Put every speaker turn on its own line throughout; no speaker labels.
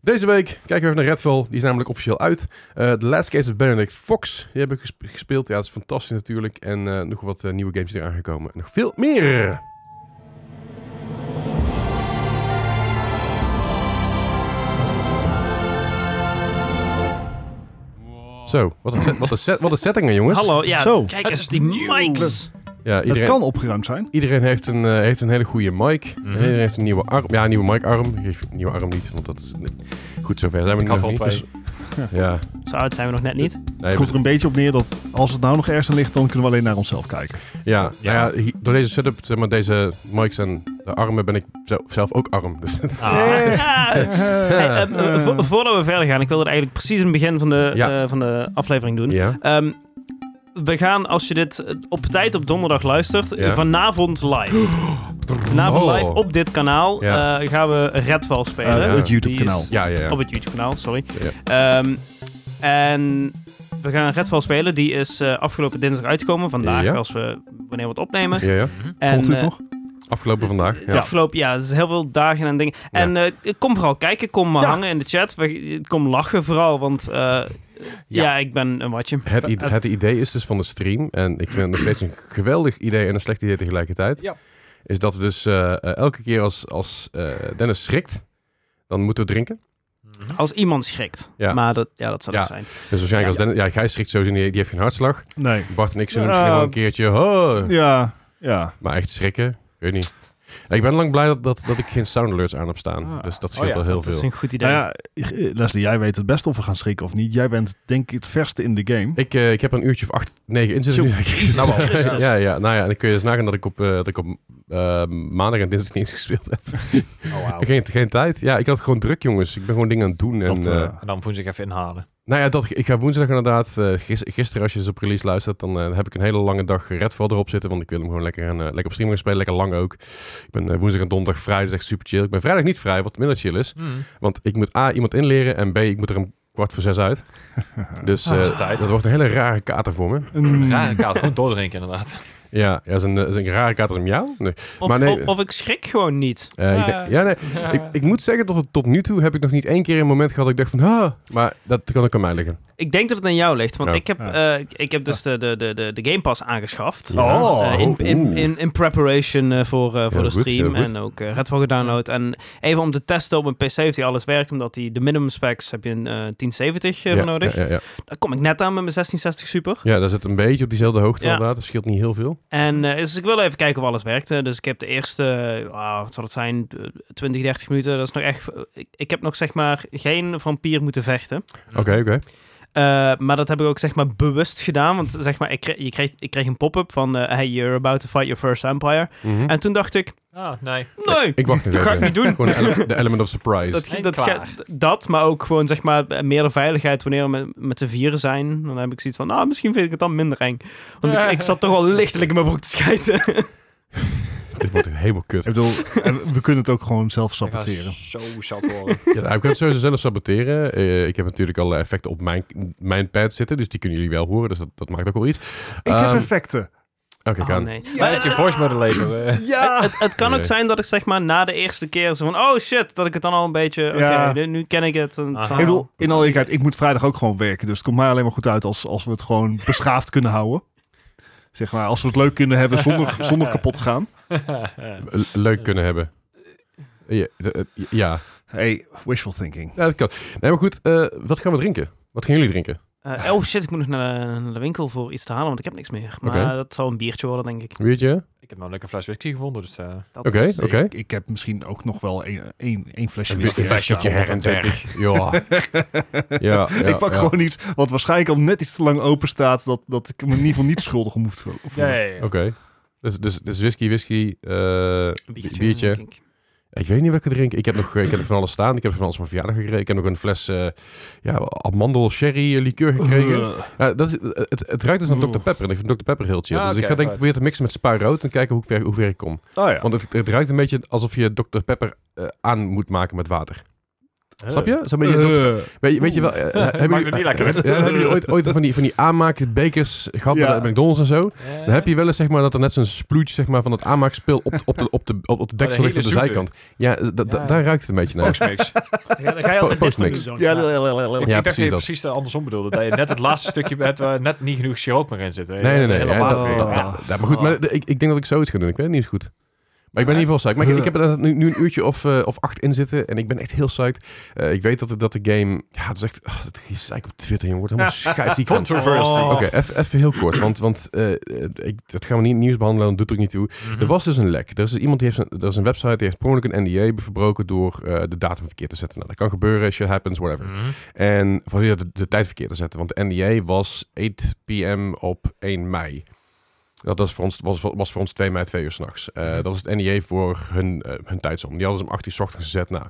Deze week kijken we even naar Redfall. Die is namelijk officieel uit. Eh The Last Case of Benedict Fox. Die heb ik gesp- gespeeld. Ja, dat is fantastisch natuurlijk. En eh, nog wat eh, nieuwe games die eraan gaan komen. En nog veel meer. Zo, wat een, set, wat een, set, wat een settingen, jongens.
Hallo, ja,
Zo.
kijk eens die mics.
Ja,
Het
iedereen,
kan opgeruimd zijn.
iedereen heeft, een, eh, heeft een hele goede mic.
Mhm.
Iedereen heeft een nieuwe arm. Ja, een nieuwe mic-arm. Ik geef een nieuwe arm niet, want dat is... nee. Goed, zover zijn we
Ik had
nog
al
niet.
twee.
dus- ja.
Zo oud zijn we nog net niet.
Nee,
Het komt er een beetje op neer dat als het nou nog ergens aan ligt, dan kunnen we alleen naar onszelf kijken.
Ja,
Ja.
Nou ja, hi- door deze setup, zeg maar, deze mics en de armen ben ik zo- zelf ook arm. Dus dat is-
Ah.
Hey, eh, eh, vo- voordat we verder gaan, ik wil het eigenlijk precies in het begin van de,
Ja.
eh, van de aflevering doen.
Ja,
Ehm, we gaan, als je dit eh, op tijd op donderdag luistert,
Ja.
vanavond live. Vanavond
Oh.
live op dit kanaal
Ja.
eh, gaan we Redfall spelen.
Eh,
Het
Ja.
YouTube-kanaal.
Die
ja, ja. ja.
Op het YouTube-kanaal, sorry. Ehm, en we gaan Redfall spelen. Die is eh, afgelopen dinsdag uitgekomen. Vandaag,
Ja.
als we wanneer we het opnemen.
ja, ja.
En,
Volgt u het
eh,
nog?
Afgelopen vandaag. Ja.
ja. Afgelopen, ja, dus heel veel dagen en dingen. En eh, kom vooral kijken, kom eh,
Ja.
hangen in de chat. We- Kom lachen vooral, want eh, ja. ik ben een watje.
Het, i- het idee is dus van de stream, en ik vind het nog steeds een geweldig idee en een slecht idee tegelijkertijd,
Ja.
is dat we dus eh, eh, elke keer als, als eh, Dennis schrikt, dan moeten we drinken. dus-
Oh,
Als iemand schrikt.
Ja.
Maar dat, ja, dat zou
Ja.
dat zijn.
Dus waarschijnlijk als Dennis, ja, Gijs schrikt sowieso niet, die heeft geen hartslag.
Nee.
Bart en ik zullen
Ja.
misschien wel een keertje, "Ho."
Ja, ja.
maar echt schrikken, ik weet niet. Ik ben lang blij dat, dat, dat ik geen sound alerts aan heb staan,
Ah.
dus dat scheelt
ja,
al heel
Dat
veel.
is een goed idee.
Nou ja, eh, Leslie, jij weet het best of we gaan schrikken of niet. Jij bent denk ik het verste in de game.
Ik, eh, ik heb een uurtje of acht, negen in zitten. nu, denk ik.
Jezus
Nou, wel.
Christus.
ja, ja, nou ja, en dan kun je dus nagaan dat ik op, eh, dat ik op eh, maandag en dinsdag niet eens gespeeld Mhm. heb.
Oh, wauw.
Geen, geen tijd. Ja, ik had gewoon druk, jongens. Ik ben gewoon dingen aan het doen. En,
Dat, eh,
eh,
En dan woensdag even inhalen.
nou ja, dat, ik ga woensdag inderdaad. eh, gis- gisteren, als je dus op release luistert, dan eh, heb ik een hele lange dag Redfall erop zitten. Want ik wil hem gewoon lekker, aan, eh, lekker op stream gaan spelen. Lekker lang ook. Ik ben eh, woensdag en donderdag vrij. Dat is echt super chill. Ik ben vrijdag niet vrij, wat minder chill is.
Hmm.
Want ik moet A, iemand inleren. En B, ik moet er een kwart voor zes uit. Dus eh,
Ah, tijd.
dat wordt een hele rare kater voor me.
Mm.
Rare kaart, gewoon doordrinken inderdaad.
Ja, ja is, een, eh, is een rare kater om jou. Nee.
of,
maar nee.
of, of ik schrik gewoon niet.
Eh, ik denk- ja, nee. Ik, ik moet zeggen dat tot nu toe heb ik nog niet één keer een moment gehad dat ik dacht van... Ah, maar dat kan ook aan mij liggen.
Ik denk dat het aan jou ligt, want
Ja.
ik, heb, eh, ik heb dus de, de, de, de, de Game Pass aangeschaft.
Ja.
Oh.
Eh, in, in, in, in preparation eh, voor, eh, voor
Heel
de
goed,
stream
heel goed.
en ook eh, Redfall gedownload. En even om te testen op mijn PC of die alles werkt, omdat die, de minimum specs heb je een eh, 1070 eh,
ja,
voor nodig.
Ja, ja, ja.
Daar kom ik net aan met mijn 1660 Super.
ja, daar zit een beetje op diezelfde hoogte
Ja.
inderdaad. Dat scheelt niet heel veel.
En eh, dus ik wil even kijken of alles werkt. Eh, Dus ik heb de eerste, eh, ah, wat zal het zijn, eh, 20, 30 minuten. Dat is nog echt, eh, ik, ik heb nog zeg maar geen vampier moeten vechten.
Oké, oké.
Eh, maar dat heb ik ook zeg maar bewust gedaan. Want zeg maar, ik, kreeg, je kreeg, ik kreeg een pop-up van... eh, hey, you're about to fight your first vampire.
Mhm.
En toen dacht ik,
Ah, nee.
nee,
Ik wacht nog
dat ga ik
even.
niet doen.
Gewoon de ele- de element of surprise.
Dat, ge-
En
dat, ge-
klaar.
d- dat, maar ook gewoon zeg maar eh, meer de veiligheid wanneer we met, met z'n vieren zijn. Dan heb ik zoiets van, nou, misschien vind ik het dan minder eng. Want ik, ik zat toch wel lichtelijk in mijn broek te schijten.
Dit wordt helemaal kut.
Ik bedoel, eh, we kunnen het ook gewoon zelf
Ik ga
saboteren.
zo zat worden.
Ja, nou, ik kan het sowieso zelf saboteren. Eh, ik heb natuurlijk alle effecten op mijn, mijn pad zitten. Dus die kunnen jullie wel horen. Dus dat, dat maakt ook wel iets.
Ik
Ehm,
heb effecten.
Oké,
Oh,
kan.
nee.
Maar
Maar
het is je voice modulator. eh.
het,
Ja!
het, het kan ook
Nee.
zijn dat ik zeg maar na de eerste keer zo van, oh shit, dat ik het dan al een beetje, oké,
Ja.
nu, nu ken ik het. en het
Aha.
zal-
Ik bedoel, in alle eerlijkheid, ik moet vrijdag ook gewoon werken. Dus het komt mij alleen maar goed uit als, als we het gewoon beschaafd kunnen houden. Zeg maar, als we het leuk kunnen hebben zonder, zonder kapot te gaan.
Le- Leuk kunnen hebben. Ja, de- eh, ja.
Hey, wishful thinking.
Ja, dat kan. Nee, maar goed. eh, wat gaan we drinken? Wat gaan jullie drinken?
Eh, oh shit, ik moet nog naar de, naar de winkel voor iets te halen, want ik heb niks meer. Maar
Oké.
dat zal een biertje worden, denk ik.
Een biertje? hè?
Ik heb nou een leuke fles whisky gevonden, dus... eh,
Dat
Oké,
is-
oké.
Ik, ik heb misschien ook nog wel één- één één flesje
Een
whisky.
flesje her en der. Ja. ja, ja,
ik pak
ja.
gewoon iets wat waarschijnlijk al net iets te lang open staat. Dat, dat ik me in ieder geval niet schuldig om moet voelen.
Oké. Dus, dus, dus whisky, whisky, eh,
Een
biertje.
biertje.
biertje.
denk ik.
Ik weet niet wat ik drink. Ik heb nog ik heb nog van alles staan. Ik heb van alles op mijn verjaardag gekregen. Ik heb nog een fles eh ja, amandel, sherry, eh, liqueur gekregen. Ja, dat is, het, het ruikt dus naar Dr. Pepper. En ik vind Dr. Pepper heel chill.
Ah,
dus ik ga
oké,
denk ik
right.
proberen te mixen met spa rood en kijken hoe ver, hoe ver ik kom.
Oh ja.
Want het, het ruikt een beetje alsof je Dr. Pepper eh, aan moet maken met water. Snap je? Zo'n beetje Weet, je- weet je wel, eh, hebben jullie-
Maakt het niet lekker, hè?
Ja, hebben jullie ooit, ooit van die, van die aanmaakbekers gehad
Ja.
bij de McDonald's en zo?
Eh,
Dan heb je wel eens zeg maar, dat er net zo'n sploetje zeg maar, van dat aanmaakspeel op, op, de, op, de, op, op de deksel
hele
ligt aan de
zoete.
zijkant. Ja, d- d-
Ja.
daar ruikt het een
eh,
beetje naar.
Smix.
Dan ga je altijd
Postmix.
dit doen. zo'n
Ja,
plaat.
Ja,
ik dacht dat
precies
je
dat.
precies dat andersom bedoelde. Dat je net het laatste stukje hebt waar net niet genoeg siroop meer in zit.
Nee, nee, nee. Ja,
Helemaal
dat-
water
dat-
weer.
ja, ja, maar goed, maar ik, ik denk dat ik zoiets ga doen. Ik weet het niet eens goed. Maar ik ben in ieder geval psyched. Maar ik, ik heb er nu, nu een uurtje of, eh, of acht in zitten en ik ben echt heel psyched. Eh, ik weet dat, de- dat de game... Ja, het is echt... Oh, dat gezeik op Twitter, jongen. Wordt helemaal scheidsziek van.
Controversy.
Oh.
Oké, even even heel kort, want, want eh, eh, ik, dat gaan we niet in het nieuws behandelen, dat doet er ook niet toe.
Mhm.
Er was dus een lek. Er is dus iemand die heeft een, er is een website, die heeft per ongeluk een NDA verbroken door eh, de datum verkeerd te zetten. Nou, dat kan gebeuren, shit happens, whatever.
Mhm.
En van hier de, de tijd verkeerd te zetten, want de NDA was 8 p.m. op 1 mei. Dat was voor ons, was, was voor ons 2 mei, 2 uur s'nachts. Eh dat is het NDA voor hun, eh, hun tijdzone. Die hadden ze om 18 uur 's ochtends gezet. Nou,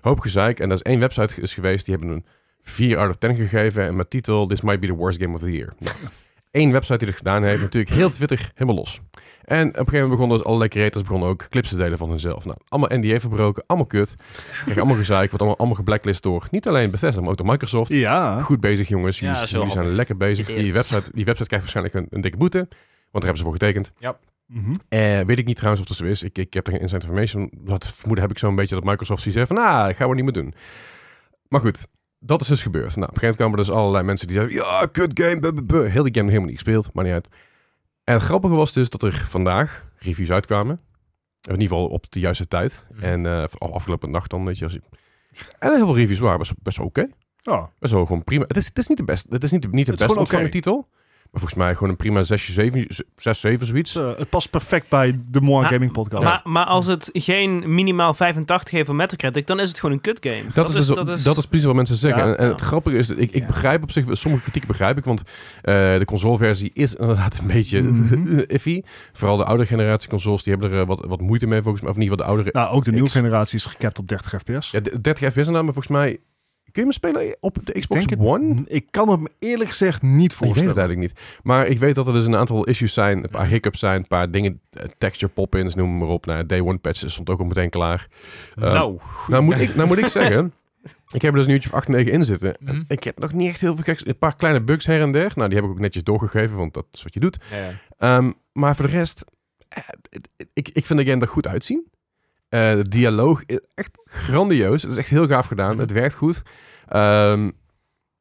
hoop gezeik. En er is één website is geweest, die hebben een 4 out of 10 gegeven. En met titel, this might be the worst game of the year. Nou, één website die dat gedaan heeft, natuurlijk heel Twitter helemaal los. En op een gegeven moment begonnen dus allerlei creators begonnen ook clips te delen van hunzelf. Nou, allemaal NDA verbroken, allemaal kut. Krijg je allemaal gezeik, wordt allemaal, allemaal geblacklist door niet alleen Bethesda, maar ook door Microsoft.
Ja.
Goed bezig, jongens.
Ja,
Jullie,
dat is wel
jullie zijn lekker bezig. Die
Idiots.
website, die website krijgt waarschijnlijk een, een dikke boete. Want daar hebben ze voor getekend.
Mhm.
Eh, weet ik niet trouwens of dat zo is. Ik, ik heb er geen inside information. Dat vermoeden heb ik zo'n beetje dat Microsoft die zegt van... Ah, dat gaan we niet meer doen. Maar goed, dat is dus gebeurd. Nou, op een gegeven moment kwamen er dus allerlei mensen die zeiden... Ja, kut game. buh, buh, buh." Heel die game helemaal niet gespeeld. Maar niet uit. En het grappige was dus dat er vandaag reviews uitkwamen. In ieder geval op de juiste tijd.
Mhm.
En eh, af- afgelopen nacht dan, weet je. Als je... En heel veel reviews waren best, best oké.
Ja.
Best wel gewoon prima. Het is, het is niet de best, het is niet de, niet de
Het is
best
gewoon
ontvangen
oké.
titel. Maar volgens mij gewoon een prima 6, 7, 6, 7 zoiets.
Dus, eh, het past perfect bij de More
Maar-
Gaming podcast.
Maar, maar als het geen minimaal 85 heeft van Metacritic, dan is het gewoon een kut game.
Dat, is, dus- dat, is... precies wat mensen zeggen.
Ja.
en en
Ja.
het grappige is, dat ik, ik
Ja.
begrijp op zich, sommige kritiek begrijp ik, want eh, de consoleversie is inderdaad een beetje
Mhm.
iffy. Vooral de oudere generatie consoles, die hebben er eh, wat, wat moeite mee volgens mij. Of in ieder geval de oudere...
nou, ook de nieuwe
X-
generatie is gecapt op 30 fps.
Ja, de- 30 FPS inderdaad, nou, maar volgens mij... Kun je hem spelen op de Xbox
denk het
One?
Ik kan het me eerlijk gezegd niet
Ik weet
voorstellen.
het eigenlijk niet. Maar ik weet dat er dus een aantal issues zijn, een paar hiccups zijn, een paar dingen, eh, texture pop-ins, noem maar op. Nou, day one patch stond ook al meteen klaar. Eh,
Nou,
nou, moet ik, nou moet ik zeggen, ik heb er dus een uurtje of 8, 9 in zitten.
Mhm.
Ik heb nog niet echt heel veel geks. Een paar kleine bugs her en der. Nou, die heb ik ook netjes doorgegeven, want dat is wat je doet.
ja, ja.
Ehm, maar voor de rest, eh, het- het- ik, ik vind de game er goed uitzien. Eh, de dialoog is echt grandioos. Het is echt heel gaaf gedaan. Het werkt goed. Ehm,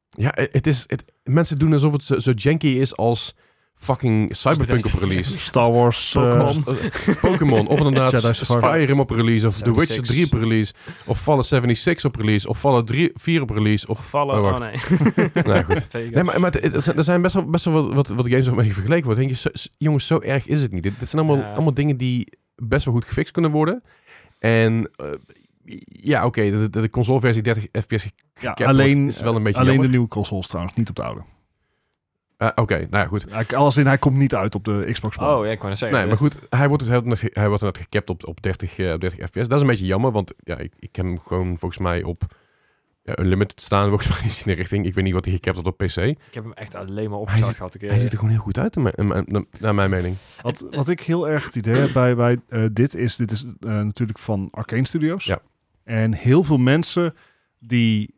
ja, het het is, het, mensen doen alsof het zo, zo janky is als fucking Cyberpunk op release.
Star Wars. eh,
Of- eh, Pokémon. Of inderdaad
Jedi
S-
Survivor.
Skyrim op release. Of The Witcher
76.
3 op release. Of Fallout 76 op release. Of Fallout 3, 4 op release. Of...
Vallen,
Oh,
oh,
wacht.
nee.
Nou goed.
Vegas.
Nee, maar, maar het- het zijn- er zijn best wel, best wel wat, wat, wat games waarmee vergeleken wordt. Denk je, zo- zo- jongens, zo erg is het niet. Dit, dit zijn allemaal,
Ja.
allemaal dingen die best wel goed gefixt kunnen worden. En eh, ja, oké, de, de, de consoleversie 30 fps ge-
ja,
gecapt
alleen eh,
wordt is wel een beetje
alleen de
jammer.
nieuwe consoles trouwens, niet op de oude.
Eh, oké, nou ja, goed.
Hij, als in, hij komt niet uit op de Xbox One.
Oh, ja, ik wou net zeggen.
Nee, maar goed, hij wordt, het heel net ge- hij wordt net gecapt op, op 30, eh, op 30 fps. Dat is een beetje jammer, want ja, ik, ik heb hem gewoon volgens mij op ja, Unlimited staan. Volgens mij is in de richting. Ik weet niet wat hij gecapt had op PC.
Ik heb hem echt alleen maar
Hij
opgezakt
ziet-
gehad. Ik,
Hij ziet er gewoon heel goed uit, in mijn- in mijn- na- naar mijn mening.
Wat, wat ik heel erg het idee heb bij, bij eh, dit is, dit is eh, natuurlijk van Arcane Studios.
Ja.
En heel veel mensen die,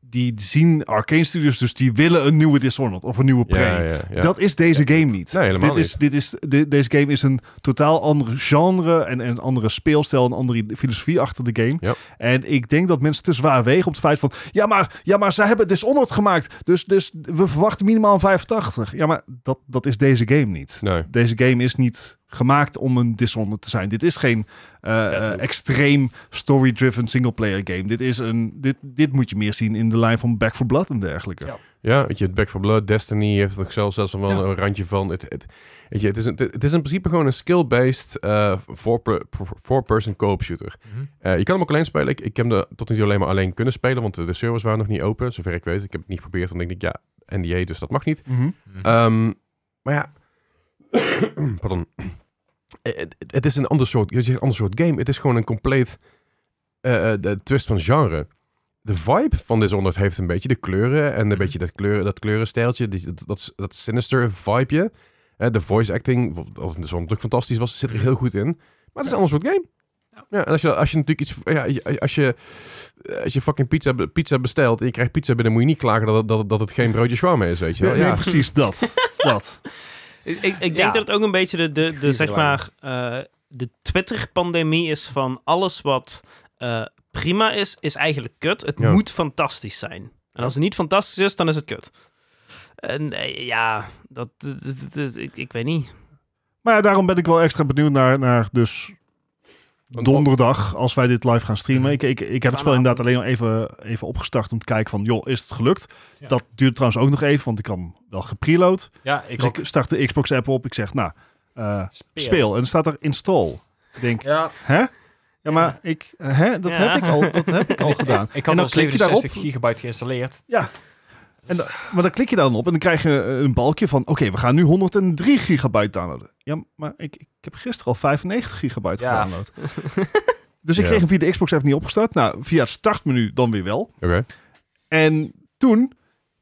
die zien Arcane Studios, dus die willen een nieuwe Dishonored of een nieuwe Prey.
ja.
Dat is deze game niet.
Nee, helemaal
dit is, Dit is, dit- deze game is een totaal andere genre en en een andere speelstijl, een andere filosofie achter de game.
Ja.
En ik denk dat mensen te zwaar wegen op het feit van, ja maar, ja maar zij hebben Dishonored gemaakt, dus, dus we verwachten minimaal een 85. Ja maar, dat, dat is deze game niet.
Nee.
Deze game is niet gemaakt om een Dishonored te zijn. Dit is geen eh, eh, extreem story-driven singleplayer game. Dit, is een, dit, dit moet je meer zien in de lijn van Back for Blood en dergelijke.
Ja.
Ja, weet je, het Back for Blood, Destiny heeft er zelfs, zelfs wel
Ja.
een randje van. Het, het, weet je, het, is, een- het is in principe gewoon een skill-based eh, four per- four-person co-op shooter.
Mhm.
Eh, je kan hem ook alleen spelen. Ik, ik heb hem er tot nu toe alleen maar alleen kunnen spelen, want de, de servers waren nog niet open, zover ik weet. Ik heb het niet geprobeerd, want ik denk, ja, NDA, dus dat mag niet. Ehm, maar ja, pardon. Eh, Het, het is een ander soort, je zegt een ander soort game. Het is gewoon een compleet eh, eh, de twist van genre. De vibe van Dishonored heeft een beetje de kleuren en een beetje dat, kleuren, dat kleurenstijltje, die, dat, dat, dat sinister vibeje. Eh, de voice acting, wat in Dishonored ook fantastisch was, zit er heel goed in. Maar het is een ander soort game. Mhm. Ja, en als je, als je natuurlijk iets... Ja, als je, als je fucking pizza, pizza bestelt en je krijgt pizza binnen... moet je niet klagen dat, het- dat, het- dat het geen broodje shawarma is, weet je wel.
Nee,
Ja.
precies dat. dat.
Ik, ik, ik denk
Ja.
dat het ook een beetje de, de, de
Griezelijn.
zeg maar, eh, de Twitter-pandemie is van alles wat eh, prima is, is eigenlijk kut. Het
Ja.
moet fantastisch zijn. En als het niet fantastisch is, dan is het kut. En eh, ja, dat, dat- dat- dat- ik, ik weet niet.
Maar ja, daarom ben ik wel extra benieuwd naar, naar dus
Want-
donderdag, als wij dit live gaan streamen.
Mhm.
Ik, ik, ik heb het spel
Vanavond.
inderdaad alleen al even, even opgestart om te kijken van, joh, is het gelukt?
Ja.
Dat duurt trouwens ook nog even, want ik had hem wel gepreload.
Ja, ik
dus
ook.
ik start de Xbox-app op. Ik zeg, nou, eh,
Speel.
speel. En dan staat er install. Ik denk,
Ja,
hè? Ja, maar ik, eh, hè? Dat,
Ja.
heb ik al, dat heb ik al gedaan.
ik
en
had
dan
al
klik je daarop.
67 gigabyte geïnstalleerd.
En da- maar dan klik je dan op en dan krijg je eh, een balkje van... Oké, we gaan nu 103 gigabyte downloaden. Ja, maar ik, ik heb gisteren al 95 gigabyte
Ja.
gedownload. dus ik
Ja.
kreeg hem via de Xbox-app niet opgestart. Nou, via het startmenu dan weer wel.
Oké.
En toen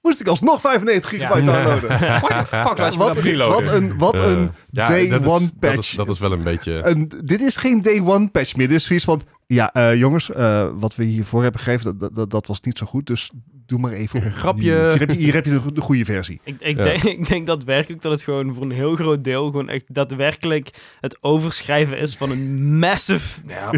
moest ik alsnog 95 gigabyte
Ja.
downloaden.
What the fuck, laat je me
wat,
dat preloaden.
wat een, wat
Eh,
een
ja,
day
dat is-
one
Dat is,
patch.
dat is wel een
Eh,
beetje...
En dit is geen day one patch meer. Dit is zoiets van, ja eh, jongens, eh, wat we hiervoor hebben gegeven, dat- dat, dat, dat was niet zo goed. Dus doe maar even opnieuw.
Grapje.
Hier heb je, hier heb je de, go- de goede versie.
Ik, ik,
Ja.
denk, ik denk daadwerkelijk dat het gewoon voor een heel groot deel gewoon echt daadwerkelijk het overschrijven is van een massive
Ja,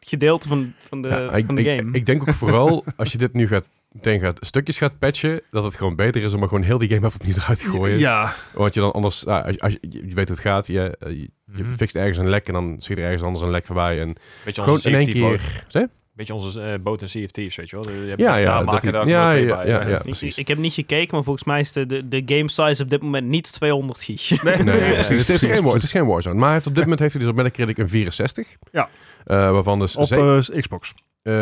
gedeelte van, van, de,
eh,
Ja, ik,
van de
ik-
game.
Ik, denk ook vooral, als je dit nu gaat, meteen gaat, stukjes gaat patchen, dat het gewoon beter is om er gewoon heel die game even opnieuw eruit te gooien.
Ja,
Want je dan anders, nou, als, je- als je, je weet hoe het gaat, je, eh, je, je
Mhm.
fixt ergens een lek en dan schiet er ergens anders een lek voorbij. En
beetje
gewoon
onze
in één
safety
keer.
boot.
Zeg?
Beetje onze eh, boot en CFT's, weet je wel. Je hebt-
Ja, ja,
daar
dat die-
maken daar
ja,
gewoon twee
ja,
bij.
ja, ja.
Ik-
precies.
Ik, ik heb niet gekeken, maar volgens mij is de, de, de game size op dit moment niet 200 gig.
nee,
Nee,
nee,
nee,
precies.
het, is geen,
precies,
war- het
precies.
is geen Warzone. Maar hij heeft, op dit moment heeft hij dus op Metacritic een 64.
Ja.
Eh, waarvan dus...
Op
ze-
eh, Xbox.
eh,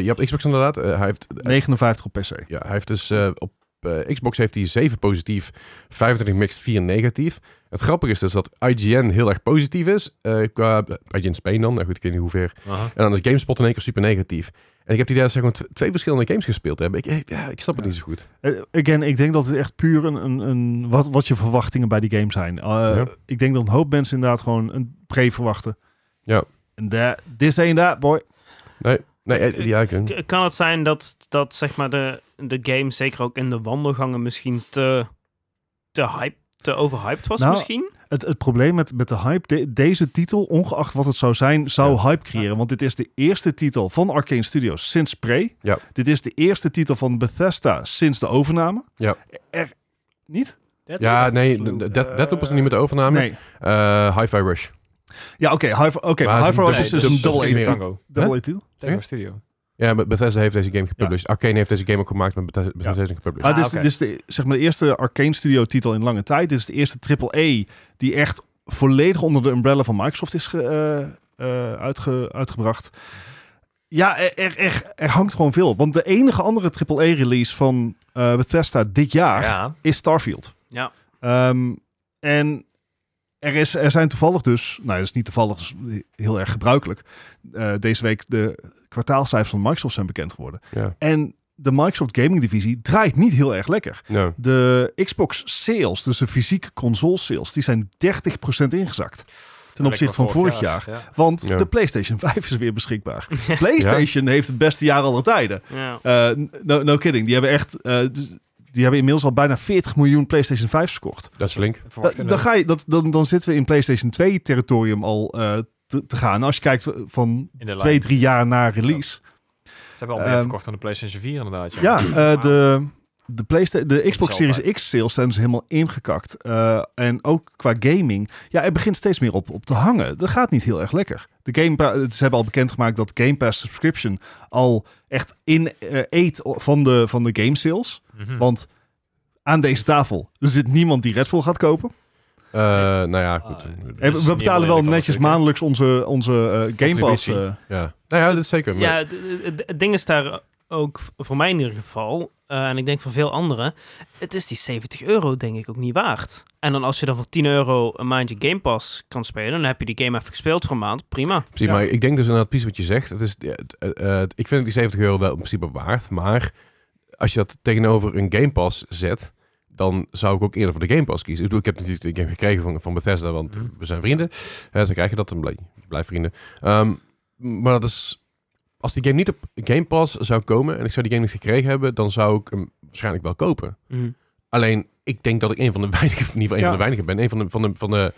je hebt Xbox inderdaad. Eh, hij, heeft,
59 op PC.
ja, hij heeft dus eh, op eh, Xbox heeft hij 7 positief, 25 mixed, 4 negatief. Het grappige is dus dat IGN heel erg positief is. eh, qua, IGN Spain dan, nou goed, ik weet niet hoe ver
Aha.
En dan is GameSpot in één keer super negatief. En ik heb die daar zeg maar tw- twee verschillende games gespeeld hebben. Ik, ik, ja, ik snap het
Ja.
niet zo goed.
Eh, again, ik denk dat het echt puur een, een, een wat, wat je verwachtingen bij die game zijn. Eh,
Ja.
Ik denk dat een hoop mensen inderdaad gewoon een pre verwachten.
Ja.
En daar- this ain't that, boy.
Nee, eh, ja, ik, ja,
K- Kan het zijn dat, dat zeg maar de, de game, zeker ook in de wandelgangen, misschien te, te, hype, te overhyped was?
Nou,
misschien?
Het, het probleem met, met de hype, de- deze titel, ongeacht wat het zou zijn, zou
Ja.
hype creëren. Want dit is de eerste titel van Arcane Studios sinds Prey.
Ja.
Dit is de eerste titel van Bethesda sinds de overname.
Ja.
Er, niet?
nee, dat Deadloop was nog niet met de overname.
Nee.
Eh, Hi-Fi Rush.
Ja, oké. Hi- Oké,
Maar het is
Hi-Fi
een
Rush
dubbel-
is dus
dubbel-
een double A
meer-
titel.
Tango.
Double A titel.
Tango Studio.
Ja, maar Bethesda heeft deze game gepublished. Arcane heeft deze game ook gemaakt, maar Bethes- Bethesda
Ja.
heeft hem gepublished.
Ah, dit, is,
oké.
dit is de, zeg maar de eerste Arcane Studio titel in lange tijd. Dit is de eerste AAA die echt volledig onder de umbrella van Microsoft is ge- eh, eh, uitge- uitgebracht. Ja, er, er, er, er hangt gewoon veel. Want de enige andere AAA-release van eh, Bethesda dit jaar
Ja.
is Starfield.
Ja.
Ehm, en er, is, er zijn toevallig dus, nou dat is niet toevallig, dat is heel erg gebruikelijk. eh, deze week de kwartaalcijfers van Microsoft zijn bekend geworden.
Ja.
En de Microsoft Gaming Divisie draait niet heel erg lekker.
No.
De Xbox sales, dus de fysieke console sales, die zijn 30% ingezakt. Ten opzichte van vorig jaar.
Ja.
Want
Ja.
de PlayStation 5 is weer beschikbaar. PlayStation heeft het beste jaar aller tijden.
Ja.
Eh, no, no kidding. Die hebben echt. eh, d- die hebben inmiddels al bijna 40 miljoen PlayStation 5 verkocht.
Dat is flink.
Da-
Verwacht
dan, ga je, dat, dan, dan zitten we in PlayStation 2 territorium al eh, te, te gaan. Als je kijkt van
in de
twee,
lijn.
drie jaar na release.
Ze hebben al meer
Ehm,
verkocht aan de PlayStation 4 inderdaad.
Ja, eh, de, de, Playsta- de
is
Xbox
altijd.
Series X sales zijn dus helemaal ingekakt. Eh, en ook qua gaming. Ja, er begint steeds meer op, op te hangen. Dat gaat niet heel erg lekker. De Game Pa- ze hebben al bekendgemaakt dat Game Pass subscription al echt in eh, eet van de, van de game sales.
Mhm.
Want aan deze tafel zit niemand die Redfall gaat kopen.
Eh, nou ja,
Ah,
goed.
eh,
En
Dat is
we
niet
betalen
wel
wel
eerlijk,
netjes
natuurlijk, hè?
maandelijks onze, onze eh, Game Pass.
Contributie.
eh,
ja. Nou ja, dat is zeker. Maar,
Ja, d- d- d- het ding is daar ook, v- voor mij in ieder geval, eh, en ik denk voor veel anderen, het is die 70 euro denk ik ook niet waard. En dan als je dan voor 10 euro een maandje Game Pass kan spelen, dan heb je die game even gespeeld voor een maand, prima.
Precies,
Ja.
maar ik denk dus inderdaad precies wat je zegt. Het is, eh, eh, eh, ik vind die 70 euro wel in principe waard. Maar als je dat tegenover een Game Pass zet, dan zou ik ook eerder voor de Game Pass kiezen. Ik, bedoel, ik heb natuurlijk de game gekregen van, van Bethesda, want
Mhm.
we zijn vrienden. Eh, dus dan krijg je dat, dan blij- blijf, vrienden. Ehm, Maar dat is... Als die game niet op Game Pass zou komen en ik zou die game niet gekregen hebben, dan zou ik hem waarschijnlijk wel kopen.
Mhm.
Alleen, ik denk dat ik een van de weinigen, in ieder geval een
Ja.
van de weinigen ben, een van de, van de, van de,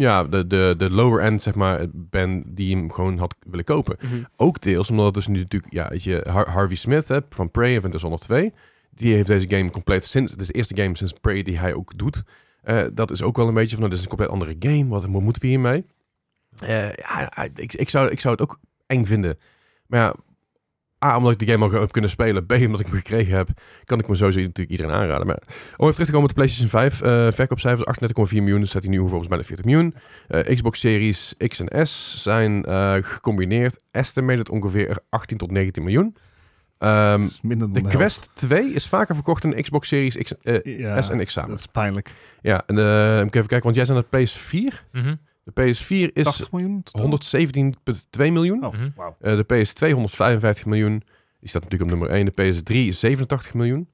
ja, de, de, de lower end, zeg maar, ben die hem gewoon had willen kopen.
Mhm.
Ook deels omdat het dus nu natuurlijk, ja, weet je, Har- Harvey Smith hè, van Prey en van Dishonored 2, die heeft deze game compleet sinds, het is de eerste game sinds Prey die hij ook doet. Eh, dat is ook wel een beetje van, nou, dit is een compleet andere game, wat mo- moeten we hiermee? Eh, ja, ik, ik, zou, ik zou het ook eng vinden. Maar ja, A, omdat ik die game al ge- heb kunnen spelen, B, omdat ik hem gekregen heb, kan ik me sowieso natuurlijk iedereen aanraden. Maar om even terug te komen op de PlayStation 5, eh, verkoopcijfers 38,4 miljoen, dus staat hij nu ongeveer op bijna 40 miljoen. Eh, Xbox Series X en S zijn eh, gecombineerd, estimated ongeveer 18 tot 19 miljoen. Ehm,
Het is minder dan
de
helft.
Quest 2 is vaker verkocht dan de Xbox Series X, eh,
Ja,
S en X samen.
dat is pijnlijk.
Ja, en eh, ik moet even kijken, want jij zijn naar PS4.
Mhm,
De PS4 is
80 miljoen?
117,2 miljoen.
Oh,
mhm.
wauw.
Eh, de PS2 155 miljoen. Die staat natuurlijk op nummer 1. De PS3 is 87 miljoen.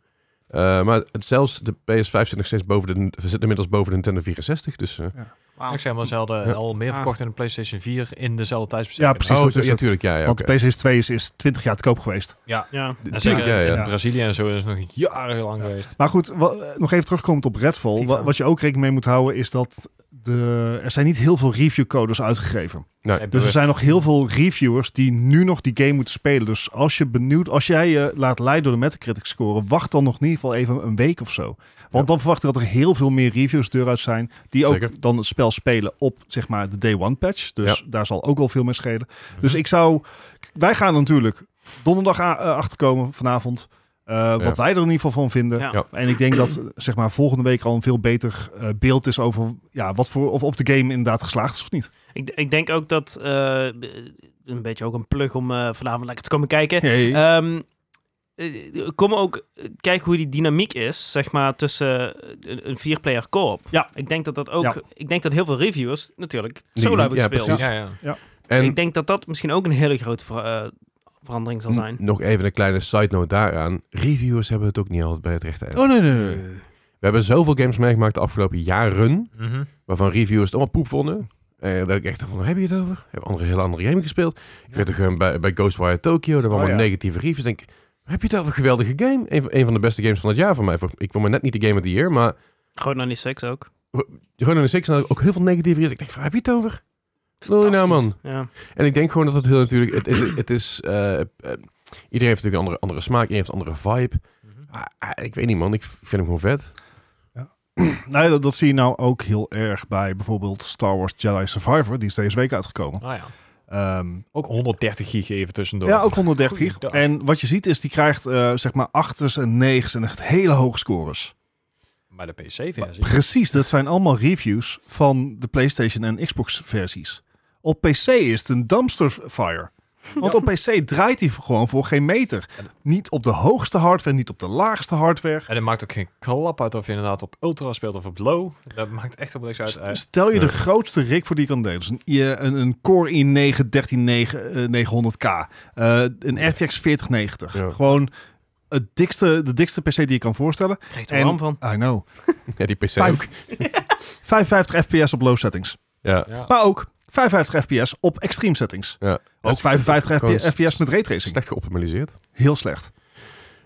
Eh, maar het- zelfs de PS5 zit nog steeds boven de, zit inmiddels boven de Nintendo 64. Dus, eh,
Ik zeg maar, ze hadden
Ja.
al meer verkocht in de PlayStation 4 in dezelfde tijdsbestek.
Ja,
oh,
precies. dus dat
zo-
is
ja,
het.
tuurlijk. Ja, ja,
Want
oké.
de PlayStation 2 is, is 20 jaar te koop geweest.
Ja.
En
Tuurlijk,
zeker
ja, ja.
in Brazilië en zo is het nog jarenlang geweest.
Maar goed, wa- eh, nog even terugkomend op Redfall.
FIFA.
Wa- wat je ook rekening mee moet houden is dat de, er zijn niet heel veel reviewcodes uitgegeven.
Nee,
Nee,
Dus er
bewust.
zijn nog heel veel reviewers die nu nog die game moeten spelen. Dus als je benieuwd, als jij je laat leiden door de Metacritic score, wacht dan nog in ieder geval even een week of zo. Want dan verwacht ik dat er heel veel meer reviews deur uit zijn die ook
Zeker.
dan het spel spelen op zeg maar de day one patch. Dus daar zal ook wel veel mee schelen.
Mhm.
Dus ik zou, wij gaan er natuurlijk donderdag a- eh, achterkomen vanavond. eh, wat
Ja.
wij er in ieder geval van vinden.
Ja.
Ja.
En ik denk dat eh, zeg maar, volgende week al een veel beter eh, beeld is over ja, wat voor, of, of de game inderdaad geslaagd is of niet.
Ik, ik denk ook dat, eh, een beetje ook een plug om eh, vanavond lekker te komen kijken.
Hey.
Ehm, eh, kom ook eh, kijken hoe die dynamiek is, zeg maar, tussen eh, een, een vierplayer co-op.
Ja.
Ik denk dat dat ook,
Ja.
ik denk dat heel veel reviewers natuurlijk
Die-
solo hebben
ja,
gespeeld.
precies.
Ja, ja.
En
Ik denk dat dat misschien ook een hele grote vera- eh, verandering zal zijn.
n- nog even een kleine side note daaraan. Reviewers hebben het ook niet altijd bij het rechte eind.
Oh nee, nee, nee.
We hebben zoveel games meegemaakt de afgelopen jaren,
Mhm.
waarvan reviewers het allemaal poep vonden. En dat ik echt dacht van, heb je het over? Hebben andere hele andere game gespeeld? Ik weet toch eh, bij, bij Ghostwire Tokyo, daar waren
Oh,
allemaal
ja.
negatieve reviews. Denk, ik, heb je het over? Geweldige game. Een, van- een van de beste games van het jaar voor mij. Voor- Ik vond me net niet de game of the year, maar
Gewoon naar die seks ook.
gewoon in de 6 ook heel veel negatieve reviews. Ik denk van, heb je het over? Wil je nou, man?
Ja.
En ik denk gewoon dat het heel natuurlijk... Het, is- het is... eh, eh, iedereen heeft natuurlijk een andere, andere smaak, iedereen heeft een andere vibe.
Mhm.
Ah, ah, ik weet niet, man. Ik v- vind hem gewoon vet.
Nou, ja, dat, dat zie je nou ook heel erg bij bijvoorbeeld Star Wars Jedi Survivor. Die is deze week uitgekomen.
Nou ja.
Ehm,
Ook 130 gig even tussendoor.
ja, ook 130 gig.
Goeiedag.
En wat je ziet is, die krijgt eh, zeg maar achters en negens en echt hele hoge scores.
Maar de PC-versie.
Precies, dat zijn allemaal reviews van de PlayStation en Xbox versies. Op PC is het een dumpster fire. Want op PC draait hij gewoon voor geen meter. Niet op de hoogste hardware, niet op de laagste hardware.
En het maakt ook geen klap uit of je inderdaad op ultra speelt of op low. Dat maakt echt helemaal niks uit.
St-
Eh,
Stel je de
Ja.
grootste rig voor die je kan delen. Dus een, i- een, een Core i9 13900K. eh, een RTX 4090.
Ja.
Gewoon het dikste, de dikste PC die je kan voorstellen.
Krijg je er warm van.
I know.
Ja, die PC ook.
Vijf- 55 FPS op low settings.
Ja.
ja.
Maar ook 55 FPS op extreme settings.
ja.
Ook 55
gewoon
FPS, FPS met raytracing.
Slecht geoptimaliseerd.
Heel slecht.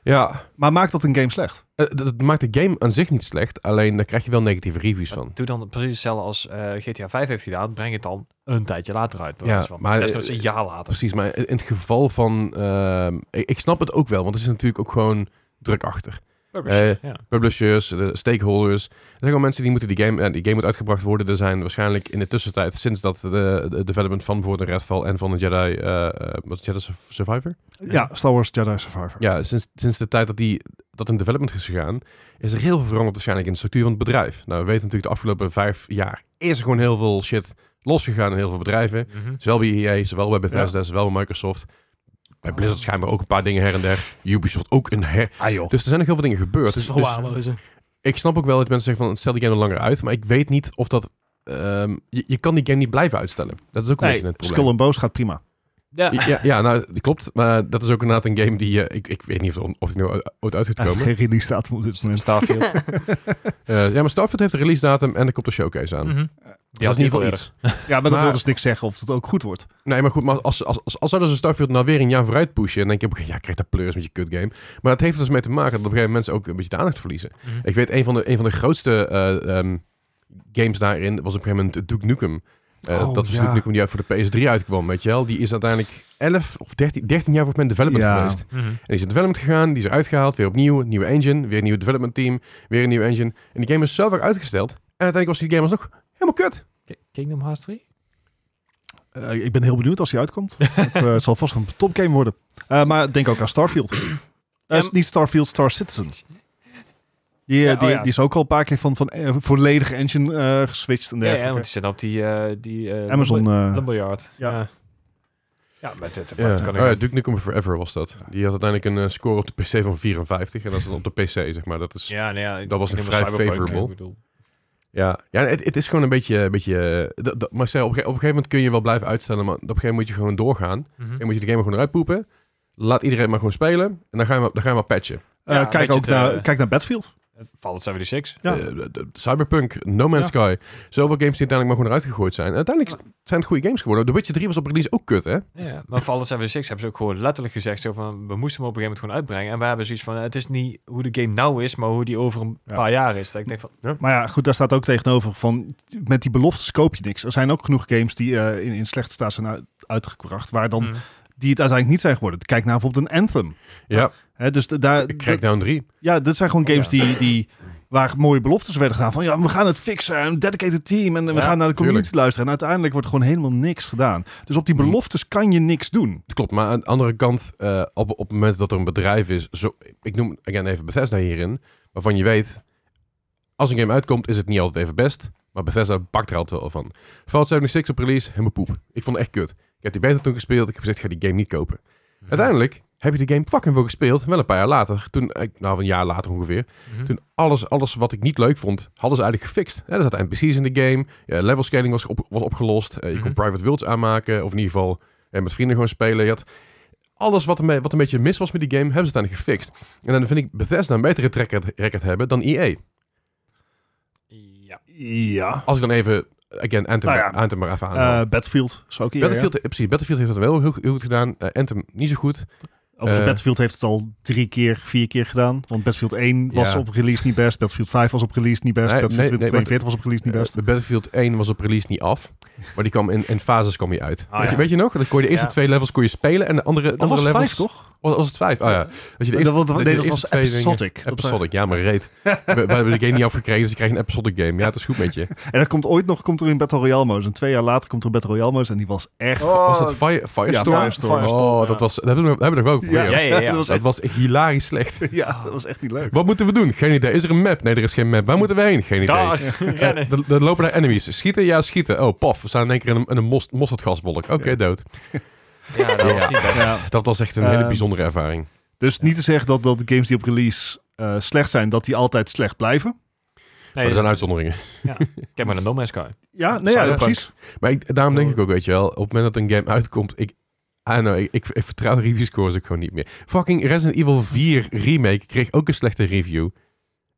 Ja.
Maar maakt dat een game slecht?
eh, Dat dat maakt de game aan zich niet slecht. Alleen daar krijg je wel negatieve reviews van.
Doe dan precies hetzelfde als eh, GTA 5 heeft gedaan. Breng het dan een tijdje later uit. bij
Ja,
wijze van.
maar,
Desnoods
eh,
een jaar later.
Precies, maar in in het geval van... ehm, ik, ik snap het ook wel, want het is natuurlijk ook gewoon druk achter.
Publishers, ja.
publishers, de stakeholders. Er zijn gewoon mensen die moeten die game... en die game moet uitgebracht worden. Er zijn waarschijnlijk in de tussentijd... sinds dat de, de development van bijvoorbeeld een Redfall... en van een Jedi... eh, eh, wat is het, Jedi Sur- Survivor?
Ja, Star Wars Jedi Survivor.
Ja, sinds, sinds de tijd dat die dat in development is gegaan... is er heel veel veranderd waarschijnlijk in de structuur van het bedrijf. Nou, we weten natuurlijk de afgelopen vijf jaar... is er gewoon heel veel shit losgegaan in heel veel bedrijven.
Mhm.
Zowel bij EA, zowel bij Bethesda, zowel bij Microsoft... Bij Blizzard schijnbaar ook een paar dingen her en der. Ubisoft ook een her.
Ah joh.
Dus er zijn nog heel veel dingen gebeurd. Dus-
verwaarlozen.
ik snap ook wel dat mensen zeggen van stel die game nog langer uit, maar ik weet niet of dat ehm, je, je kan die game niet blijven uitstellen. Dat is ook een
Nee,
beetje het probleem.
Skull and Bones gaat prima.
Ja.
Ja, ja, nou, dat klopt. Maar dat is ook inderdaad een game die... eh, ik, ik weet niet of, of die nu ooit uit gaat
Hij heeft
komen.
geen release datum op dit moment.
Starfield.
Eh, ja, maar Starfield heeft een release datum en er komt een showcase aan.
Mhm.
Ja,
dat
in ieder geval iets.
Ja, maar dat
Maar-
wil dus niks zeggen of het ook goed wordt.
Nee, maar goed, maar als, als, als, als zouden ze Starfield nou weer een jaar vooruit pushen... en denk je op een gegeven moment, ja, krijg daar pleurs met je kut game. Maar dat heeft er dus mee te maken dat op een gegeven moment mensen ook een beetje de aandacht verliezen.
Mhm.
Ik weet, een van de, een van de grootste eh, ehm, games daarin was op een gegeven moment Duke Nukem. Eh,
Oh,
dat was
ja.
Duke Nukem die uit voor de PS3 uitkwam, weet je wel. Die is uiteindelijk 11 of 13, 13 jaar voor mijn development
Ja.
geweest.
Mhm.
En die is in development gegaan, die is eruit gehaald, weer opnieuw, nieuwe engine, weer een nieuw development team, weer een nieuwe engine. En die game is zo vaak uitgesteld. En uiteindelijk was die game alsnog helemaal kut.
Kingdom Hearts 3?
Eh, ik ben heel benieuwd als die uitkomt. het eh, zal vast een topgame worden. Eh, maar denk ook aan Starfield. Eh,
Ja,
niet Starfield, Star Citizen. Die, eh,
Ja, oh
die,
ja.
die is ook al een paar keer van, van eh, volledige engine eh, geswitcht en
Ja, ja,
dergelijke.
want die zitten op die... eh die eh,
Amazon.
Lumber-
eh,
Lumberyard.
ja.
Ja. Ja, met dit
Ja.
apart kan ik...
Oh ja, Duke Nukem Forever was dat. Die had uiteindelijk een eh, score op de PC van 54. En dat is dan op de PC, zeg maar. Dat is, ja,
Ja, nee, ja, ik-
dus Dat was
ik
nog
noem het
vrij
Cyberpunk,
favorable.
ik bedoel.
ja, het, het is gewoon een beetje... Een beetje eh, dat- dat- maar ik zei, op, een ge- op een gegeven moment kun je wel blijven uitstellen, maar op een gegeven moment moet je gewoon doorgaan.
Hm. Mhm.
En moet je de game er gewoon eruit poepen. Laat iedereen maar gewoon spelen. En dan gaan we, dan gaan we maar patchen.
eh,
Ja, weet
kijk
je
ook
het,
naar,
eh,
kijk naar Battlefield.
Fallout 76.
Ja.
Eh, de- de- Cyberpunk, No Man's Sky. Zoveel games die uiteindelijk maar gewoon eruit gegooid zijn. En uiteindelijk zijn het goede games geworden. The Witcher 3 was op release ook kut, hè?
Ja, maar Fallout 76 hebben ze ook gewoon letterlijk gezegd. Zo van, we moesten hem op een gegeven moment gewoon uitbrengen. En we hebben zoiets van, eh, het is niet hoe de game nou is, maar hoe die over een
Ja.
paar jaar is. Dat ik denk van,
Maar ja, goed, daar staat ook tegenover van met die beloftes koop je niks. Er zijn ook genoeg games die eh, in, in slechte staat zijn uit- uitgebracht, waar dan
mm,
die het uiteindelijk niet zijn geworden. Kijk naar bijvoorbeeld een Anthem.
Ja,
Hè, dus d- daar,
Crackdown 3.
Ja, dit zijn gewoon
Oh,
games
ja.
die, die, waar mooie beloftes werden gedaan. Van ja, we gaan het fixen, een dedicated team en we
Ja,
gaan naar de community
tuurlijk.
luisteren. En uiteindelijk wordt gewoon helemaal niks gedaan. Dus op die
Mhm.
beloftes kan je niks doen.
Klopt, maar aan de andere kant, eh, op, op het moment dat er een bedrijf is, zo, ik noem again, even Bethesda hierin, waarvan je weet, als een game uitkomt is het niet altijd even best, maar Bethesda bakt er altijd wel van. Fallout 76 op release, helemaal poep. Ik vond het echt kut. Ik heb die beta toen gespeeld, ik heb gezegd, ik ga die game niet kopen.
Mhm.
Uiteindelijk heb je de game fucking wel gespeeld, wel een paar jaar later, toen, eh, nou een jaar later ongeveer,
Mhm.
toen alles, alles wat ik niet leuk vond, hadden ze eigenlijk gefixt. Ja, er zaten NPC's in de game, ja, level scaling was, op, was opgelost, eh, je kon
Mhm.
private wilds aanmaken, of in ieder geval eh, met vrienden gewoon spelen. Je had alles wat, ermee, wat een beetje mis was met die game, hebben ze uiteindelijk gefixt. En dan vind ik Bethesda een betere track record- record hebben dan E EA.
Ja.
Ja.
Als ik dan even, again, Anthem,
Nou ja.
Anthem maar even aan.
Eh Battlefield is ook hier.
Battlefield, eh, precies, Battlefield heeft dat wel heel, heel goed gedaan, eh, Anthem niet zo goed.
ja. Overigens,
eh,
Battlefield heeft het al drie keer, vier keer gedaan. Want Battlefield 1 was
Ja.
op release niet best. Battlefield 5 was op release niet best.
Nee,
Battlefield
nee, nee,
2042 was op release niet best.
Eh, Battlefield 1 was op release niet af, maar die kwam in, in fases kwam die uit.
Ah,
weet, je,
ja.
weet je nog? Dan kon je de eerste
Ja.
twee levels kon je spelen en de andere, de
dat was
andere levels...
vijf, toch?
Was, was het vijf? Oh ja. Dat je de eerste,
dat, was-
je
nee,
de
dat
eerste
was
twee dingen-
episodic. Dat-
Episodic, ja, maar reet. we, we hebben de game niet afgekregen, dus ik krijg een episodic game. Ja, het is goed met je.
en dat komt ooit nog, komt er in Battle Royale mode. En twee jaar later komt er een Battle Royale mode en die was echt...
Was
Oh,
dat Fire, Firestorm?
Ja, Firestorm.
Oh,
Firestorm,
dat
ja.
was... Dat hebben we, dat hebben we toch wel geprobeerd?
Ja, ja, ja.
dat was
Dat
echt,
was hilarisch slecht.
ja, dat was echt niet leuk.
Wat moeten we doen? Geen idee. Is er een map? Nee, er is geen map. Waar moeten we heen? Geen idee.
Daar,
Eh,
rennen.
er- er lopen daar enemies. Schieten? Ja, schieten. Oh, pof. We staan in één keer in een, in een mos, mosterdgaswolk. Oké,
Ja.
dood.
Ja, dat was niet best.
Ja.
Dat was echt een
Ehm,
hele bijzondere ervaring.
Dus niet te zeggen dat, dat de games die op release eh, slecht zijn, dat die altijd slecht blijven.
Maar
Nee,
er zijn uitzonderingen.
Kijk maar naar No Man's Sky.
Ja, nee, ja,
Cyberpunk.
precies.
Maar ik, daarom denk ik ook, weet je wel, op het moment dat een game uitkomt, ik, I don't know, ik, ik, ik vertrouw review scores ook gewoon niet meer. Fucking Resident Evil 4 remake kreeg ook een slechte review.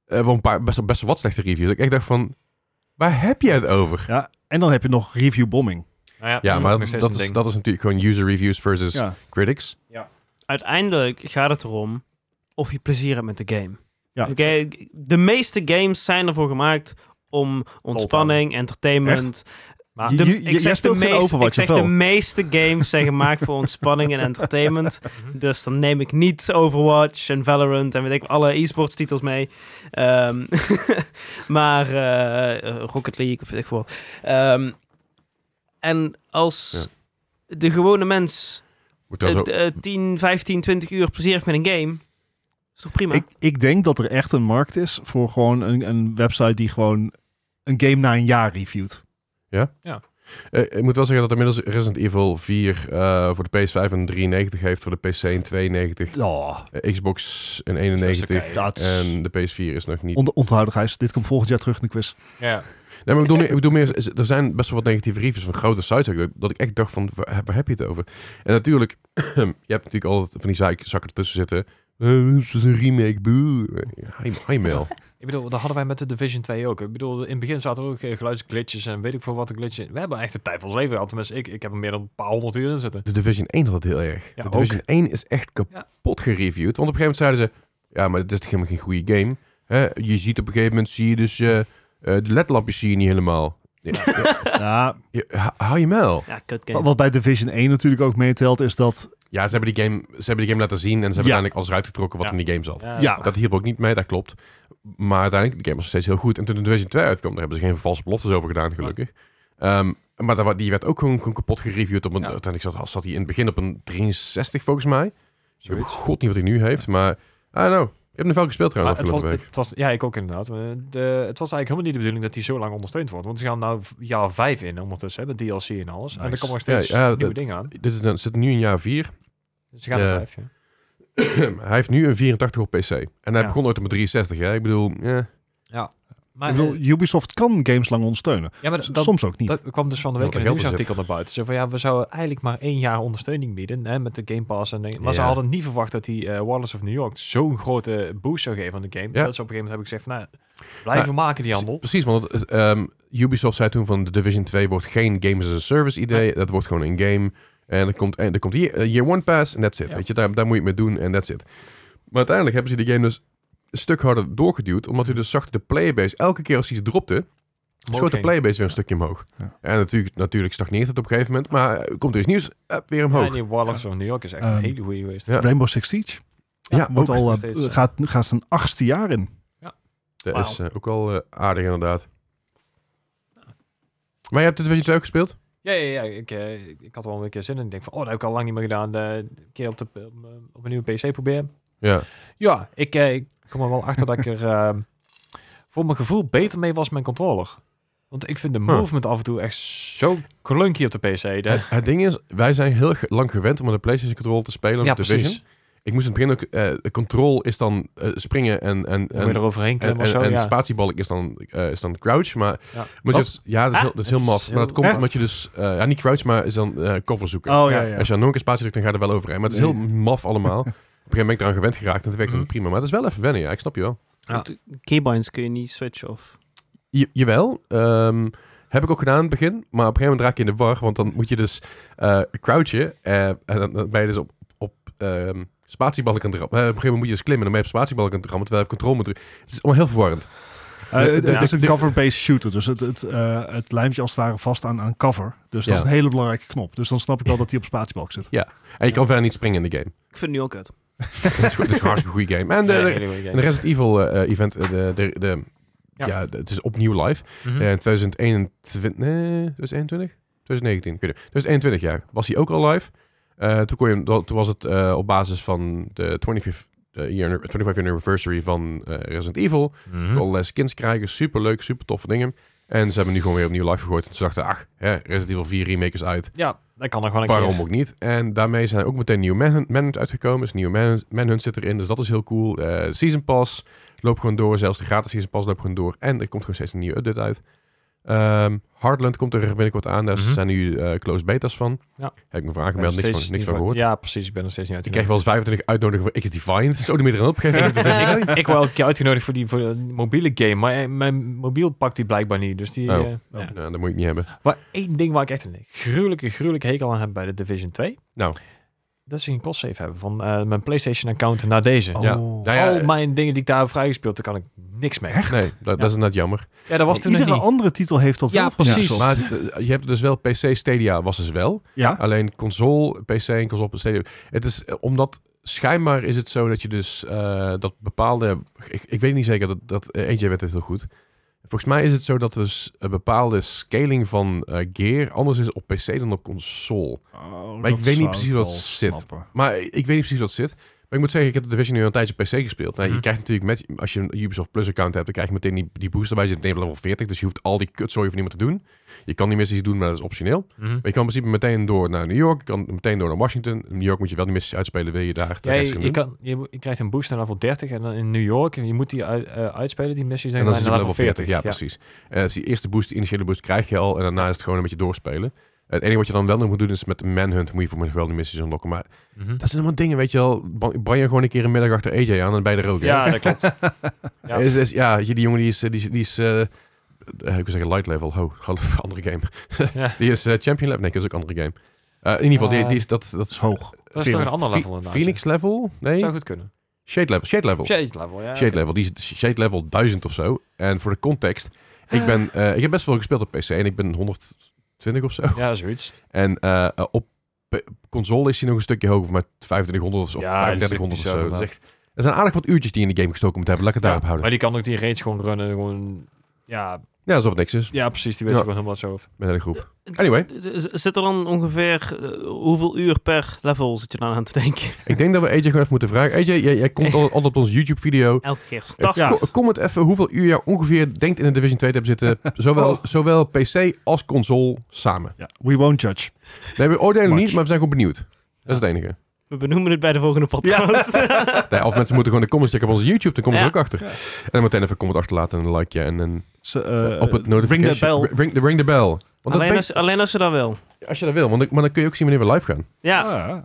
Eh, wel een paar, best, wel- best wel wat slechte reviews. Dat Ik echt dacht van, waar heb je het over?
Ja, en dan heb je nog review bombing.
Nou
Ja, maar
nog
dat,
steeds
dat
een
is,
ding.
dat is natuurlijk gewoon user reviews versus
Ja.
critics.
uiteindelijk gaat het erom of je plezier hebt met de game.
Ja.
Oké, De meeste games zijn ervoor gemaakt om ontspanning, entertainment.
Maar
Je-
De,
je- jij speelt geen Overwatch,
ik zeg
of wel?
de meeste games zijn gemaakt voor ontspanning en entertainment.
Mhm.
Dus dan neem ik niet Overwatch en Valorant en weet ik alle e-sports titels mee. Ehm, maar eh, eh, Rocket League of weet ik veel. Ehm, en als de gewone mens
Moet trouwens ook-
eh, eh, 10, 15, 20 uur plezier heeft met een game. Is toch prima?
Ik, ik denk dat er echt een markt is voor gewoon een, een website die gewoon een game na een jaar reviewt.
Eh, ik moet wel zeggen dat inmiddels Resident Evil 4 eh, voor de PS5 een 93 heeft, voor de PC een 92,
Oh,
eh, Xbox een
Zo is
91
het oké.
dat is...
en de PS4 is nog niet
On onthouden, Gijs. Dit komt volgend jaar terug in de quiz.
Ja.
Nee, maar ik bedoel meer, ik bedoel meer is- er zijn best wel wat negatieve reviews van grote sites. ook, Dat, dat ik echt dacht van, waar, waar heb je het over? En natuurlijk, je hebt natuurlijk altijd van die zaak- zakken ertussen zitten. Eh, Het is een remake, boe. Ja, Hi, mail.
Ik bedoel, dat hadden wij met de Division 2 ook. Ik bedoel, in het begin zaten er ook eh, geluidsglitches en weet ik veel wat een glitch. We hebben echt de tijd van ons leven gehad. Tenminste, ik, ik heb er meer dan een paar honderd uur in zitten.
De Division 1 had het heel erg.
Ja,
de Division 1 is echt kapot gereviewd. Want op een gegeven moment zeiden ze... Ja, maar dit is toch helemaal geen goede game. Hè? Je ziet op een gegeven moment... Zie je dus... eh, eh, de ledlampjes zie je niet helemaal. Ja, ja,
Ja,
je- ha- hou je mel.
Ja, kut
wa-
game.
wat bij Division 1 natuurlijk ook meetelt, is dat...
Ja, ze hebben, die game, ze hebben die game laten zien... en ze hebben
Ja.
uiteindelijk alles eruit getrokken wat
Ja.
in die game zat.
Ja.
Ah, Dat hielp ook niet mee, dat klopt. Maar uiteindelijk, de game was nog steeds heel goed. En toen de Division 2 uitkwam, daar hebben ze geen valse beloftes over gedaan, gelukkig. Ehm, maar daar wa- die werd ook gewoon, gewoon kapot gereviewd. Op een,
Ja.
Uiteindelijk zat, zat hij in het begin op een 63, volgens mij. Ik weet
Zoiets.
god niet wat hij nu heeft, maar... I don't know. Ik heb hem wel gespeeld
Maar
trouwens
het, was,
afgelopen week.
het was, ja, ik ook inderdaad. Eh, De, het was eigenlijk helemaal niet de bedoeling dat die zo lang ondersteund wordt. Want ze gaan nou v- jaar 5 in ondertussen, hè, met DLC en alles. En er
Nice.
komen nog steeds
Ja, ja,
nieuwe
dat-
dingen aan.
Dit is, dan- zit nu in jaar 4.
Dus ze gaan
Ja.
naar 5, ja.
hij heeft nu een 84 op PC. En hij
Ja.
begon ooit op een 63, hè? Ik bedoel, eh. ja.
Maar, eh,
ik bedoel, Ubisoft kan games lang ondersteunen.
ja, maar Ah, Dus dat,
Soms ook niet.
dat kwam dus van de
Ja,
week in
dat
een
geldt dus
nieuwsartikel naar buiten. Zo van, ja, we zouden eigenlijk maar één jaar ondersteuning bieden hè, met de Game Pass. En, dingen. maar ze
Ja.
hadden niet verwacht dat die eh Wireless of New York zo'n grote boost zou geven aan de game.
Ja.
Dat ze op een gegeven moment hebben gezegd van, nou, blijven maken die handel.
Precies, want het, ehm, Ubisoft zei toen van de Division 2 wordt geen Games as a Service idee. Dat wordt gewoon een game. En er komt, en er komt hier, eh, Year One Pass en that's it.
Ja.
Weet je, daar, daar moet je het mee doen en that's it. Maar uiteindelijk hebben ze die game dus een stuk harder doorgeduwd. Omdat u dus zag dat de playerbase, elke keer als hij iets dropte, schoot de
Walking.
playerbase weer een stukje omhoog.
Ja.
En natuurlijk, natuurlijk stagneert het op een gegeven moment. Maar eh, komt er iets nieuws, eh, weer
Ja,
omhoog.
en die Warlocks of New York is echt
Ehm,
een hele goede geweest.
ja.
Rainbow Six Siege
Ja,
wordt
ook.
al, eh,
steeds, eh,
gaat, gaat zijn achtste jaar in.
Dat
Wauw.
is eh, ook al eh, aardig inderdaad. Maar je hebt de Division 2 ook gespeeld?
Ja, ja, ja ik, eh, ik had wel een keer zin in. Ik denk van, oh, dat heb ik al lang niet meer gedaan. Eh, een keer op, de, op, mijn- op een nieuwe PC proberen.
Ja.
Ja, ik, eh, ik kom er wel achter dat ik er eh, voor mijn gevoel beter mee was met mijn controller. Want ik vind de
Huh.
movement af en toe echt zo clunky op de PC. Dat,
Het ding is, wij zijn heel ge- lang gewend om met de PlayStation controller te spelen. op
ja,
de
precies.
Division. Ik moest in het begin ook... eh, control is dan eh, springen en... en,
Dan moet je
en
er overheen
en,
klimmen of zo,
en- en
ja.
spatiebalk is dan, eh, is dan crouch, maar...
Ja.
maar
Wat?
dus, ja, dat is heel, dat is heel
Ah, het
maf.
is
Maar dat
heel-
komt
Ja.
omdat je dus... eh, ja, niet crouch, maar is dan eh, cover zoeken.
Oh
ja,
ja,
ja.
ja.
Als je dan nog een spatie drukt, dan ga je er wel overheen. Maar het is heel maf allemaal. Op een gegeven moment ben ik eraan gewend geraakt en het werkt dan
Mhm.
prima. Maar het is wel even wennen, ja. Ik snap je wel.
Ja.
Keybinds kun je niet switchen of...
Je- jawel. ehm, heb ik ook gedaan in het begin. Maar op een gegeven moment raak je in de war. Want dan moet je dus eh crouchen. eh, en dan, dan ben je dus op, op ehm spatieballen kan rammen. Eh, op een gegeven moment moet je dus klimmen. En dan ben je op spatieballen kan rammen. Terwijl je op controle moet drukken. Het is allemaal heel verwarrend.
Eh,
De-
het
de-
het is een
de-
cover-based shooter, dus het, het, eh, het lijmt je als het ware vast aan, aan cover. Dus dat
Ja.
is een hele belangrijke knop. Dus dan snap ik wel dat die op spatiebalk zit.
En je kan verder niet springen in de game.
Ik vind het nu ook kut.
Het is, gewoon- het is een hartstikke goede game. En de,
Ja,
de,
hele goede game.
en de Resident Evil eh, eh, event. eh, de, de, de- ja.
Ja.
de- het is opnieuw live.
Mhm.
Eh, in 2021... Nee, 2021? 2019, ik weet het. 2021, ja. Was hij ook al live. Eh, toen, kon je, hem- dat- toen was het eh, op basis van de 25th year, 25 year anniversary van eh, Resident Evil.
Mhm.
Kon Allerlei skins krijgen. Super leuk, super toffe dingen. En ze hebben nu gewoon weer opnieuw live gegooid. En ze dachten, ach, hè, Resident Evil 4 remake is uit.
Ja, dat kan er gewoon een
Waarom
keer.
ook niet? En daarmee zijn ook meteen nieuwe manhunt, manhunt uitgekomen. Dus nieuwe manhunt, manhunt zit erin, dus dat is heel cool. Eh, season Pass loopt gewoon door. Zelfs de gratis Season Pass loopt gewoon door. En er komt gewoon steeds een nieuwe update uit. Ehm Hardland komt er binnenkort aan. Daar
Mhm.
zijn nu eh closed betas van.
Ja.
Heb ik me voor
Ik ben
aangemeld,
nog
niks,
steeds
van, niks
niet
van gehoord.
Ja, precies. Ik ben er steeds niet uit.
Ik kreeg wel eens 25 uitnodigingen voor X-Defined. Dus ook niet meer aan opgegeven.
ik, ik word elke keer uitgenodigd voor die voor de mobiele game, maar eh, mijn mobiel pakt die blijkbaar niet. Dus die,
Oh.
eh, ja.
Nou, dat moet je niet hebben.
Maar één ding waar ik echt een gruwelijke, gruwelijke hekel aan heb bij de Division 2.
Nou.
Dat ze geen cross-save hebben van eh, mijn PlayStation-account naar deze. Dus
Ja.
Oh.
Nou ja,
Al
eh,
mijn dingen die ik daar heb vrijgespeeld, daar kan ik niks mee.
Echt?
Nee, dat, dat is inderdaad jammer.
Ja, dat was
Want
toen nog
Iedere
niet.
andere titel heeft dat
Ja,
wel
precies.
gezocht.
Maar het- eh, je hebt dus wel PC Stadia was dus wel.
Ja,
Alleen console, PC en console op Stadia. Het is eh, omdat schijnbaar is het zo dat je dus eh, dat bepaalde. Ik, ik weet niet zeker dat dat eh, AJ weet dit heel goed. Volgens mij is het zo dat dus een bepaalde scaling van eh, gear anders is op PC dan op console.
Oh,
Maar ik
dat
weet niet
zou
precies
ik
wat
wel
zit.
snappen.
Maar ik weet niet precies wat het zit. Maar ik moet zeggen, ik heb de Division nu al een tijdje op PC gespeeld. Nou, Je
Mhm.
krijgt natuurlijk met, als je een Ubisoft Plus account hebt, dan krijg je meteen die, die booster bij. Je zit in level 40, dus je hoeft al die kutzooi van niemand te doen. Je kan die missies doen, maar dat is optioneel.
Mhm.
Maar je kan in principe meteen door naar New York. Je kan meteen door naar Washington. In New York moet je wel die missies uitspelen. Wil je daar de
Ja,
rest gaan
je, je
doen.
kan, je, je krijgt een boost naar level 30 en dan in New York. En je moet die uit- eh, uitspelen, die
En
missies. Denk
dan
ik,
is het
naar
level 40. Ja,
ja.
precies. Eh dus die eerste boost, die initiële boost krijg je al. En daarna is het gewoon een beetje doorspelen. Eh, Het enige wat je dan wel nog moet doen is met Manhunt moet je voor mijn geweldige missies unlocken. Maar
Mhm.
dat zijn allemaal dingen, weet je wel. Ban ban je gewoon een keer een middag achter AJ aan en bij de rook. hè?
Ja, dat klopt. ja.
Is, is, ja, weet je, die jongen die is... eh, Die, is- die is eh, eh, ik wil zeggen light level. Ho, half andere game.
Ja.
Die is eh, champion level. Nee, dat is ook een andere game. Eh, in ieder geval, die,
Eh,
die is, dat, dat
is hoog.
Dat is toch een ander
Phe-
level inderdaad.
Phoenix level? Nee.
Zou goed kunnen.
Shade level. Shade level.
Shade level, ja.
Shade
oké.
level. Die is shade level 1000 of zo. En voor de context, ik, ben,
Ah.
eh, ik heb best wel gespeeld op PC en ik ben 120 of zo.
Ja, zoiets.
En eh, eh, op p- console is hij nog een stukje hoger, maar 2500 of zo, of
Ja,
3500 of
dat is
zo.
bizar,
Dat is echt- er zijn aardig wat uurtjes die in de game gestoken moeten hebben. Laat ik het daarop
Maar
houden.
die kan ook die raids gewoon runnen. Gewoon, ja,
Ja, alsof het niks is
ja, precies. Die weet
Ja.
je gewoon helemaal zo over.
met de hele groep. Anyway,
Z- z- Zit er dan ongeveer eh, hoeveel uur per level zit je dan aan te denken?
ik denk dat we AJ gewoon even moeten vragen. AJ, jij, jij komt al- altijd op onze YouTube-video.
Elke keer is
Eh,
fantastisch.
ko- comment even hoeveel uur jij ongeveer denkt in de Division 2 te hebben zitten. Zowel,
Oh.
zowel PC als console samen.
Ja. We won't judge.
Nee, we oordelen
Much.
niet, maar we zijn gewoon benieuwd. Dat is het enige.
We benoemen het bij de volgende podcast.
Nee, of mensen moeten gewoon de comments checken op onze YouTube, dan komen
Ja.
ze er ook achter.
Ja.
En dan meteen even een comment achterlaten en een likeje en een,
Ze, eh,
op het notification.
Ring the bell.
R- Ring, ring the bell. Want dat
alleen,
weet-
als, alleen als je dat wil.
als je dat wil, want dan, maar dan kun je ook zien wanneer we live gaan.
Ja,
Ah.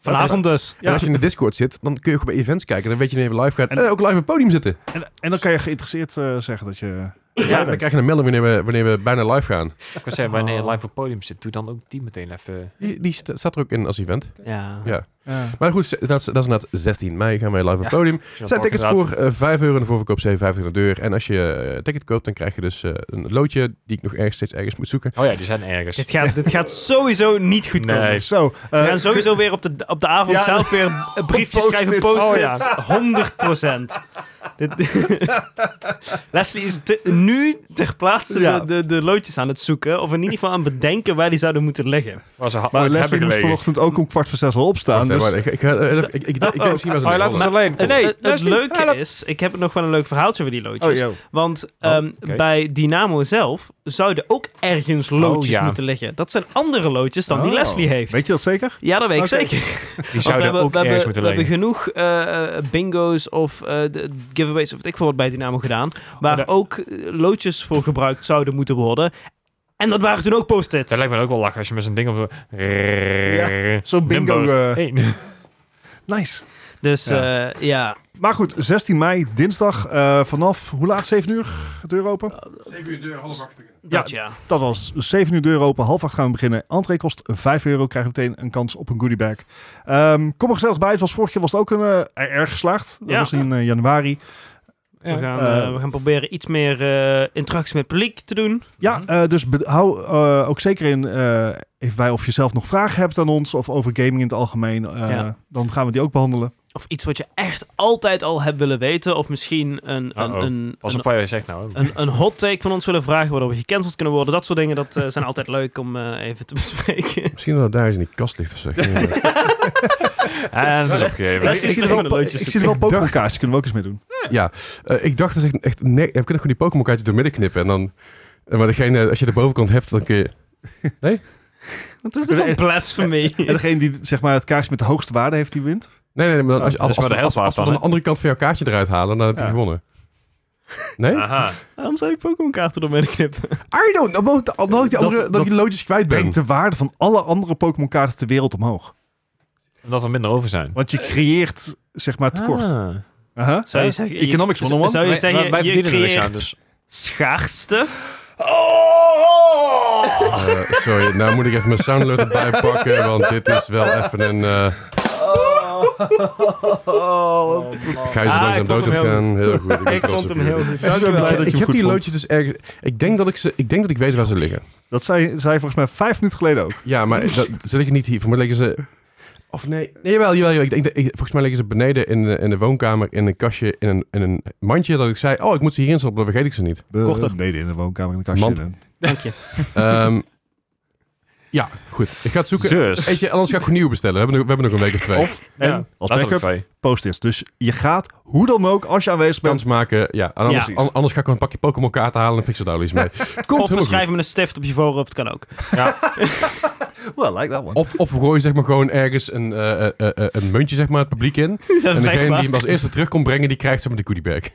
vanavond dus.
En
Ja.
als je in de Discord zit, dan kun je ook bij events kijken. Dan weet je wanneer we live gaan. En,
En-
ook live op het podium zitten.
En, en dan kan je geïnteresseerd eh, zeggen dat je...
Ja, dan krijg je een melding wanneer we, wanneer we bijna live gaan.
Ik wou zeggen, wanneer je
Oh.
live op het podium zit, doe dan ook die meteen even...
Die, die sta- staat er ook in als event.
dus. Ja.
Ja.
Ja.
Maar goed, dat is, dat is inderdaad 16 mei gaan wij live op het
Ja.
podium. Er zijn
Zodat
tickets
inderdaad-
voor eh, 5 euro en de voorverkoop 57 aan de deur. En als je eh, ticket koopt, dan krijg je dus eh, een loodje die ik nog ergens steeds ergens moet zoeken.
Oh ja, die zijn ergens.
Dit, gaat, dit gaat sowieso niet goed komen.
Nee.
Zo. eh,
We gaan sowieso weer op de, op de avond
Ja.
zelf weer een briefje
Post-its.
schrijven.
Oh
Post-its. 100%. Dit- Leslie is te- nu ter plaatse
Ja.
de, de, de loodjes aan het zoeken. Of in ieder geval aan het bedenken waar die zouden moeten liggen.
Waar ze ha-
Maar
ooit
Leslie
hebben
moest
gelegen.
vanochtend ook om kwart voor zes al opstaan.
Wacht,
Dus,
wacht, ik, ik, ga, eh, even- ik, ik, ik, ik weet misschien wel
Oh, je laat ons alleen.
Het,
nee,
eh, het, het
Leslie,
leuke
help.
is, ik heb nog wel een leuk verhaaltje over die loodjes.
oh, ja.
Want
Oh,
ehm,
oké.
bij Dynamo zelf zouden ook ergens loodjes
Oh, ja.
moeten liggen. Dat zijn andere loodjes dan die
Oh.
Leslie heeft.
Weet je dat zeker?
Ja, dat weet ik
Oké.
zeker.
Die
Want
zouden ook
we hebben,
ergens moeten
we hebben
liggen.
genoeg eh, eh, bingo's of eh, de giveaways of wat ik voor wat bij Dynamo gedaan. Waar
dat-
ook eh, loodjes voor gebruikt zouden moeten worden. En dat waren toen ook post-its.
Dat lijkt me ook wel lachen als je met zo'n ding op zo...
Ja, Zo'n bingo.
Nimbus.
eh,
Hey.
nice.
Dus
Ja.
ja, ja.
Maar goed, 16 mei, dinsdag, eh, vanaf hoe laat? 7 uur de deur open?
dat ja.
Dat was 7 uur deur open, half acht gaan we beginnen. Entree kost 5 euro, krijg je meteen een kans op een goodiebag. Ehm kom er gezellig bij, het was vorig jaar was het ook een, eh, erg geslaagd. Dat
Ja.
was in eh, januari.
We, gaan,
Eh.
eh, we gaan proberen iets meer eh, interactie met het publiek te doen.
Ja,
Mhm.
eh, dus be- hou eh, ook zeker in eh, even bij of je zelf nog vragen hebt aan ons of over gaming in het algemeen. eh,
Ja.
Dan gaan we die ook behandelen.
Of iets wat je echt altijd al hebt willen weten. Of misschien een, een,
Uh-oh.
een,
Pas
een,
op wat je zegt nou.
een, een hot take van ons willen vragen. Waardoor we gecanceld kunnen worden. Dat soort dingen dat, eh, zijn altijd leuk om eh, even te bespreken.
Misschien dat het daar eens in die kast ligt of zo. Geen idee.
En Ah, dat is
Ja,
opgegeven.
zie je van
er wel,
de
po- ik
loodjes
zie er wel
Ik dacht-
Pokémon kaartjes, kunnen we ook eens mee doen.
Eh, ik dacht dus echt, echt nee, we kunnen gewoon die Pokémon kaartjes door midden knippen. En dan, eh, maar degene, als je de bovenkant hebt, dan kun je...
Wat is dit voor blasphemy?
En degene die zeg maar, het kaartje met de hoogste waarde heeft, die wint.
Nee, nee, nee maar dan, als, je-
Oh, dat
als,
is
als,
maar de
als,
helft
als we
waard
aan de
dan,
andere kant van jouw kaartje eruit halen, dan heb je
Ja.
gewonnen. Nee?
Aha.
Waarom zou je Pokémon kaarten door midden knippen?
I don't know, omdat ik, omdat ik die,
Dat-
andere, dat, ik die
dat
loodjes kwijt ben.
Brengt de waarde van alle andere Pokémon kaarten ter wereld omhoog.
Omdat er minder over zijn.
Want je creëert zeg maar tekort.
Ah.
Aha.
Zou je zeggen,
Economics
je,
101.
Zou Oh, je
Wij-
zeggen,
wij- wij
je
verdienen er niks
creëert
aan, dus.
schaarste?
Oh!
Eh, sorry, nou moet ik even mijn sound alert erbij pakken, want dit is wel even een... eh Gijs is
Ah,
langzaam
ik vond
dood
hem
aan het gaan.
heel
Heel goed. ik ben
Ik
trots
vond
op
hem
jullie.
heel goed.
Ik ben blij
Ik,
dat je hem
heb
goed
die
vond.
loodjes dus ergens... Ik denk, dat ik ze, ik denk dat ik weet waar ze liggen.
Dat zei, zei volgens mij vijf minuten geleden ook.
Ja, maar dat, ze liggen niet hier. Voor mij liggen ze... Of nee. Nee, jawel, jawel. jawel. Ik denk, dat- ik- volgens mij liggen ze beneden in de, in de woonkamer, in een kastje, in een, in een mandje. Dat ik zei, oh, ik moet ze hierin stoppen, dan vergeet ik ze niet.
Korter.
Beneden in de woonkamer in de kastje.
Mand.
in.
Dank je.
Ehm, ja, goed. Ik ga het zoeken.
Dus.
Eetje, anders ga ik gewoon nieuw bestellen. We hebben, nog, we hebben nog een week of twee.
Of.
En
Ja,
als
letterlijk
backup
twee.
post-its. Dus je gaat hoe dan ook, als je aanwezig bent,
Kans maken. Ja, en anders,
Ja.
an- anders ga ik gewoon een pakje Pokémon kaarten halen en fix het daar wel iets mee. Komt
Of we
helemaal goed.
schrijven met een stift op je voorhoofd, kan ook.
Well, I like that one.
Of, of we gooien zeg maar gewoon ergens een, eh, eh, eh, eh, een muntje zeg maar, het publiek in. En degene die hem als eerste terug komt brengen, die krijgt zeg maar de goodiebag.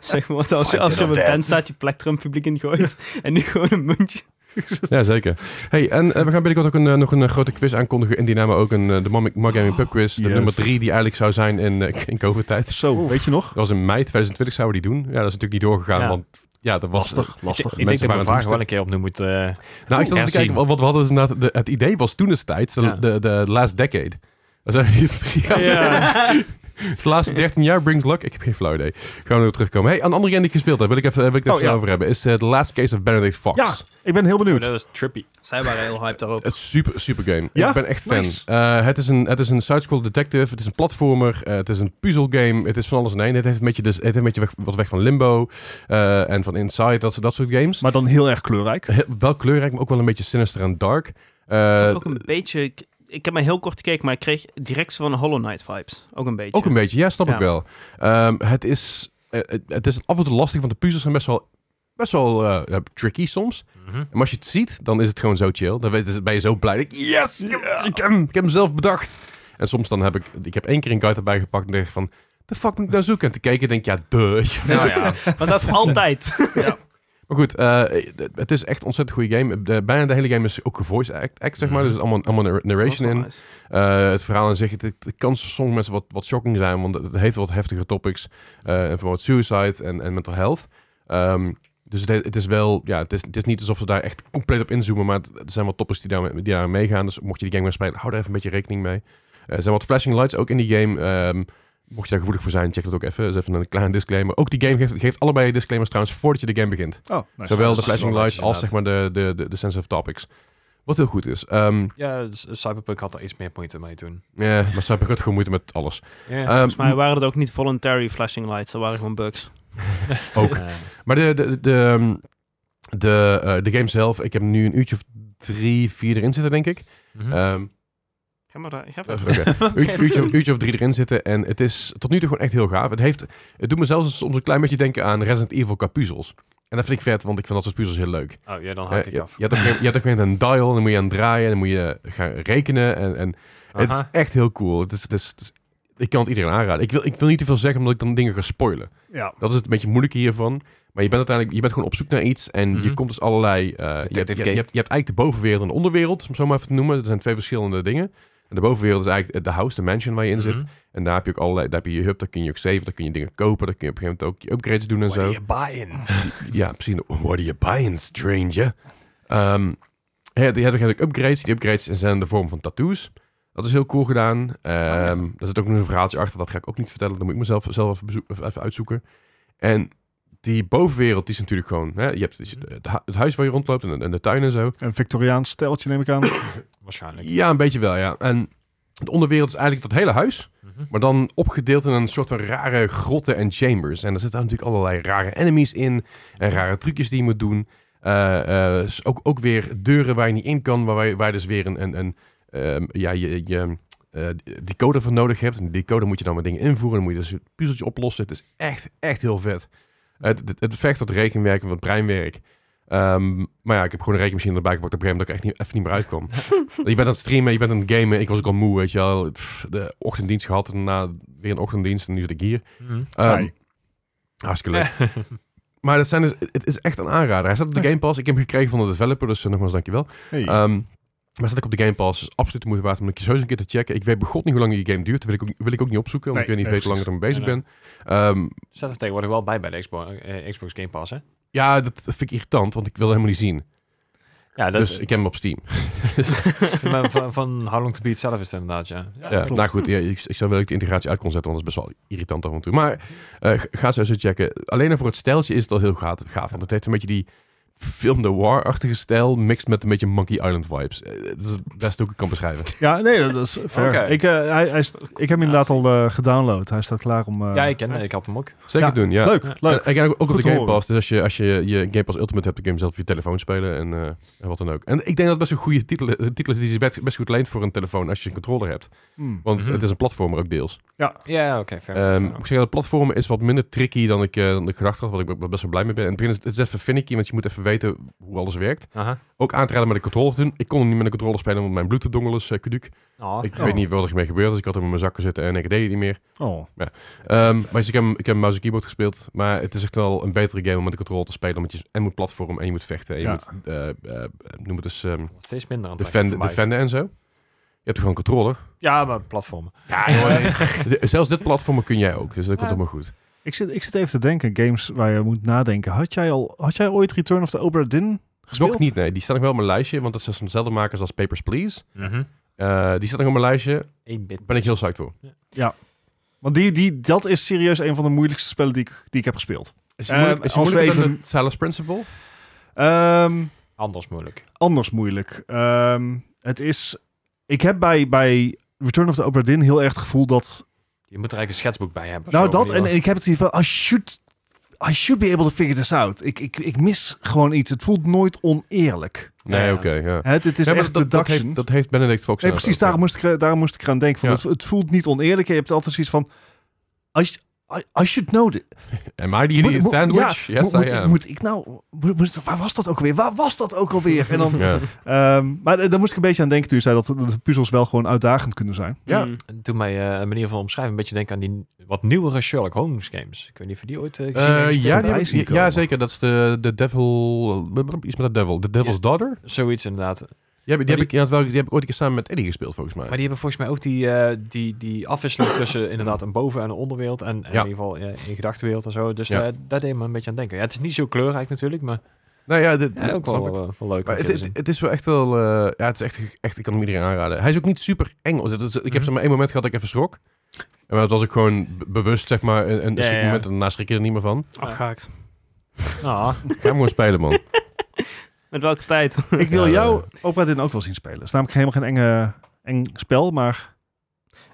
Zeg maar, want als je, als je op een pen staat, je plektrum publiek ingooit. En nu gewoon een muntje.
Ja, zeker. Hey, en eh, we gaan binnenkort ook een, eh, nog een eh, grote quiz aankondigen. In Dynamo ook een, eh, de Mam- Mug Gaming Pub Quiz. De
Yes.
nummer drie die eigenlijk zou zijn in, eh, in COVID-tijd.
Zo, weet je nog?
Dat was in mei 2020 zouden we die doen. Ja, dat is natuurlijk niet doorgegaan,
Ja.
want ja, dat was...
Lastig, lastig.
Ik denk dat we
waren
vragen
toen
wel een keer opnieuw moeten... eh,
Nou, ik zat eens te
herzien.
kijken, want want we hadden dus inderdaad... De, het idee was toen destijds, de,
Ja.
de, de last decade. Dat zijn we hier drie jaar verder. Dus de laatste 13 jaar brings luck. Ik heb geen flauw idee. Gaan we erop terugkomen. Hey, een andere game die ik gespeeld heb, wil ik even, eh, wil ik even
Oh, ja.
over hebben. Is eh, The Last Case of Benedict Fox.
Ja, ik ben heel benieuwd.
dat is trippy.
Zij waren heel hyped daarop.
Het is super, super game.
Ja?
Ik ben echt fan.
Nice.
Eh, het is een, het is een side-scroll detective. Het is een platformer. eh, het is een puzzelgame. Het is van alles in één. Het heeft een beetje, dus, het heeft een beetje weg- wat weg van Limbo eh, en van Inside. Dat, soort- dat soort games.
Maar dan heel erg kleurrijk.
He- wel kleurrijk, maar ook wel een beetje sinister en dark. Eh,
Ik vond ook een beetje... ik- Ik heb maar heel kort gekeken, maar ik kreeg direct zo van Hollow Knight vibes. Ook een beetje.
ook een beetje, ja, snap
Ja.
ik wel. Ehm, het, is, eh, het- het is af en toe lastig, want de puzzels zijn best wel, best wel eh, ja, tricky soms.
Mhm.
Maar als je het ziet, dan is het gewoon zo chill. Dan weet- ben je zo blij. Like, yes, ik heb, ik, heb hem, ik heb hem zelf bedacht. En soms dan heb ik, ik heb één keer een guide erbij gepakt en dacht ik van, de fuck moet ik nou zoeken? En te kijken denk ik, ja, duh.
Nou ja,
Want dat is altijd.
Maar goed, eh, het is echt een ontzettend goede game. De- bijna de hele game is ook gevoice act, act zeg maar.
Mhm.
Dus er is allemaal, allemaal narr- narration in.
Nice.
Eh, het verhaal aan zich, het, het het kan voor sommige mensen wat, wat shocking zijn, want het heeft wat heftige topics. eh en vooral suicide en, en mental health. Ehm, dus het, he- het is wel, ja, het is, het is niet alsof ze daar echt compleet op inzoomen, maar het, er zijn wat topics die daar, die daar meegaan. Dus mocht je die game gaan spelen, hou daar even een beetje rekening mee. Eh, er zijn wat flashing lights ook in die game. Ehm, mocht je daar gevoelig voor zijn, check dat ook even. Dat is even een kleine disclaimer. Ook die game geeft, geeft allebei disclaimers trouwens voordat je de game begint.
Oh, nice.
Zowel
dat
de
is
flashing
wel
lights
nice,
als zeg maar de, de, de, de sensitive topics. Wat heel goed is. Ehm
ja, s- Cyberpunk had er iets meer moeite mee toen.
ja, maar Cyberpunk had gewoon moeite met alles.
Ja.
Ehm,
Volgens mij waren het ook niet voluntary flashing lights. Dat waren gewoon bugs.
ook.
Eh,
Maar de, de, de, de, de, eh, de game zelf, ik heb nu een uurtje of drie, vier erin zitten, denk ik.
Eh,
mhm.
Ehm
Ga maar daar. Ga
dat
verder.
is oké. uurtje, uurtje, of- uurtje of drie erin zitten. En het is tot nu toe gewoon echt heel gaaf. Het, heeft, het doet me zelfs soms een klein beetje denken aan Resident Evil qua puzzels. En dat vind ik vet, want ik vind dat soort puzzels heel leuk.
oh ja, dan
Eh,
haak ik
je,
af.
je hebt op een gegeven- je hebt op een gegeven moment een dial, en dan moet je aan draaien, en dan moet je gaan rekenen. En, en het is
Aha.
echt heel cool. Het is, het is, het is- ik kan het iedereen aanraden. Ik wil, ik wil niet te veel zeggen, omdat ik dan dingen ga spoilen.
Ja.
Dat is het een beetje moeilijke hiervan. Maar je bent uiteindelijk je bent gewoon op zoek naar iets en je
Mhm.
komt dus allerlei... eh, je, hebt, je,
game.
je hebt, je hebt eigenlijk de bovenwereld en de onderwereld, om zo maar even te noemen. Dat zijn twee verschillende dingen. En de bovenwereld is eigenlijk de house, de mansion waar je in zit.
Mhm.
En daar heb je ook allerlei... Daar heb je je hub, daar kun je ook saven, daar kun je dingen kopen. Daar kun je op een gegeven moment ook je upgrades doen en
What
zo.
are you buying?
Ja, precies. What are you buying, stranger? Ehm ja, die hebben eigenlijk upgrades. Die upgrades zijn in de vorm van tattoos. Dat is heel cool gedaan.
Oh,
Ehm Er zit ook nog een verhaaltje achter. Dat ga ik ook niet vertellen. Dan moet ik mezelf zelf even, bezoek- even uitzoeken. En die bovenwereld, die is natuurlijk gewoon... Hè, je hebt dus het hu- het huis waar je rondloopt en, en de tuin en zo.
Een Victoriaans steltje neem ik aan.
Waarschijnlijk.
Ja, een beetje wel, ja. En de onderwereld is eigenlijk dat hele huis.
Mhm.
Maar dan opgedeeld in een soort van rare grotten en chambers. En daar zitten natuurlijk allerlei rare enemies in. En rare trucjes die je moet doen. Eh, eh, s- ook, ook weer deuren waar je niet in kan. Waar, wij- waar je dus weer een, een, een ehm, ja, je, je eh, decoder voor nodig hebt. En die decoder moet je dan met dingen invoeren. Dan moet je dus een puzzeltje oplossen. Het is echt, echt heel vet. Het, het, het vecht wat rekenwerk en wat breinwerk. Ehm, maar ja, ik heb gewoon een rekenmachine erbij gepakt op een gegeven moment dat ik echt niet, even niet meer uitkwam. je bent aan het streamen, je bent aan het gamen. Ik was ook al moe, weet je wel. Pff, de ochtenddienst gehad en daarna weer een ochtenddienst en nu zit ik hier.
Mhm.
Ehm,
Hi.
Hartstikke leuk. maar dat zijn dus, het is echt een aanrader. Hij staat op de
Nice.
Game Pass. Ik heb hem gekregen van de developer, dus eh, nogmaals dankjewel.
Hey.
Ehm, maar staat ik op de Game Pass, is absoluut de moeite waard om een keer zo eens een keer te checken. Ik weet begot niet hoe lang die game duurt, wil ik ook, wil ik ook niet opzoeken, want
Nee,
ik weet niet
nee,
veel hoe lang ik ermee bezig
Nee,
ben. Ehm,
Staat er tegenwoordig wel bij bij de Xbox, eh, Xbox Game Pass, hè?
ja, dat vind ik irritant, want ik wil dat helemaal niet zien.
Ja, dat,
Dus ik heb hem op Steam.
maar van, van How Long To Beat zelf is het inderdaad, ja.
Ja,
klopt.
nou goed, ja, ik, ik zou wel dat ik de integratie uit kon zetten, want dat is best wel irritant af en toe. Maar eh, g- ga zo eens checken. Alleen al voor het stijltje is het al heel gaaf, gaaf want het heeft een beetje die film noir-achtige stijl, mixed met een beetje Monkey Island vibes. Eh, Dat is het beste hoe ik het kan beschrijven.
Ja, nee, dat is fair.
Oké.
Ik, eh, hij, hij, is- ik heb hem inderdaad al eh, gedownload. Hij staat klaar om... eh,
Ja, ik ken, ik had hem ook.
Zeker
Ja,
doen, ja.
Leuk,
Ja.
leuk.
En, en ook- ook op
Goed
de
te
Game
horen.
Pass. Dus als je, als je je Game Pass Ultimate hebt, dan kun je hem zelf op je telefoon spelen en, eh, en wat dan ook. En ik denk dat het best een goede titel, een titel is die zich best, best goed leent voor een telefoon als je een controller hebt.
Hmm.
Want
Mhm.
het is een platformer ook deels.
Ja, oké.
Ehm,
fair enough,
moet ik
fair enough.
zeggen, het platformen is wat minder tricky dan ik, eh, dan ik gedacht had, wat ik be- best wel blij mee ben. In het begin is het is even finicky, want je moet even weten hoe alles werkt.
Aha.
Ook aan te raden met de controller te doen. Ik kon hem niet met de controller spelen, omdat mijn bloed te dongel is, eh, caduc.
Oh.
Ik
Oh.
weet niet wat er mee gebeurd is. Ik had hem in mijn zakken zitten en ik deed het niet meer.
Oh.
Ehm, maar dus ik heb, hem- ik heb mouse en keyboard gespeeld. Maar het is echt wel een betere game om met de controller te spelen. Want je en moet platform en je moet vechten. En je
Ja.
moet, eh, eh, noem het dus, ehm
Oh, Steeds minder aan het
defenden,
lijken voor
defenden en zo. Je hebt gewoon een controller.
mij. Ja, maar platformen.
Ja, jongen. Zelfs dit platform kun jij ook. Dus dat komt
Ah, Ja.
allemaal goed.
Ik, zit, ik zit even te denken, games waar je moet nadenken. Had jij, al, had jij ooit Return of the Obra Dinn gespeeld?
Nog niet, nee. Die staat nog wel op mijn lijstje. Want dat zijn dezelfde makers als Papers, Please. Eh, die staat nog op mijn lijstje.
Mhm. Eén bit.
Ben ik heel psyched voor.
Want die, die, dat is serieus een van de moeilijkste spellen die ik, die ik heb gespeeld.
Is die
Eh,
moeilijk- is die
als we
moeilijker dan
even-
het Silas Principle?
Ehm,
Anders moeilijk.
anders moeilijk. Ehm, het is... Ik heb bij, bij Return of the Obra Dinn heel erg het gevoel dat...
Je moet er eigenlijk een schetsboek bij hebben. of
nou,
zo,
dat
die
en,
wel-
en ik heb het hier van... I should, I should be able to figure this out. Ik, ik, ik mis gewoon iets. Het voelt nooit oneerlijk.
Nee,
Ja.
oké. ja.
Het, het is
Ja, maar
echt
dat, dat,
deduction.
heeft, dat heeft Benedict Fox.
Nee,
inderdaad
precies.
ook,
Daarom moest, ik, er- daarom moest ik eraan denken. Van,
Ja.
het, het voelt niet oneerlijk. Je hebt altijd zoiets van... Als, I, I should know this.
ja. Am I the idiot
Moet- moet-
sandwich?
ja,
yes,
moet, moet
I
ik,
am.
moet ik nou... moet- moet- waar was dat ook alweer? Waar was dat ook alweer? En dan,
ja.
ehm, maar daar moest ik een beetje aan denken toen je zei dat, dat de puzzels wel gewoon uitdagend kunnen zijn.
Ja.
Mm.
En Toen mij eh, een manier van omschrijven, een beetje denken aan die wat nieuwere Sherlock Holmes games. Ik weet niet of je die ooit eh, gezien
Eh,
en gespeeld
ja, die
het
hebt.
heb ik-
ijs niet
ja,
komen.
zeker. Dat is de, de Devil. Iets met de Devil. The Devil's Daughter.
Zoiets inderdaad.
Die heb, die,
Maar
heb ik, ja, wel, die heb ik ooit een keer samen met Eddie gespeeld, volgens mij.
Maar die hebben volgens mij ook die, eh, die, die afwisseling tussen inderdaad een boven- en een onderwereld. En, en
Ja.
in ieder geval eh, in gedachtenwereld en zo. Dus
Ja.
daar, daar deed me een beetje aan denken. Ja, het is niet zo kleurrijk natuurlijk, maar
nou ja, dit,
ja,
snap
ook wel, eh,
ik.
wel, wel leuk.
Maar
om
het,
te
het,
zien.
het is wel echt wel... eh, ja, het is echt, echt... Ik kan hem iedereen aanraden. Hij is ook niet super eng. Dat is- Ik heb
Mhm.
zeg maar één moment gehad dat ik even schrok. En dat was ik gewoon b- bewust, zeg maar, een, een
Ja, ja, ja.
moment. En daarna schrik je er niet meer van.
Afgehaakt.
Ah,
Ga hem gewoon spelen, man.
Nou, Met welke tijd?
Ik wil
Ja,
jou Opera Dinn ook wel zien spelen. Het is namelijk helemaal geen enge, eng spel, maar...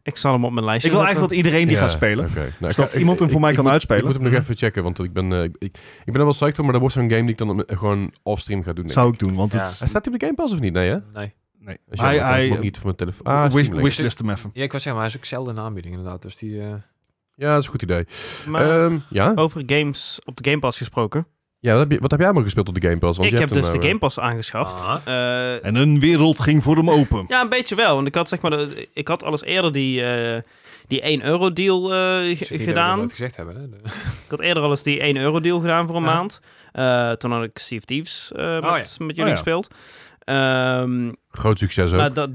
ik zal hem op mijn lijstje
Ik wil eigenlijk
zetten.
dat iedereen die
Ja,
gaat spelen.
oké. Nou, ik
Dus
ga-
dat
ik-
iemand hem voor
ik-
mij
ik
kan
moet-
uitspelen. Mhm.
Ik moet hem nog even checken, want ik ben, eh, ik, ik ik ben er wel psyched voor, maar dat wordt zo'n game die ik dan eh, gewoon offstream ga doen. denk ik.
Zou ik doen, want
Ja.
het...
Ah, Staat hij op de Game Pass of niet? Nee, hè?
nee.
Nee.
Als
Hij-
jij
hij-
hij, niet van mijn telefoon. Ah,
wish,
Steam Link.
wishlist hem even.
Ja, ik was zeggen, maar hij is ook zelden een aanbieding inderdaad. Dus die... eh,
Ja, dat is een goed idee.
Maar
Ehm, ja?
Oh.
over games op de Game Pass gesproken.
ja wat, heb je, wat heb jij allemaal gespeeld op de Game Pass? Want
ik
je
heb
hebt
dus
hem
de
nou,
Game Pass aangeschaft.
Ah.
Eh,
En een wereld ging voor hem open.
ja, een beetje wel. Want ik had zeg maar, de- ik had alles eerder die, eh, die 1 euro deal eh,
ik
g-
zie niet dat we dat
gedaan.
nooit gezegd hebben. Hè? De-
Ik had eerder al eens die 1 euro deal gedaan voor een
Ja.
maand. Eh, toen had ik Sea of Thieves eh, met,
ja.
met jullie
Oh ja.
gespeeld. Ehm
eh, Groot succes ook.
maar dat,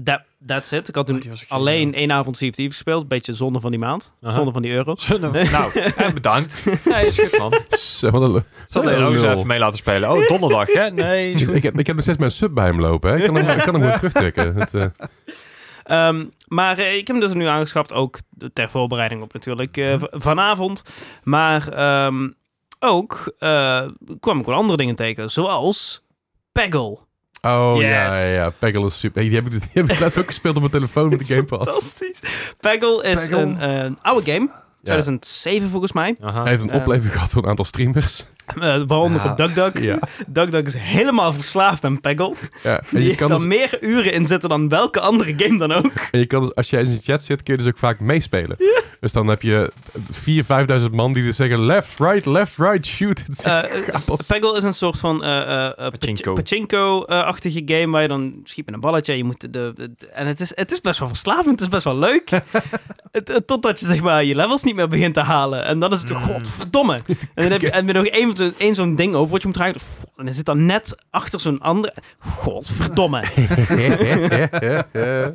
dat that's it. Ik had
Oh,
toen
die was ik geen-
alleen één avond Sea of Thieves gespeeld. Beetje zonde van die maand.
Aha.
Zonde van die euro.
Zullen we- Nou, en bedankt. Nee, is goed man.
Zo, wat een lul.
Zal je ook eens
Lul.
even mee laten spelen? Oh, donderdag hè? Nee, is goed.
ik, heb, ik heb nog steeds mijn sub bij hem lopen. Hè? Ik kan hem, ik kan hem gewoon terugtrekken. Het, eh,
Ehm, maar eh, ik heb hem dus nu aangeschaft, ook ter voorbereiding op natuurlijk
Mhm.
eh, v- vanavond. Maar ehm, ook eh, kwam ik wel andere dingen tegen, zoals Peggle.
oh
Yes.
ja, ja, ja. Peggle is super. Hey, die, heb ik, dus- die heb ik laatst ook gespeeld op mijn telefoon met de Game Pass.
Fantastisch. Peggle is
Peggle.
Een, eh, een oude game,
Ja.
2007 volgens mij.
Aha.
Hij heeft een
Ehm.
opleving gehad voor een aantal streamers.
Eh, waaronder
Ja.
DuckDuck.
Ja.
DuckDuck is helemaal verslaafd aan Peggle.
ja.
Die
En, je
heeft
kan
daar
dus,
meer uren in zitten dan welke andere game dan ook.
en je kan dus, als jij in zijn chat zit, kun je dus ook vaak meespelen. Dus dan heb je 4.000, 5.000 man die dus zeggen left, right, left, right, shoot. Het is echt
Eh,
grappig.
Peggle is een soort van eh, eh, eh, pachi-
Pachinko.
pachinko-achtige game waar je dan schiet met een balletje. en Je moet de, de- de- en het is, het is best wel verslavend, het is best wel leuk. Het- het- Totdat je zeg maar, je levels niet meer begint te halen. En dan is het, godverdomme. En dan heb je, en weer nog één, zo- één zo'n ding over wat je moet raken. En dan zit dan net achter zo'n andere. Godverdomme. En, eh,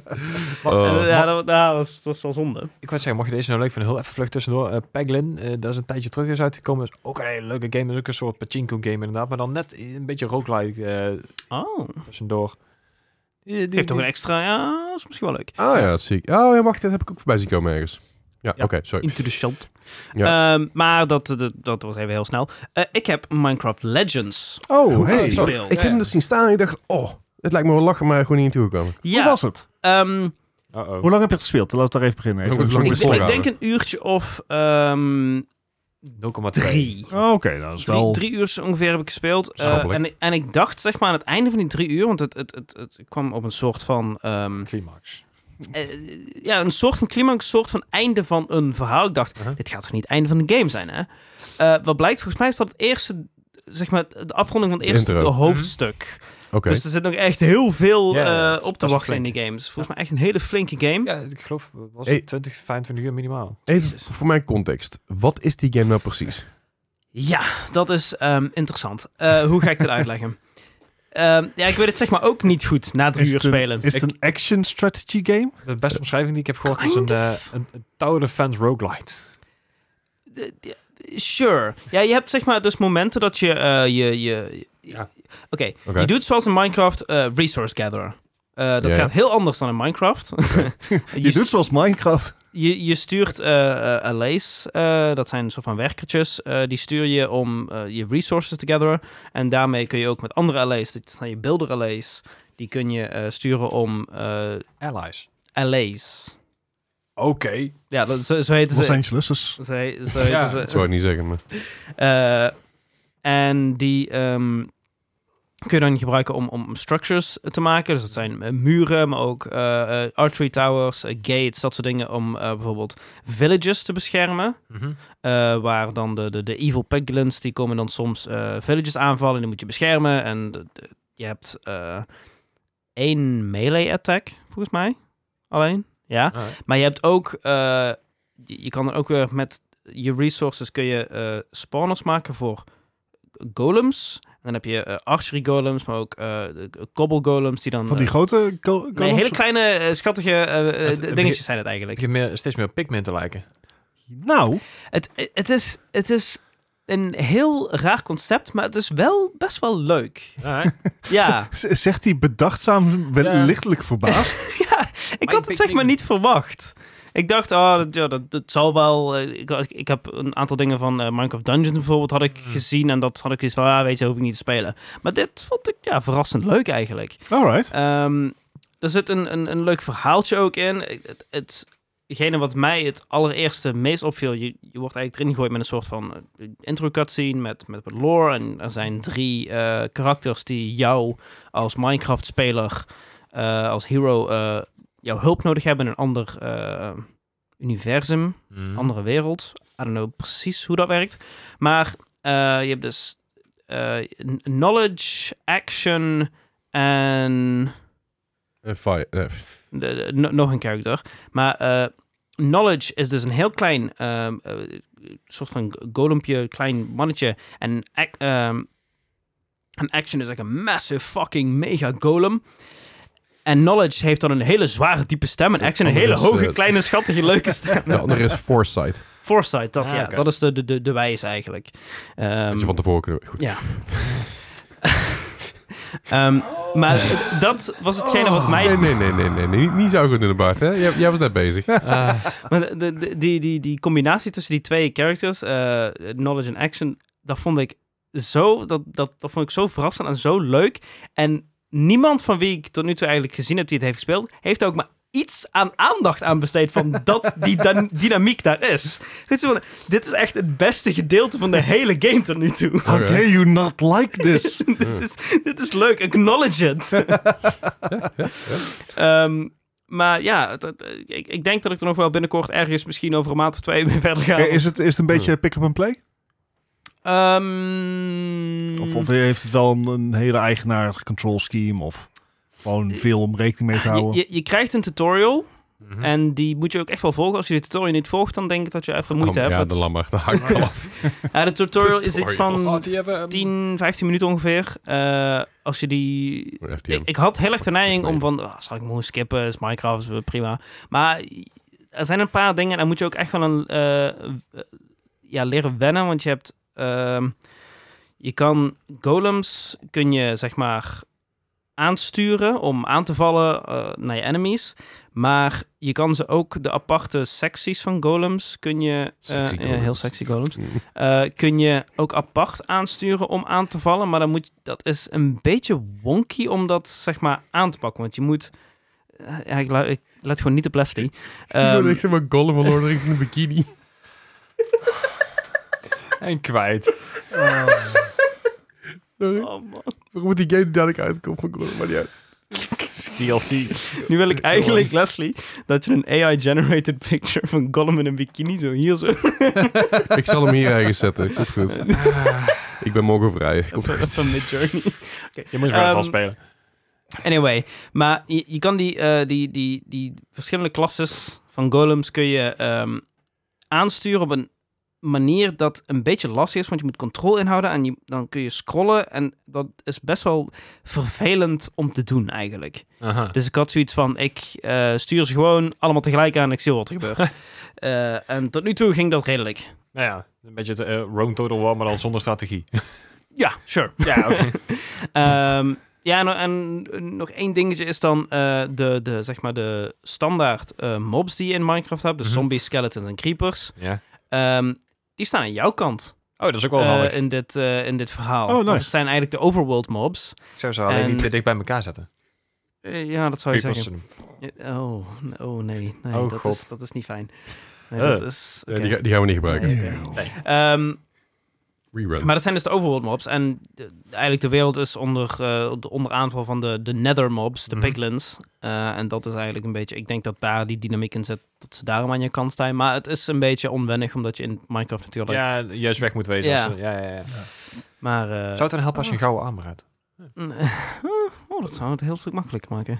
Oh.
ja, dat, ja, dat, is, dat is wel zonde.
Ik wou zeggen, mocht je deze nou leuk vinden, heel even vlug tussendoor. Eh, Peglin, eh dat is een tijdje terug is uitgekomen. Is ook een hele leuke game. Is ook een soort pachinko game inderdaad. Maar dan net een beetje roguelike eh
Oh,
tussendoor. Die, die-
geeft toch een
die-
extra. Ja, dat is misschien wel leuk.
Ah ja, dat zie ik. Oh ja, wacht, dat heb ik ook voorbij zien komen ergens. Ja,
Ja.
oké, sorry.
Into the Shield.
Ja.
Ehm, maar dat, dat, dat was even heel snel. Eh, ik heb Minecraft Legends
Oh, hey.
gespeeld.
Ik heb hem dus zien staan en ik dacht, oh, het lijkt me wel lachen, maar gewoon niet in toegekomen.
Hoe
Ja,
was het?
ehm,
Uh-oh.
Hoe lang heb je het gespeeld? Laten we daar even beginnen. Even
Hoe
een
lang
soort
ik,
is het?
beschouwing.
ik denk een uurtje of ehm
0,3.
drie.
Oh, Oké, nou, dat is
Drie,
wel...
drie uur zo ongeveer heb ik gespeeld. Eh,
Schappelijk.
en, en ik dacht, zeg maar, aan het einde van die drie uur... want het, het, het, het kwam op een soort van... ehm,
Climax.
eh, ja, een soort van climax, een soort van einde van een verhaal. Ik dacht,
Uh-huh.
dit gaat toch niet het einde van de game zijn, hè? Eh, wat blijkt, volgens mij is dat het eerste zeg maar, de afronding van het
De
eerste
intro.
hoofdstuk.
Oké.
Dus er zit nog echt heel veel
Ja,
eh,
dat is-
op te
dat is
wachten in
flink.
die games. Volgens mij echt een hele flinke game.
Ja, ik geloof, was
Hey.
het 20, 25 uur minimaal.
Even
Jezus.
voor mijn context. Wat is die game nou precies?
Ja, dat is ehm, interessant. Eh, hoe ga ik dit uitleggen? Ehm, ja, ik weet het zeg maar ook niet goed na drie
Is
uur
het een-
spelen.
Is het een action strategy game?
De beste omschrijving die ik heb gehoord is
Kind
een, eh een, een Tower Defense roguelite.
De- de- Sure. Ja, je hebt zeg maar dus momenten dat je eh, je... je
Ja.
Oké,
Oké.
je doet zoals in Minecraft eh, resource gatherer. Eh, dat
Ja, ja.
gaat heel anders dan in Minecraft.
Je, doet zoals Minecraft.
Je, je stuurt eh eh, LA's, eh, dat zijn een soort van werkertjes, eh, die stuur je om eh, je resources te gatheren. En daarmee kun je ook met andere LA's, dat zijn je builder LA's, die kun je eh, sturen om eh
Allies.
LA's.
Oké.
Ja, dat, zo, zo heten
Los
ze.
Angeles. Dus
Zo, he- zo heten
Ja.
ze.
Dat zou ik niet zeggen, maar...
Eh, en die ehm, kun je dan gebruiken om, om structures te maken. Dus dat zijn eh, muren, maar ook eh, eh, archery towers, eh, gates, dat soort dingen. Om eh, bijvoorbeeld villages te beschermen.
Mhm.
Eh, waar dan de, de, de evil piglins, die komen dan soms eh, villages aanvallen en die moet je beschermen. En de- de- je hebt eh, één melee attack, volgens mij. Alleen, ja.
Ah.
Maar je hebt ook, eh, je, je kan er ook weer met je resources kun je eh, spawners maken voor golems. En dan heb je eh, archery golems, maar ook eh cobble golems die dan...
van die
eh,
grote go- golems?
nee, hele kleine, eh, schattige eh, eh,
Het-
dingetjes zijn het eigenlijk.
Ik heb meer, steeds meer op Pikmin te lijken.
Nou,
Het, eh, het, is, het is een heel raar concept, maar het is wel best wel leuk. Ja,
z- zegt hij bedachtzaam, wel
Ja.
lichtelijk verbaasd.
ja ik had het zeg maar niet verwacht. Ik dacht, oh, dat, ja, dat, dat zal wel... eh, Ik, had- ik heb een aantal dingen van eh, Minecraft Dungeons bijvoorbeeld had ik gezien. En dat had ik iets van, ah, weet je, hoef ik niet te spelen. Maar dit vond ik ja, verrassend leuk eigenlijk.
Alright.
Ehm, er zit een, een, een leuk verhaaltje ook in. Het, het, hetgene wat mij het allereerste meest opviel, je, je wordt eigenlijk erin gegooid met een soort van eh, intro cutscene met, met wat lore. En er zijn drie eh, karakters die jou als Minecraft-speler, eh, als hero, eh, jouw hulp nodig hebben in een ander eh, universum
Mhm.
andere wereld. I don't know precies hoe dat werkt. Maar eh, je hebt dus eh, n- knowledge, action en
Eh, fire- eh,
de- de- no- nog een character. Maar eh, knowledge is dus een heel klein ehm, eh, soort van golempje, klein mannetje. En ac- ehm, en action is echt een massive fucking mega golem. En knowledge heeft dan een hele zware diepe stem. En action een
andere
hele
is,
hoge,
eh,
kleine, schattige, leuke stem.
de andere is Foresight.
Foresight, dat
Ah,
ja.
oké.
Dat is de, de, de, de wijze eigenlijk. Ehm,
Had je van tevoren kunnen... Goed.
Ja. Ehm, maar dat was hetgene wat mij...
Nee, nee, nee, nee, nee. nee. Niet, niet zo goed in de baard, hè? Jij, jij was net bezig.
Eh,
Oh,
Maar de, de- die, die, die combinatie tussen die twee characters, eh, knowledge en action, dat vond ik zo, dat, dat, dat vond ik zo verrassend en zo leuk. En niemand van wie ik tot nu toe eigenlijk gezien heb die het heeft gespeeld, heeft er ook maar iets aan aandacht aan besteed van dat die dan- dynamiek daar is. Het is van, Dit is echt het beste gedeelte van de hele game tot nu toe.
How
Oké.
dare you not like this?
dit, is, dit is leuk, acknowledge it. Ehm, maar ja, het- het- ik, ik denk dat ik er nog wel binnenkort ergens misschien over een maand of twee mee verder ga.
Eh, is, het, is het een beetje pick-up and play?
Ehm,
Mm.
Of, of heeft het wel een, een hele eigenaardig control scheme? Of gewoon
Eh,
veel om rekening mee te
je,
houden?
je, je krijgt een tutorial
Hm?
Mhm.
en die moet je ook echt wel volgen. Als je de tutorial niet volgt, dan denk ik dat je even moeite
Oh, ja,
hebt.
de
Want-
lammer. Dat haak ik al af.
Ja, de tutorial is iets
Oh,
van
die hebben... ehm,
10, 15 minuten ongeveer. Eh, als je die
FTM.
Ik, ik had heel erg de neiging om
Nee.
van, ah, zal ik hem gewoon skippen, is Minecraft, is prima. Maar er zijn een paar dingen, daar moet je ook echt wel een, eh, eh, ja, leren wennen, want je hebt, ehm, je kan golems, kun je zeg maar aansturen om aan te vallen eh, naar je enemies. Maar je kan ze ook, de aparte secties van golems, kun je... eh,
Sexy
Ja, heel
golems.
sexy golems. Eh, kun je ook apart aansturen om aan te vallen. Maar dan moet, dat is een beetje wonky om dat zeg maar aan te pakken. Want je moet. eh, ja, ik, lu- ik let gewoon niet op Leslie. Ehm,
Ik zeg maar Golem van Lord of the Rings in een bikini.
En kwijt.
Sorry.
oh man.
Waarom moet die game dadelijk uitkomt van Golem? Maar niet uit.
DLC.
Nu wil ik eigenlijk, Leslie, dat je een AI-generated picture van Gollum in een bikini zo hier zo.
Ik zal hem hier ergens zetten. Goed, goed. Ik ben morgen vrij. Kom.
Van- Van Midjourney.
Je moet Redfall
Ehm,
spelen.
Anyway, maar je, je kan die, eh, die, die, die verschillende klasses van golems kun je ehm, aansturen op een manier dat een beetje lastig is, want je moet controle inhouden en je, dan kun je scrollen en dat is best wel vervelend om te doen eigenlijk.
Aha.
Dus ik had zoiets van, ik eh, stuur ze gewoon allemaal tegelijk aan en ik zie wat er gebeurt. Eh, en tot nu toe ging dat redelijk.
Nou ja, een beetje het eh, Rome Total War, maar dan zonder strategie.
Ja, sure.
Ja, oké.
Ehm, ja, en, en nog één dingetje is dan eh, de, de, zeg maar de standaard eh, mobs die je in Minecraft hebt. Dus
Mhm.
zombies, skeletons en creepers.
ja.
Ehm, die staan aan jouw kant
Oh, dat is ook wel
eh,
handig.
in, dit, eh, in dit verhaal.
Oh, nice.
Want het zijn eigenlijk de overworld mobs.
Ik zou ze alleen
en-
niet te dicht bij elkaar zetten.
Eh, ja, dat zou je
Creepers.
zeggen. Ja, Oh, n- oh nee. nee
Oh,
dat,
God.
Is, dat is niet fijn. Nee,
Eh,
dat is...
Nee,
oké.
die, ga- die gaan we niet gebruiken.
Nee, oké. Ehm,
Rerun.
Maar dat zijn dus de overworld mobs. En de- eigenlijk de wereld is onder, eh, onder aanval van de, de nether mobs, de
Mhm.
piglins. Eh, en dat is eigenlijk een beetje... Ik denk dat daar die dynamiek in zit, dat ze daarom aan je kant staan. Maar het is een beetje onwennig, omdat je in Minecraft natuurlijk...
Ja, juist weg moet wezen.
Ja.
als ze- Ja. Ja, ja,
Maar... eh, mm,
Zou het dan helpen als je een gouden arm hebt?
oh, dat zou het een heel stuk makkelijker maken.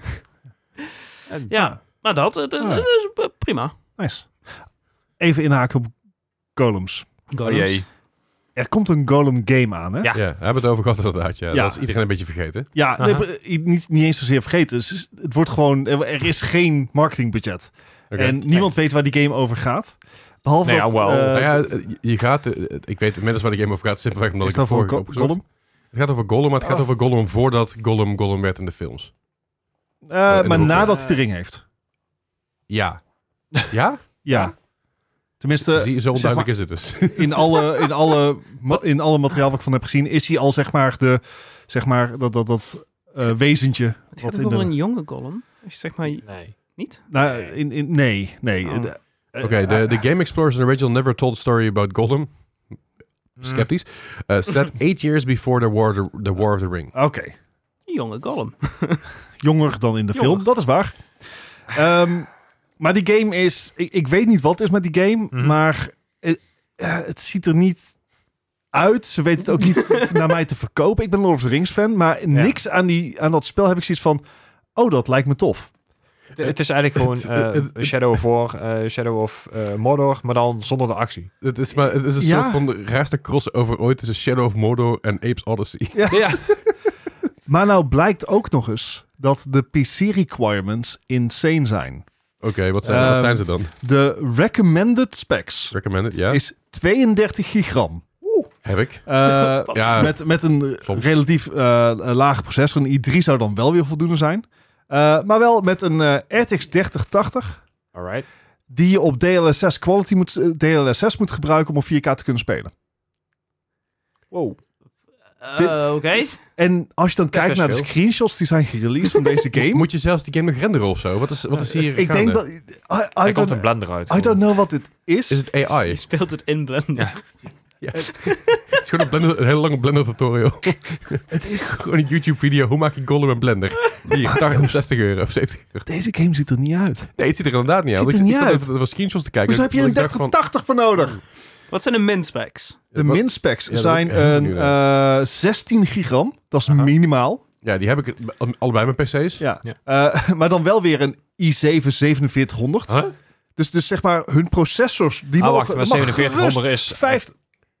En-
Ja, maar dat, het, het
Ja.
is eh, prima.
Nice. Even inhaken op golems.
Oh,
Golems.
Er komt een golem game aan, hè?
Ja.
Ja, we hebben het over gehad inderdaad. Ja.
Ja.
Dat is iedereen een beetje vergeten.
Ja,
Aha.
nee, eh, niet, niet eens zozeer vergeten. Het, is- het wordt gewoon, er er is geen marketingbudget.
Oké.
En niemand weet waar die game over gaat. Behalve
Nee,
dat,
ja, wel.
eh,
Nou ja, eh, je gaat, eh, ik weet inmiddels waar de game over gaat, simpelweg omdat
is
ik
dat
het
voor een
vorige keer
go-
opgezocht.
golem?
Het gaat over Gollum, maar het gaat
Oh.
over Gollum voordat Gollum Gollum werd in de films.
Eh,
in de
maar
hoek,
nadat
ja.
hij de ring heeft.
Ja. Ja?
Ja. Tenminste,
Zie je, zo
zeg
onduidelijk is het dus.
in alle, in, alle, ma- in alle materiaal wat ik van heb gezien, is hij al zeg maar de, zeg maar dat, dat, dat eh, wezentje.
Het
Wat
gaat
in
over
de,
een jonge golem. Als je zeg maar...
Nee.
Niet?
nou, in, in, nee, nee.
Oh.
Eh, de- eh,
Oké, de, de Game Explorers in the original never told a story about Gollum.
Hm.
Hmm.
Skeptisch. Uh, set eight years before the War, the, the war of the Ring.
Oké,
Een jonge golem.
jonger dan in de
Jonger.
film, dat is waar. Ehm, maar die game is, ik, ik weet niet wat het is met die game,
Mhm.
maar eh, eh, het ziet er niet uit. Ze weten het ook niet naar mij te verkopen. Ik ben Lord of the Rings fan, maar niks aan, die, aan dat spel heb ik zoiets van, oh dat lijkt me tof.
Het, het is eigenlijk gewoon eh,
het- het-
Shadow of War, eh, Shadow of eh, Mordor, maar dan zonder de actie.
Het is, maar, het is een
Ja.
soort van de raarste crossover ooit tussen Shadow of Mordor en Apes Odyssey.
Ja.
Maar nou blijkt ook nog eens dat de PC requirements insane zijn.
Oké, wat, zijn- wat
Ehm,
zijn ze dan?
De recommended specs
Recommended, ja?
is 32 gigram.
Heb ik.
Eh,
Ja.
met, met een
Soms.
relatief eh, lage processor. Een i3 zou dan wel weer voldoende zijn. Eh, maar wel met een eh, RTX 3080
Alright.
die je op DLSS quality moet, eh, DLSS moet gebruiken om op 4K te kunnen spelen.
Wow.
Eh,
Dit-
Oké.
En als je dan
Dat is
kijkt
best
naar de
veel.
screenshots die zijn gereleased van deze game.
Moet je zelfs die game nog renderen of zo? Wat is, wat is hier
Eh, ik denk
gaande?
dat... I, I,
Hij komt een
don't,
blender uit.
I don't know wat dit is.
Is het AI?
Je
het
speelt het in Blender.
Ja.
is gewoon een, blender, een hele lange Blender tutorial.
het is
gewoon een YouTube video. Hoe maak je Gollum en Blender? Hier, 80 of 60 euro of 70 euro.
Deze game ziet er niet uit.
Nee, het ziet er inderdaad niet uit.
Ziet
Ik,
er
ik
niet
zat
uit.
even- er was screenshots te kijken.
Dus heb je
dat
een
ik dacht van-
3080 voor nodig.
Wat zijn de min-specs?
De
Wat-
min-specs
Ja, dat ben ik
zijn
echt
een
benieuwd
eh, 16 gigram. Dat is
Aha.
minimaal.
Ja, die heb ik allebei mijn PC's.
Ja.
Ja.
Eh, maar dan wel weer een i7 4700.
Huh?
Dus, dus zeg maar hun processors die
Ah,
mogen...
wacht, maar
mag
4700 is...
gerust vijf-
echt-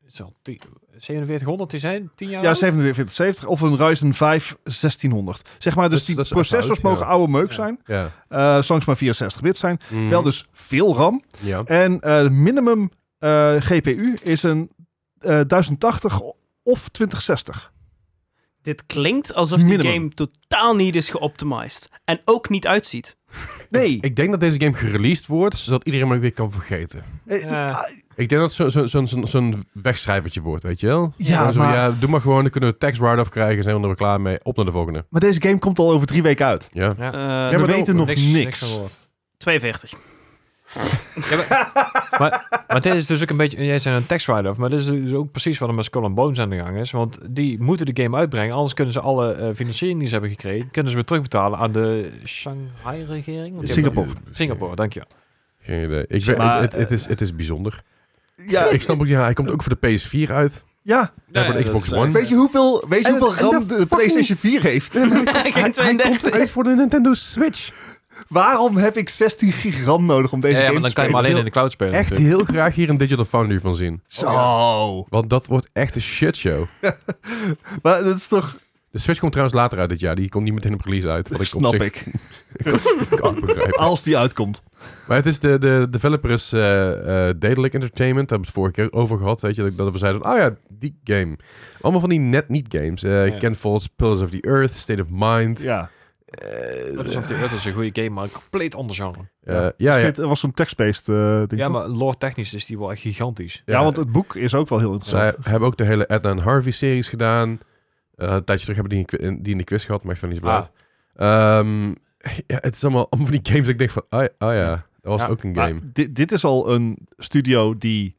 is al tien- 4700 die zijn 10 jaar
ja,
oud?
4770 of een Ryzen 5 1600. Zeg maar, dus
Dat is-
die
dat is echt
processors
oud, ja.
mogen oude meuk
Ja.
zijn.
Ja.
eh zolang ze maar 64 bit zijn.
Mhm.
Wel dus veel RAM.
Ja.
En eh minimum eh, GPU is een eh, 1080 of 2060.
Dit klinkt alsof die
Minimum.
game totaal niet is geoptimized. En ook niet uitziet.
Nee.
Ik denk dat deze game gereleased wordt, zodat iedereen maar weer kan vergeten.
Eh,
Ja.
Ik denk dat het zo, zo, zo'n- zo'n- zo'n wegschrijvertje wordt, weet je wel?
Ja,
Gewoon zo,
maar-
ja, doe maar gewoon, dan kunnen we tax write-off krijgen, zijn we er klaar mee, op naar de volgende.
Maar deze game komt al over drie weken uit.
Ja.
Ja.
Eh,
we
maar dan-
weten nog niks.
van gehoord.
42.
Maar dit is dus ook een beetje... Jij zei een text write-off, maar dit is dus ook precies wat er met Skull and Bones aan de gang is. Want die moeten de game uitbrengen, anders kunnen ze alle eh, financiering die ze hebben gekregen, kunnen ze weer terugbetalen aan de Shanghai-regering? Want die hebben-
Singapore.
Singapore, dankjewel.
Geen idee. Ik weet, eh,
Maar,
het, het, het is, het is bijzonder.
Ja,
Ik snap ook, ja, hij komt ook voor de PS4 uit.
Ja,
Ja, voor de
dat
Xbox
is-
One.
Weet je hoeveel, weet je
En-
hoeveel RAM
en de
de,
fucking-
PlayStation 4 heeft?
Geen
Hij komt
32.
uit voor de Nintendo Switch.
Waarom heb ik 16 gig RAM nodig om deze
Ja, ja,
game
want
te spelen?
dan kan je hem alleen
Heel-
in de cloud spelen.
Echt
natuurlijk.
heel graag hier een Digital Foundry van zien.
Zo.
Want dat wordt echt een shitshow.
Maar dat is toch...
De Switch komt trouwens later uit dit jaar. Die komt niet meteen op release uit. Wat ik
snap
op zich
ik.
kan begrijpen.
Als die uitkomt.
Maar het is de, de developer is eh, eh, Daedalic Entertainment. Daar hebben we het vorige keer over gehad. Weet je, dat- dat we zeiden van, ah ja, die game. Allemaal van die net niet games. Eh
Ja.
Kenfalls, Pillars of the Earth, State of Mind. Ja,
ja.
Dat is of the Earth is een goede game, maar een compleet ander genre.
Eh, ja, ja.
Dit was zo'n text-based eh, ding.
Ja,
toch?
maar lore technisch is die wel echt gigantisch.
ja, want het boek is ook wel heel interessant.
Zij hebben ook de hele Edna en Harvey series gedaan. Eh, een tijdje terug hebben die in, qui- in- die in de quiz gehad, maar ik vind het niet zo blij. Ehm, ja, het is allemaal, allemaal van die games dat ik denk van, ah, ah ja, Ah, dat was
Ja,
ook een
Maar
game.
dit, dit is al een studio die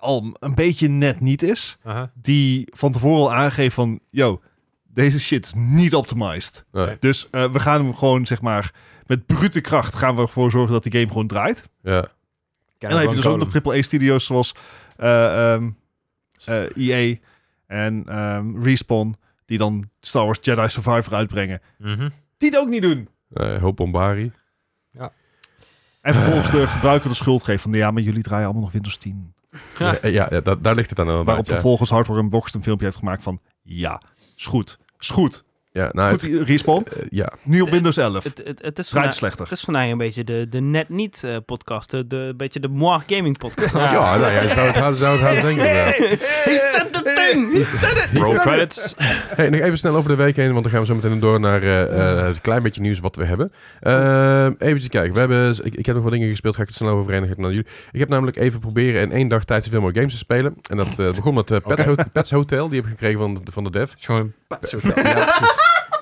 al een beetje net niet is. Die van tevoren al aangeeft van... Yo, deze shit is niet optimized.
Nee,
Dus eh, we gaan hem gewoon, zeg maar... Met brute kracht gaan we ervoor zorgen dat die game gewoon draait.
ja.
Ken
en dan
ik
heb je
wel
dus ook
een
nog AAA-studio's zoals eh ehm eh, EA en ehm, Respawn... die dan Star Wars Jedi Survivor uitbrengen.
column. Mhm.
Die het ook niet doen.
Eh, hoop Bombari.
En vervolgens de gebruiker de schuld geeft van... ja, maar jullie draaien allemaal nog Windows 10.
Ja, Eh, ja, ja, daar- daar ligt het eh, aan. inderdaad,
Waarop
ja.
vervolgens Hardware Unboxed een filmpje heeft gemaakt van... ja, is goed. Is goed.
Ja, nou,
Goed,
het- nou,
Respawn.
eh, ja,
Nu op Windows 11.
Het, het, het is
Draait
vandaag,
slechter.
het is vandaag een beetje de, de net niet eh, podcast. De, de een beetje de moi gaming podcast.
Ja, nou, jij zou het haast, zou het haast denken. inderdaad.
He said the thing! He said it!
Roll credits.
Hey, nog even snel over de week heen, want dan gaan we zo meteen door naar eh, eh, het klein beetje nieuws wat we hebben. Ehm even kijken, we hebben, ik, ik heb nog wat dingen gespeeld, ga ik het snel over verenigen naar jullie. Ik heb namelijk even proberen in één dag tijd zoveel mogelijk games te spelen. En dat eh, begon met eh, Pets, Hot- Pets Hotel, die heb ik gekregen van de, van de dev.
Het is gewoon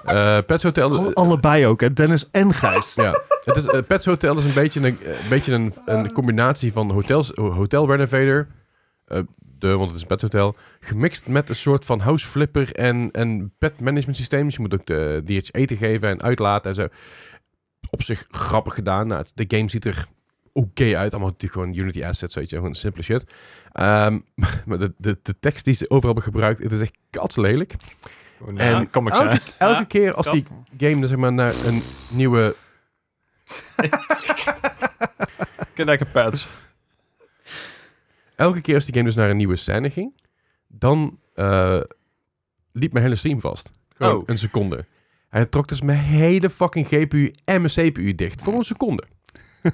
Eh, Pets Hotel...
Alle- allebei ook, hè. Dennis en Gijs.
Ja, het is, eh, Pets Hotel is een beetje een, eh, beetje een, een combinatie van hotels, Hotel Renovator, eh, de, want het is een Pets Hotel, gemixt met een soort van house flipper en, en pet management systeem. Dus je moet ook de, die iets eten geven en uitlaten en zo. Op zich grappig gedaan. Nou, het- de game ziet er oké uit. Allemaal natuurlijk gewoon Unity assets, weet je. Gewoon simpele shit. Ehm, maar de, de, de tekst die ze overal hebben gebruikt, het is echt katslelijk.
gewoon,
En- Oh.
eh, comics, hè?
Elke, elke
Ja,
keer als
kan.
die game dus zeg maar, naar een nieuwe
Kijk, lekker pads.
elke keer als die game dus naar een nieuwe scène ging, dan eh, liep mijn hele stream vast. Gewoon
Oh.
een seconde. Hij trok dus mijn hele fucking GPU en mijn CPU dicht. Voor een seconde. ik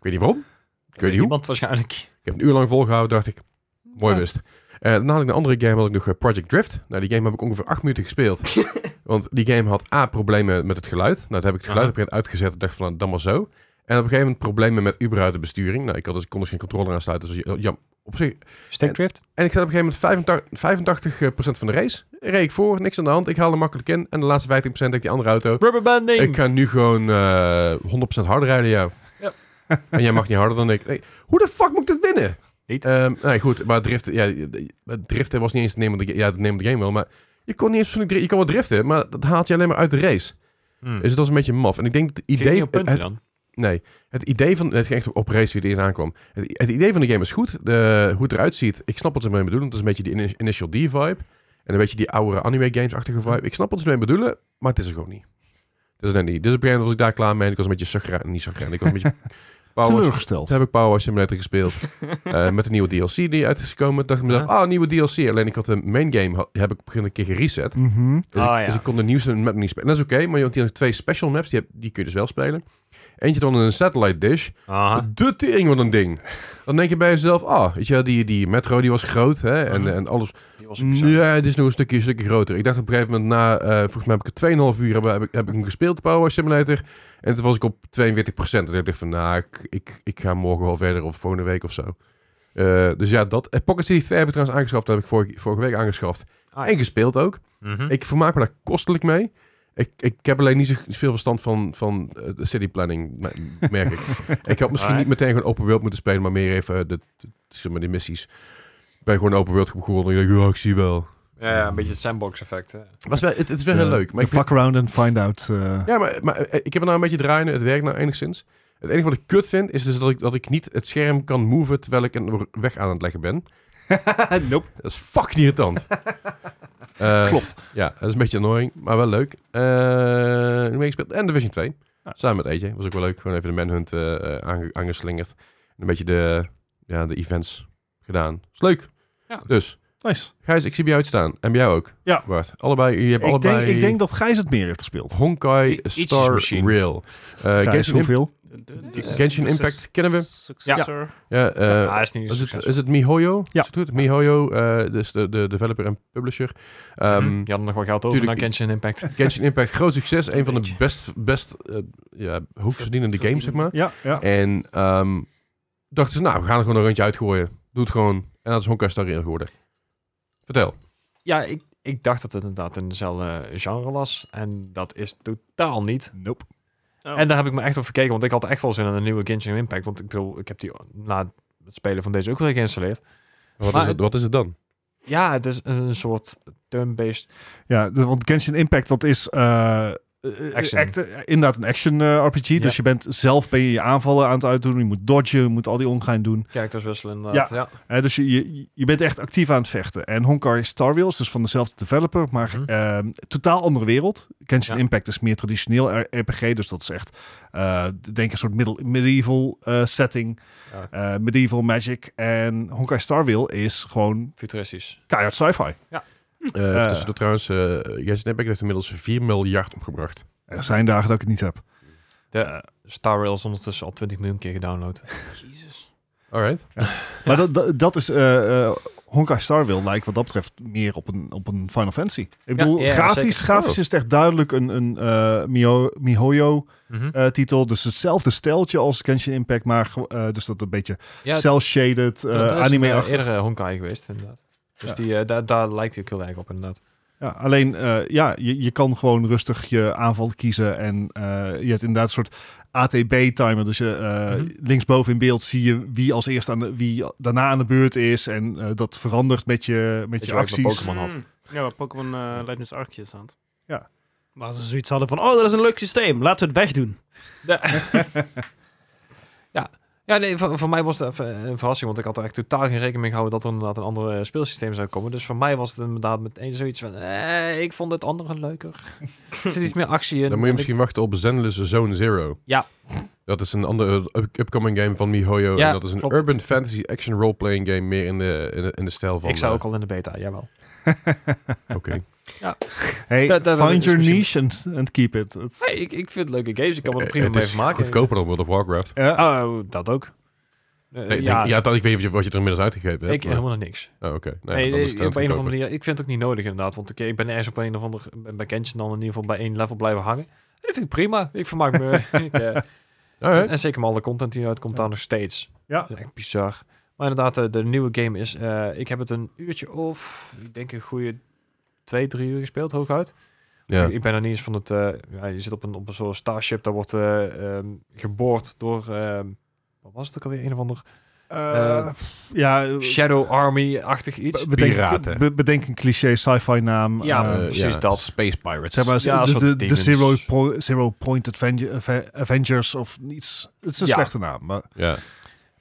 weet niet waarom. Ik weet niet hoe.
Iemand waarschijnlijk.
Ik heb een uur lang volgehouden, dacht ik. Mooi wist. Eh dan had ik een andere game, had ik nog eh, Project Drift. Nou, die game heb ik ongeveer acht minuten gespeeld. Want die game had A, problemen met het geluid. Nou, daar heb ik het geluid op een gegeven moment uitgezet en dacht van, nou, dan maar zo. En op een gegeven moment problemen met überhaupt de besturing. Nou, ik, had dus, ik kon dus geen controller aansluiten. Dus eh, ja, op zich
Stickdrift?
en ik zat op een gegeven moment 85, 85% van de race. Reed ik voor, niks aan de hand. Ik haal hem makkelijk in. En de laatste 15% denk ik die andere auto.
Rubberbanding!
Ik ga nu gewoon eh 100% harder rijden jou.
Ja.
En jij mag niet harder dan ik. Nee, hoe de fuck moet ik dit winnen?
Niet.
Ehm, nee, goed. Maar driften, ja, eh, driften was niet eens het nemen van de, ga- ja, het nemen van de game wel. Maar je kon niet eens van die, je kon wel driften. Maar dat haalt je alleen maar uit de race.
Hmm.
Dus dat was een beetje maf. En ik denk het
Geef niet
idee...
op punten
het-
dan?
Nee. Het idee van... Het ging echt op race wie er eerst aankwam. Het, het idee van de game is goed. De, hoe het eruit ziet. Ik snap wat ze ermee bedoelen. Het is een beetje die ini- Initial D-vibe. En een beetje die oude anime games-achtige vibe. Ik snap wat ze ermee bedoelen. Maar het is er gewoon niet. Dat is het net niet. Dus op een gegeven moment was ik daar klaar mee. En ik was een beetje chagrijnig. Niet chagrijnig. Ik was een beetje... Power,
Teleurgesteld.
toen heb ik Power Simulator gespeeld. eh, met een nieuwe DLC die uit is gekomen. Dacht ik mezelf, ah, nieuwe DLC. Alleen ik had de main game, had- heb ik op een gegeven moment een keer gereset.
Mhm.
Dus,
Ah,
ik,
ja.
dus ik kon de nieuwste map niet spelen. En dat is oké, maar je had hier nog twee special maps, die, heb, die kun je dus wel spelen. Eentje dan in een satellite dish.
Aha.
De tering wat een ding. Dan denk je bij jezelf, ah, weet je, wel, die, die metro die was groot hè, en,
Mhm.
en alles.
Die was ook zo.
Ja, dit is nog een stukje, een stukje groter. Ik dacht op een gegeven moment na, eh, volgens mij heb ik er 2,5 uur heb, heb, ik- heb ik hem gespeeld, Power Simulator. En toen was ik op 42%. En ik dacht van, nou, ik, ik, ik ga morgen wel verder of volgende week of zo. Eh, dus ja, dat. en Pocket City 2 heb ik trouwens aangeschaft. Dat heb ik vorige, vorige week aangeschaft.
Ah,
En gespeeld ook.
Mhm.
Ik vermaak me daar kostelijk mee. Ik, ik heb alleen niet zo veel verstand van, van eh, de city planning, me- merk ik. ik had misschien niet meteen gewoon open world moeten spelen, maar meer even eh, de, de, zeg maar, de missies. Ik ben gewoon open world begonnen en ik dacht, ja, ik zie wel.
Ja, een beetje het sandbox effect. hè.
Was wel het, het is wel heel
Eh,
leuk. Maar ik,
fuck around and find out. eh.
ja, maar, maar eh, ik heb er nou een beetje draaien. Het werkt nou enigszins. Eh, Het enige wat ik kut vind, is dus dat ik, dat ik niet het scherm kan moven terwijl ik een weg aan het leggen ben.
nope.
Dat is fucking irritant. Eh,
Klopt.
Ja, dat is een beetje annoying, maar wel leuk. Eh, nu meegespeeld. En Division 2. Samen met AJ. Was ook wel leuk. Gewoon even de manhunt eh, eh, aange- aangeslingerd. En een beetje de, ja, de events gedaan. Is leuk.
Ja.
Dus,
Nice.
Gijs, ik zie bij jou uitstaan. En bij jou ook.
Ja.
Bart, allebei, jullie hebben
Ik denk,
allebei
ik denk dat Gijs het meer heeft gespeeld.
Honkai
I- Ichi's
Star
Machine.
Rail. Eh,
Gijs,
Genshin, Imp-
hoeveel?
Genshin Impact kennen we.
Successor.
Ja, eh,
Ah, is niet
is,
een
het,
succes.
is het Mihoyo? Is
Ja.
het goed? Mihoyo, eh, dus de, de developer en publisher.
Mhm.
Ehm,
Je had er Mhm. nog wel geld over
tuurlijk.
naar Genshin Impact.
Genshin Impact, groot succes. Een van de
Beetje.
best, best eh ja, hoofdverdienende
Ver-
games, zeg maar.
Ja, ja.
En ehm, dachten ze, nou, we gaan er gewoon een rondje uitgooien. Doe het gewoon. En dat is Honkai Star Rail geworden. Vertel.
Ja, ik, ik dacht dat het inderdaad in dezelfde genre was. En dat is totaal niet.
Nope.
Oh.
En daar heb ik me echt op gekeken, want ik had echt wel zin in een nieuwe Genshin Impact. Want ik bedoel, ik heb die na het spelen van deze ook weer geïnstalleerd.
Wat,
Maar
is het,
het-
wat is het dan?
Ja, het is een een soort turn-based...
Ja, de- want Genshin Impact, dat is eh, eh,
Action.
act- eh, inderdaad een action eh, RPG.
Ja.
Dus je bent zelf ben je, je aanvallen aan het uitdoen. Je moet dodgen, je moet al die ongein doen.
Characters wisselen inderdaad. Ja.
Eh, dus je, je, je bent echt actief aan het vechten. En Honkai Star Rail is dus van dezelfde developer, maar
Mhm.
ehm, totaal andere wereld. Genshin
Ja.
Impact is meer traditioneel R- RPG, dus dat is echt, eh, denk een soort middel- medieval eh, setting,
Ja.
eh, medieval magic. En Honkai Star Rail is gewoon
Futuristisch.
keihard sci-fi.
Eh even tussendoor trouwens, eh Genshin Impact heeft inmiddels 4 miljard opgebracht.
Er zijn dagen dat ik het niet heb. Eh,
Star Rail is ondertussen al 20 miljoen keer gedownload.
Jezus.
Alright.
Maar dat, dat, dat is... eh, eh, Honkai Star Rail lijkt wat dat betreft meer op een, op een Final Fantasy. Ik bedoel,
ja,
grafisch,
zeker.
grafisch
Oh.
is het echt duidelijk een, een eh, Miho- Mihoyo
Mhm.
eh, titel. Dus hetzelfde steltje als Genshin Impact, maar ge- eh, dus dat een beetje
Ja,
cel-shaded eh,
dat is
anime
een, eh,
achter.
eerdere Honkai geweest, inderdaad. Dus
Ja.
die, eh, daar- daar lijkt hij ook heel erg op, inderdaad.
Ja, alleen, eh, ja, je, je kan gewoon rustig je aanval kiezen en eh, je hebt inderdaad een soort ATB-timer. Dus je, eh,
Mhm.
linksboven in beeld zie je wie als eerst aan de, wie daarna aan de beurt is en eh, dat verandert met je, met
je
je,
wel, ik ben
acties.
Pokémon had.
Mm. Ja, waar Pokémon eh, Legends Arceus aan.
Ja.
Maar ze zoiets hadden van, oh, dat is een leuk systeem. Laten we het wegdoen.
Ja, nee, voor, voor mij was het even een verrassing, want ik had er echt totaal geen rekening mee gehouden dat er inderdaad een ander eh, speelsysteem zou komen. Dus voor mij was het inderdaad meteen zoiets van, eh, ik vond het andere leuker. er zit iets meer actie in.
Dan moet je
En
misschien wachten op Zenless Zone Zero.
Ja.
Dat is een andere up- upcoming game van MiHoYo.
Ja,
en dat is een
klopt.
urban fantasy action role-playing game meer in de, in de, in de stijl
ik,
van...
ik zou
eh,
ook al in de beta, jawel.
Oké.
Hey,
Dat- dat- dat
find
is
your
misschien-
niche and, and keep it. Het-
Hey, ik, ik vind leuke games, ik kan me er
Eh,
prima
het
mee
is
vermaken.
goedkoper dan World of Warcraft.
ja.
Oh, dat ook. Eh,
Nee, ik
ja,
denk- ja, dat, ik weet niet of je- wat je er inmiddels uitgegeven
ik
hebt. maar-
helemaal niks.
Oh, oké. Nou ja,
Nee,
dan is het
nee, op een of
goedkoper.
andere manier. Ik vind het ook niet nodig inderdaad. Want ik, ik ben ergens op een of andere bij Genshin dan in ieder geval bij één level blijven hangen. En dat vind ik prima. Ik vermaak me. ik, eh, en,
Alright.
en zeker met alle content die uitkomt daar nog steeds.
Ja.
Dat is echt bizar. Maar inderdaad, eh, de, nieuwe game is... eh, ik heb het een uurtje of... Ik denk een goede twee, drie uur gespeeld, hooguit.
Ja.
Ik, ik ben er niet eens van het... eh, ja, je zit op een, op een soort starship. Dat wordt eh, ehm, geboord door... ehm, wat was het ook alweer? Een of ander
Eh, ja,
Shadow Army-achtig iets.
be- bedenk,
Piraten.
be- bedenk een cliché sci-fi naam.
Ja,
eh,
Eh,
precies dat.
Space Pirates.
Zeg maar,
Ja,
de,
soort
de, de
demons.
Zero, Pro- Zero Point Adventure- Ave- Avengers of iets. Het is een
Ja.
slechte naam. Maar,
Ja.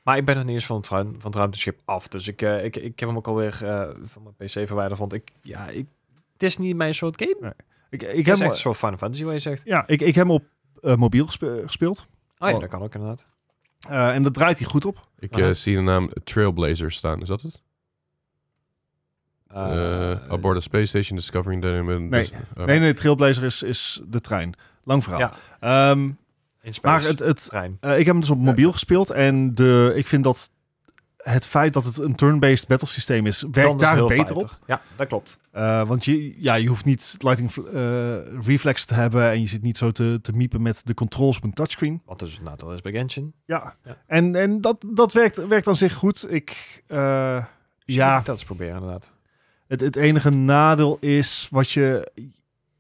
Maar ik ben nog niet eens van het, ruim- van het ruimteschip af. Dus ik, eh, ik, ik heb hem ook alweer eh, van mijn PC verwijderd. Want ik, ja, ik, het is niet mijn soort game.
ik, ik,
Ik
heb,
het is
hem-
echt een soort Final Fantasy, waar je zegt.
ja, ik, ik heb hem op eh, mobiel gespe- gespeeld.
Oh ja,
Oh.
dat kan ook inderdaad.
Eh, en dat draait hij goed op.
Ik
Aha.
eh, zie de naam Trailblazer staan. Is dat het?
Eh,
Eh, aboard a space station discovering Dus- dynamic...
Nee. Nee, nee, Trailblazer is, is de trein. Lang verhaal.
Ja.
Ehm,
in space.
maar het, het,
trein.
eh, ik heb hem dus op mobiel gespeeld. En de, ik vind dat het feit dat het een turn-based battlesysteem is, werkt
Dan is
daar
heel
beter
fighter.
op.
Ja, dat klopt.
Eh, want je, ja, je hoeft niet lightning fl- eh, reflex te hebben. En je zit niet zo te, te miepen met de controls op een touchscreen.
Want dus nou, dat is bij Genshin.
Ja,
Ja.
en, en dat, dat werkt, werkt aan zich goed. Ik, eh,
Misschien moet
ja,
ik dat eens proberen inderdaad.
het, het enige nadeel is wat je...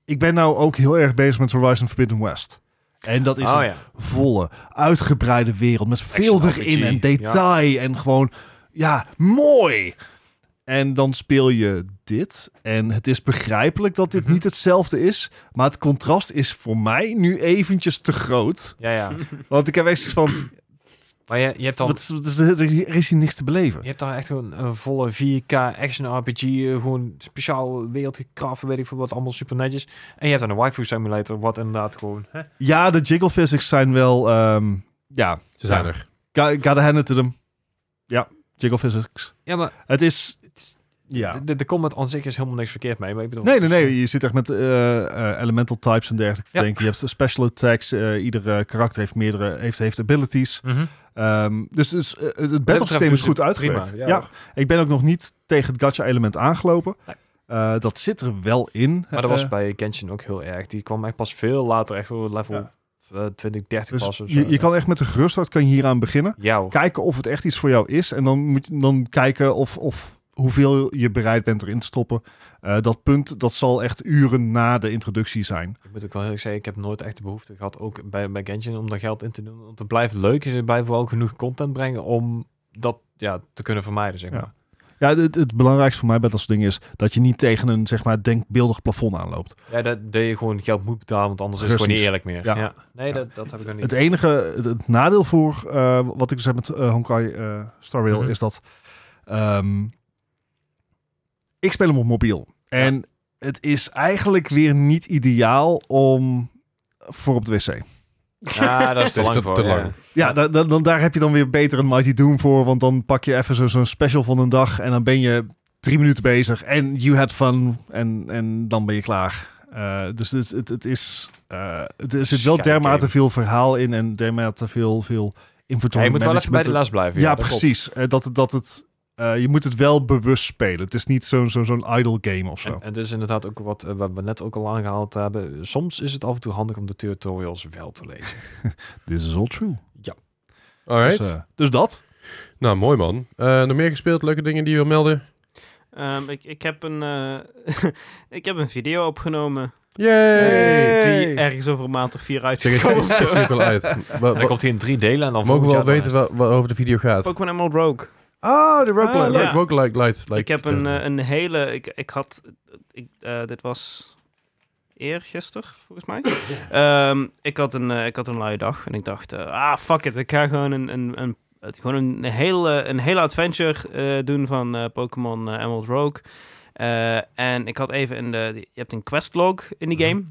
Ik ben nou ook heel erg bezig met Horizon Forbidden West. En dat is
oh
een
ja.
volle, uitgebreide wereld met veel
Action
erin
RPG,
en detail en gewoon, ja, mooi. En dan speel je dit. En het is begrijpelijk dat dit
Mhm.
niet hetzelfde is. Maar het contrast is voor mij nu eventjes te groot.
Ja, ja.
Want ik heb echt zoiets van...
Maar je, je hebt dan...
wat is- wat is- Er is hier niks te beleven.
Je hebt daar echt een, een volle 4K action RPG, eh, gewoon speciaal wereld gekraven, weet ik veel wat, allemaal super netjes. En je hebt dan een waifu simulator, wat inderdaad gewoon... Hè?
Ja, de jiggle physics zijn wel... ehm, ja,
Ze zijn
Ja.
er.
Ga- gotta hand it to them. Ja, jiggle physics.
Ja, maar
Het is...
is-
Ja.
de, de combat aan zich is helemaal niks verkeerd mee, maar ik bedoel...
Nee, nee, nee. Je zit echt met eh, eh, elemental types en dergelijke te
Ja.
denken. Je hebt special attacks. eh iedere karakter heeft meerdere... Heeft, heeft abilities.
Mhm.
Ehm, dus dus eh, het battle systeem is goed uitgewerkt.
Prima,
ja. ik ben ook nog niet tegen het gacha element aangelopen.
Nee.
Eh, dat zit er wel in.
Maar dat
Eh,
was bij Genshin ook heel erg. Die kwam echt pas veel later, echt wel level
Ja.
eh, 20, 30
dus
pas of zo.
je, je kan echt met een gerust hart kan je hieraan beginnen.
Ja hoor.
Kijken of het echt iets voor jou is. En dan moet je dan kijken of, of hoeveel je bereid bent erin te stoppen. Eh, dat punt dat zal echt uren na de introductie zijn.
Ik moet ook wel heel erg zeggen, ik heb nooit echt de behoefte gehad, ook bij, bij Genshin, om daar geld in te doen. Want het blijft leuk en ze blijven wel genoeg content brengen om dat ja, te kunnen vermijden, zeg
Ja.
maar.
Ja, het, het belangrijkste voor mij bij dat soort dingen is dat je niet tegen een zeg maar, denkbeeldig plafond aanloopt.
Ja, dat, dat je gewoon geld moet betalen, want anders is het gewoon niet eerlijk meer.
Ja.
Ja. Nee,
Ja.
Dat, dat heb ik nog niet.
Het enige, het, het nadeel voor eh, wat ik zei met eh, Honkai eh, Star Rail
Mhm.
is dat ehm, ik speel hem op mobiel. En het is eigenlijk weer niet ideaal om voor op de wc.
Ah, dat is te
Het is
lang
te-
voor.
te
ja.
lang.
Ja, da- da- dan, daar heb je dan weer beter een Mighty Doom voor, want dan pak je even zo- zo'n special van een dag en dan ben je drie minuten bezig en you had fun en, en dan ben je klaar. Eh, dus het, het, het is, eh, het, er zit wel
Shiny
dermate
game.
veel verhaal in en dermate veel, veel
Ja,
inventory
je moet wel even bij
management.
de les blijven.
Ja,
dat klopt.
precies. Eh, dat, het- dat het, eh, je moet het wel bewust spelen. Het is niet zo'n zo'n zo'n idle game of zo.
En, en het is inderdaad ook wat eh, wat we net ook al aangehaald hebben. Soms is het af en toe handig om de tutorials wel te lezen.
This is all true.
Alright.
Dus, eh, dus dat.
Nou, mooi man. Eh, nog meer gespeeld? Leuke dingen die je wil melden?
Ehm, ik, ik, heb een, eh, ik heb een video opgenomen
Yay!
die ergens over een maand of vier uit
Check
is
het check
gekomen.
het natuurlijk wel uit. Wa-
En dan
wa-
komt hij in drie delen en dan
Mogen we
volgend
wel
jaar Oh, dan
weten
is het.
wa- waarover de video gaat?
Pokémon Emerald Rogue.
Ah, de roguelike.
Ah,
like,
ja.
roguelike light. Like,
ik heb een, eh, een hele. Ik, ik had. Ik, eh, dit was. Eergisteren, volgens mij. Ehm, ik, had een, eh, ik had een luie dag en ik dacht, eh, ah, fuck it. Ik ga gewoon een, een, een, het, gewoon een, hele, een hele adventure eh, doen van eh, Pokémon eh, Emerald Rogue. Eh, en ik had even in de. Je hebt een questlog in die
Mhm.
game.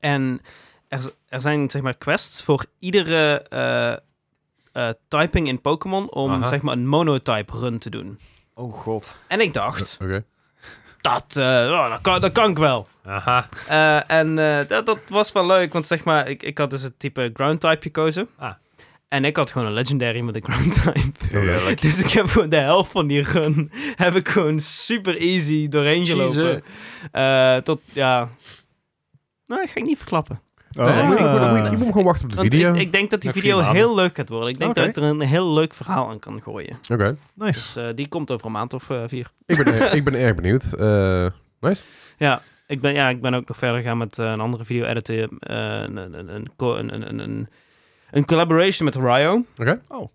En er, z- er zijn zeg maar quests voor iedere eh, eh, typing in Pokémon om
Aha.
zeg maar een monotype run te doen.
Oh god.
En ik dacht,
Oké.
dat, eh, oh, dat, kan, dat kan ik wel.
Aha.
Eh, en eh, dat, dat was wel leuk, want zeg maar, ik, ik had dus het type ground type gekozen.
Ah.
En ik had gewoon een legendary met een ground type.
Tuurlijk.
Dus ik heb gewoon de helft van die run heb ik gewoon super easy doorheen gelopen.
Jezus.
Eh, tot, ja... Nou, dat ga ik niet verklappen.
Oh.
Nee, je moet- je moet- je moet- je moet gewoon wachten op de
Want
video.
Ik, ik denk dat die
Nog
video
vier maanden.
heel leuk gaat worden. Ik denk
Oké.
dat ik er een heel leuk verhaal aan kan gooien.
Oké.
Nice.
Dus eh, die komt over een maand of eh, vier.
Ik, ben, ik ben erg benieuwd. Eh,
Ja, ik ben, ja, ik ben ook nog verder gegaan met eh, een andere video editen. eh, een, een, een, een, co- een, een, een- een, een collaboration met Ryo.
Oké.
Oh.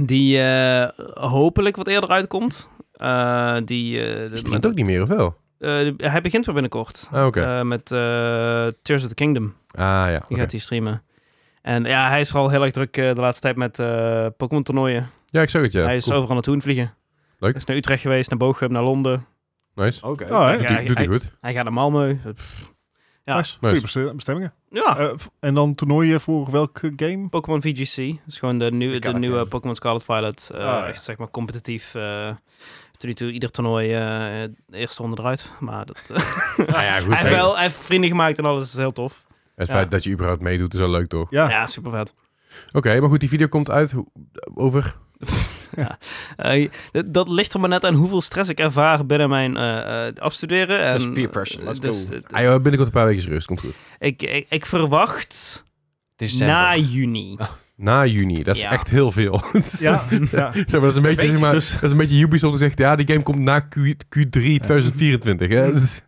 Die eh, hopelijk wat eerder uitkomt. Eh, die, eh,
is
de-
die het ook niet meer, of wel?
eh, hij begint weer binnenkort.
Ah, oké.
Eh, met eh, Tears of the Kingdom.
Ah, ja.
Die
oké.
gaat hij streamen. En ja, hij is vooral heel erg druk eh, de laatste tijd met eh, Pokémon toernooien.
Ja, ik zag het, ja.
hij is
Cool.
overal naartoe aan het vliegen.
Leuk.
Hij is naar Utrecht geweest, naar Bochum, naar Londen.
Nice.
Oké.
Oh, hè?
Ja,
doet, hij- doet hij
hij,
goed.
hij gaat naar Malmö. Pff. Ja,
nice. Goeie beste- bestemmingen.
ja.
Ah.
Eh, v- en dan toernooien voor welke game?
Pokémon VGC. Dat is gewoon de, nieuwe, de
Elkaar,
nieuwe
ja.
Pokémon Scarlet Violet. Eh,
Ah, ja.
Echt zeg maar competitief. eh tot nu toe ieder toernooi eh, de eerste ronde eruit. Maar dat,
Nou ja, goed.
hij, heeft
hey.
wel, hij heeft vrienden gemaakt en alles. Dat is heel tof.
Het
ja.
feit dat je überhaupt meedoet is wel leuk, toch?
Ja.
Ja, super vet.
Oké, maar goed, die video komt uit hoe- over...
Eh, dat ligt er maar net aan hoeveel stress ik ervaar binnen mijn eh, eh, afstuderen.
Het is
En,
peer pressure,
eh,
let's
dus,
go.
eh,
Ah, joh, binnenkort een paar weken rust, komt goed.
ik, ik, ik verwacht
December. Oh,
na juni.
Na juni, dat is
Ja.
echt heel veel.
Ja. ja.
Zeg maar, dat is een beetje, zeg maar,
dus-
dat is een beetje Ubisoft die zegt, ja, die game komt na Q, Q3 2024. Hè? Dat is-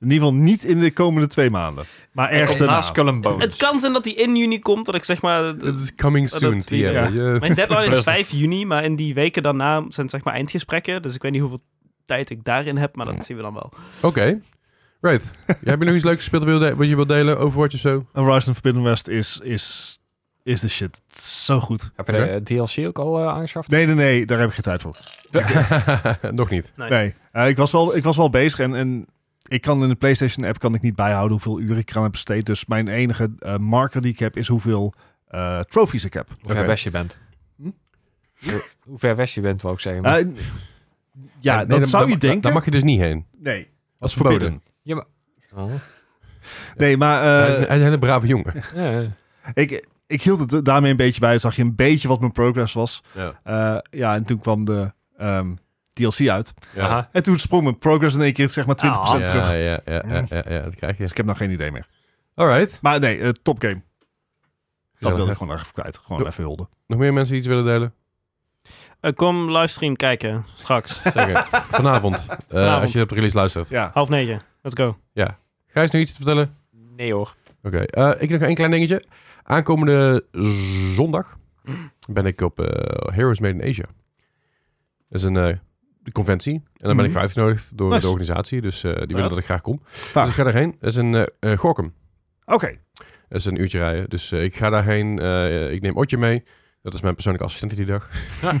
In ieder geval niet in de komende twee maanden. Maar ergens daarna.
Na Skull and Bones.
Het kan zijn dat die in juni komt. Dat ik zeg maar...
Dat is coming
dat
soon, TM.
tweede.
Ja.
Mijn deadline is
Plus dat-
5 juni, maar in die weken daarna zijn zeg maar eindgesprekken. Dus ik weet niet hoeveel tijd ik daarin heb, maar dat zien we dan wel.
Eh, Oké. Right. Jij hebt nog iets leuks gespeeld wil de- wat je wilt delen? Overwatch of zo?
Horizon Forbidden West is, is, is de shit. Het is Zo goed.
Heb je de eh, DLC ook al eh, aangeschaft?
Nee, nee, nee, daar heb ik geen tijd voor.
nog niet.
Nee, Eh, ik, was wel, ik was wel bezig en, en ik kan in de PlayStation app kan ik niet bijhouden hoeveel uren ik aan heb besteed. Dus mijn enige eh, marker die ik heb is hoeveel eh trophies ik heb.
Hoe ver
Oké.
west je bent.
Hm?
Hoe- Hoe ver west je bent, wou ik zeggen. maar-
Eh, n- ja,
En-
dat
dan-
zou
dan-
je denken.
Daar mag je dus niet heen.
nee,
Dat is verboden.
Ja, maar... Oh.
Nee, maar eh,
hij, is een, hij is een hele brave jongen.
Ja, ja.
ik, ik hield het eh, daarmee een beetje bij. Dan zag je een beetje wat mijn progress was.
Ja.
Eh, ja, en toen kwam de ehm, DLC uit.
Ja.
Aha.
En toen sprong mijn progress in één keer zeg maar 20%
Ah, Ja,
terug.
ja, ja, ja, ja, ja, ja, dat krijg
Dus
je.
ik heb nog geen idee meer.
Alright.
Maar nee, eh, top game. Dat
Gezellig.
wilde ik gewoon even kwijt. Gewoon
Doe-
even hulden.
Nog meer mensen iets willen delen?
Eh, kom livestream kijken, straks.
Zeker. Vanavond, eh,
Vanavond.
als je op de release luistert.
Ja.
Half negen, let's go.
Gijs, nog iets te vertellen?
Nee hoor.
Oké, eh, ik nog één klein dingetje. Aankomende zondag ben ik op eh, Heroes Made in Asia. Dat is een eh, conventie. En daar ben ik
Mhm.
voor uitgenodigd door
Nice.
de organisatie. Dus eh, die willen dat ik graag kom. Dus
Vaag.
ik ga daarheen. Dat is een eh eh, Gorkum.
Oké.
Dat is een uurtje rijden. Dus eh, ik ga daarheen. Eh, ik neem Otje mee. Dat is mijn persoonlijke assistent die dag. Oftewel,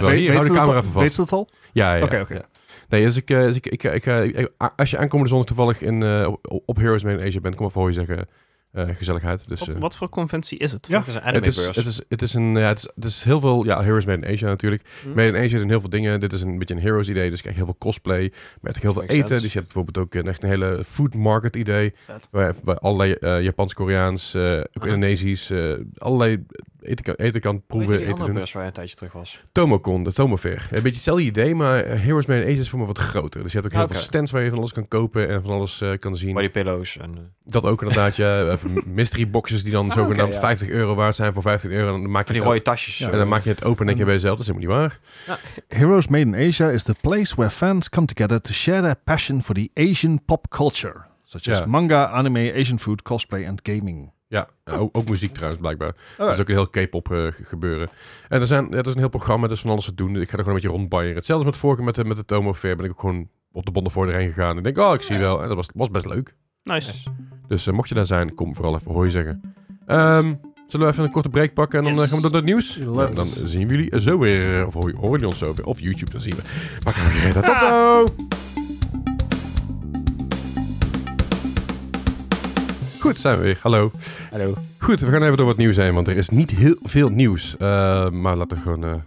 hier, hou
weet
de
ze dat
camera
al-
even vast.
Weet ze dat al?
Ja, ja.
Oké,
ja.
oké.
Ja. Nee, dus ik, eh, dus ik, ik, ik, eh, ik- a- als je aankomende zondag toevallig in, eh, op, op Heroes Made in Asia bent, kom even hoor je zeggen eh, gezelligheid. Dus,
Wat,
eh,
wat voor conventie is het?
Ja.
Het is een
het is,
animebeurs.
het, is, het is een, ja, het is, het is heel veel, ja, Heroes Made in Asia natuurlijk.
Hm?
Mhm.
Made in Asia doen heel veel dingen. Dit is een beetje een Heroes idee, dus je krijgt heel veel cosplay. Met ook heel veel
Makes
eten,
sense.
dus je hebt bijvoorbeeld ook een, echt een hele food market idee.
Vet.
Waar, waar allerlei eh, Japans, Koreaans, eh, ook
Aha.
Indonesisch, eh, allerlei eten kan, eten kan
Hoe heette
proeven,
die
eten
andere
doen.
beurs waar je een tijdje terug was?
Tomocon, de Tomofair. Een beetje hetzelfde idee, maar eh, Heroes Made in Asia is voor me wat groter. Dus je hebt ook heel
Oké.
veel stands waar je van alles kan kopen en van alles eh, kan zien.
Waar die pillows en... eh,
Dat ook inderdaad, ja. Even mystery boxes die dan zogenaamd
Ah, ja.
50 euro waard zijn voor 15 euro. En dan maak je
van die
het
rode Mhm. tasjes. eh,
Ja.
zo.
en dan maak je het open en denk je bij jezelf, dat is helemaal niet waar.
Heroes Made in Asia is the place where fans come together to share their passion for the Asian pop culture. Such as
Ja.
manga, anime, Asian food, cosplay and gaming.
Ja, eh, ook, ook muziek trouwens, blijkbaar. Dat is
Alright.
ook een heel K-pop eh, ge- gebeuren. En er zijn, het is een heel programma, dus van alles te doen. Ik ga er gewoon een beetje rondbanjeren. Hetzelfde als met vorige met, de- met de Tomo Fair ben ik ook gewoon op de Bonnevoort erheen gegaan. Ik denk, oh, ik zie wel. En dat was, was best leuk.
Nice.
Yes.
Dus eh, mocht je daar zijn, kom vooral even hooi zeggen. Ehm, zullen we even een korte break pakken en dan
Yes.
eh, gaan we door naar het nieuws?
Let's.
Nou, dan zien we jullie zo weer. eh, Of hoor je- horen jullie ons zo weer. Of YouTube, dan zien we. Maar kan ik redden. Tot zo! Goed, zijn we weer. Hallo.
Hallo.
Goed, we gaan even door wat nieuws heen, want er is niet heel veel nieuws. Eh, maar laten we gewoon... eh,
Laten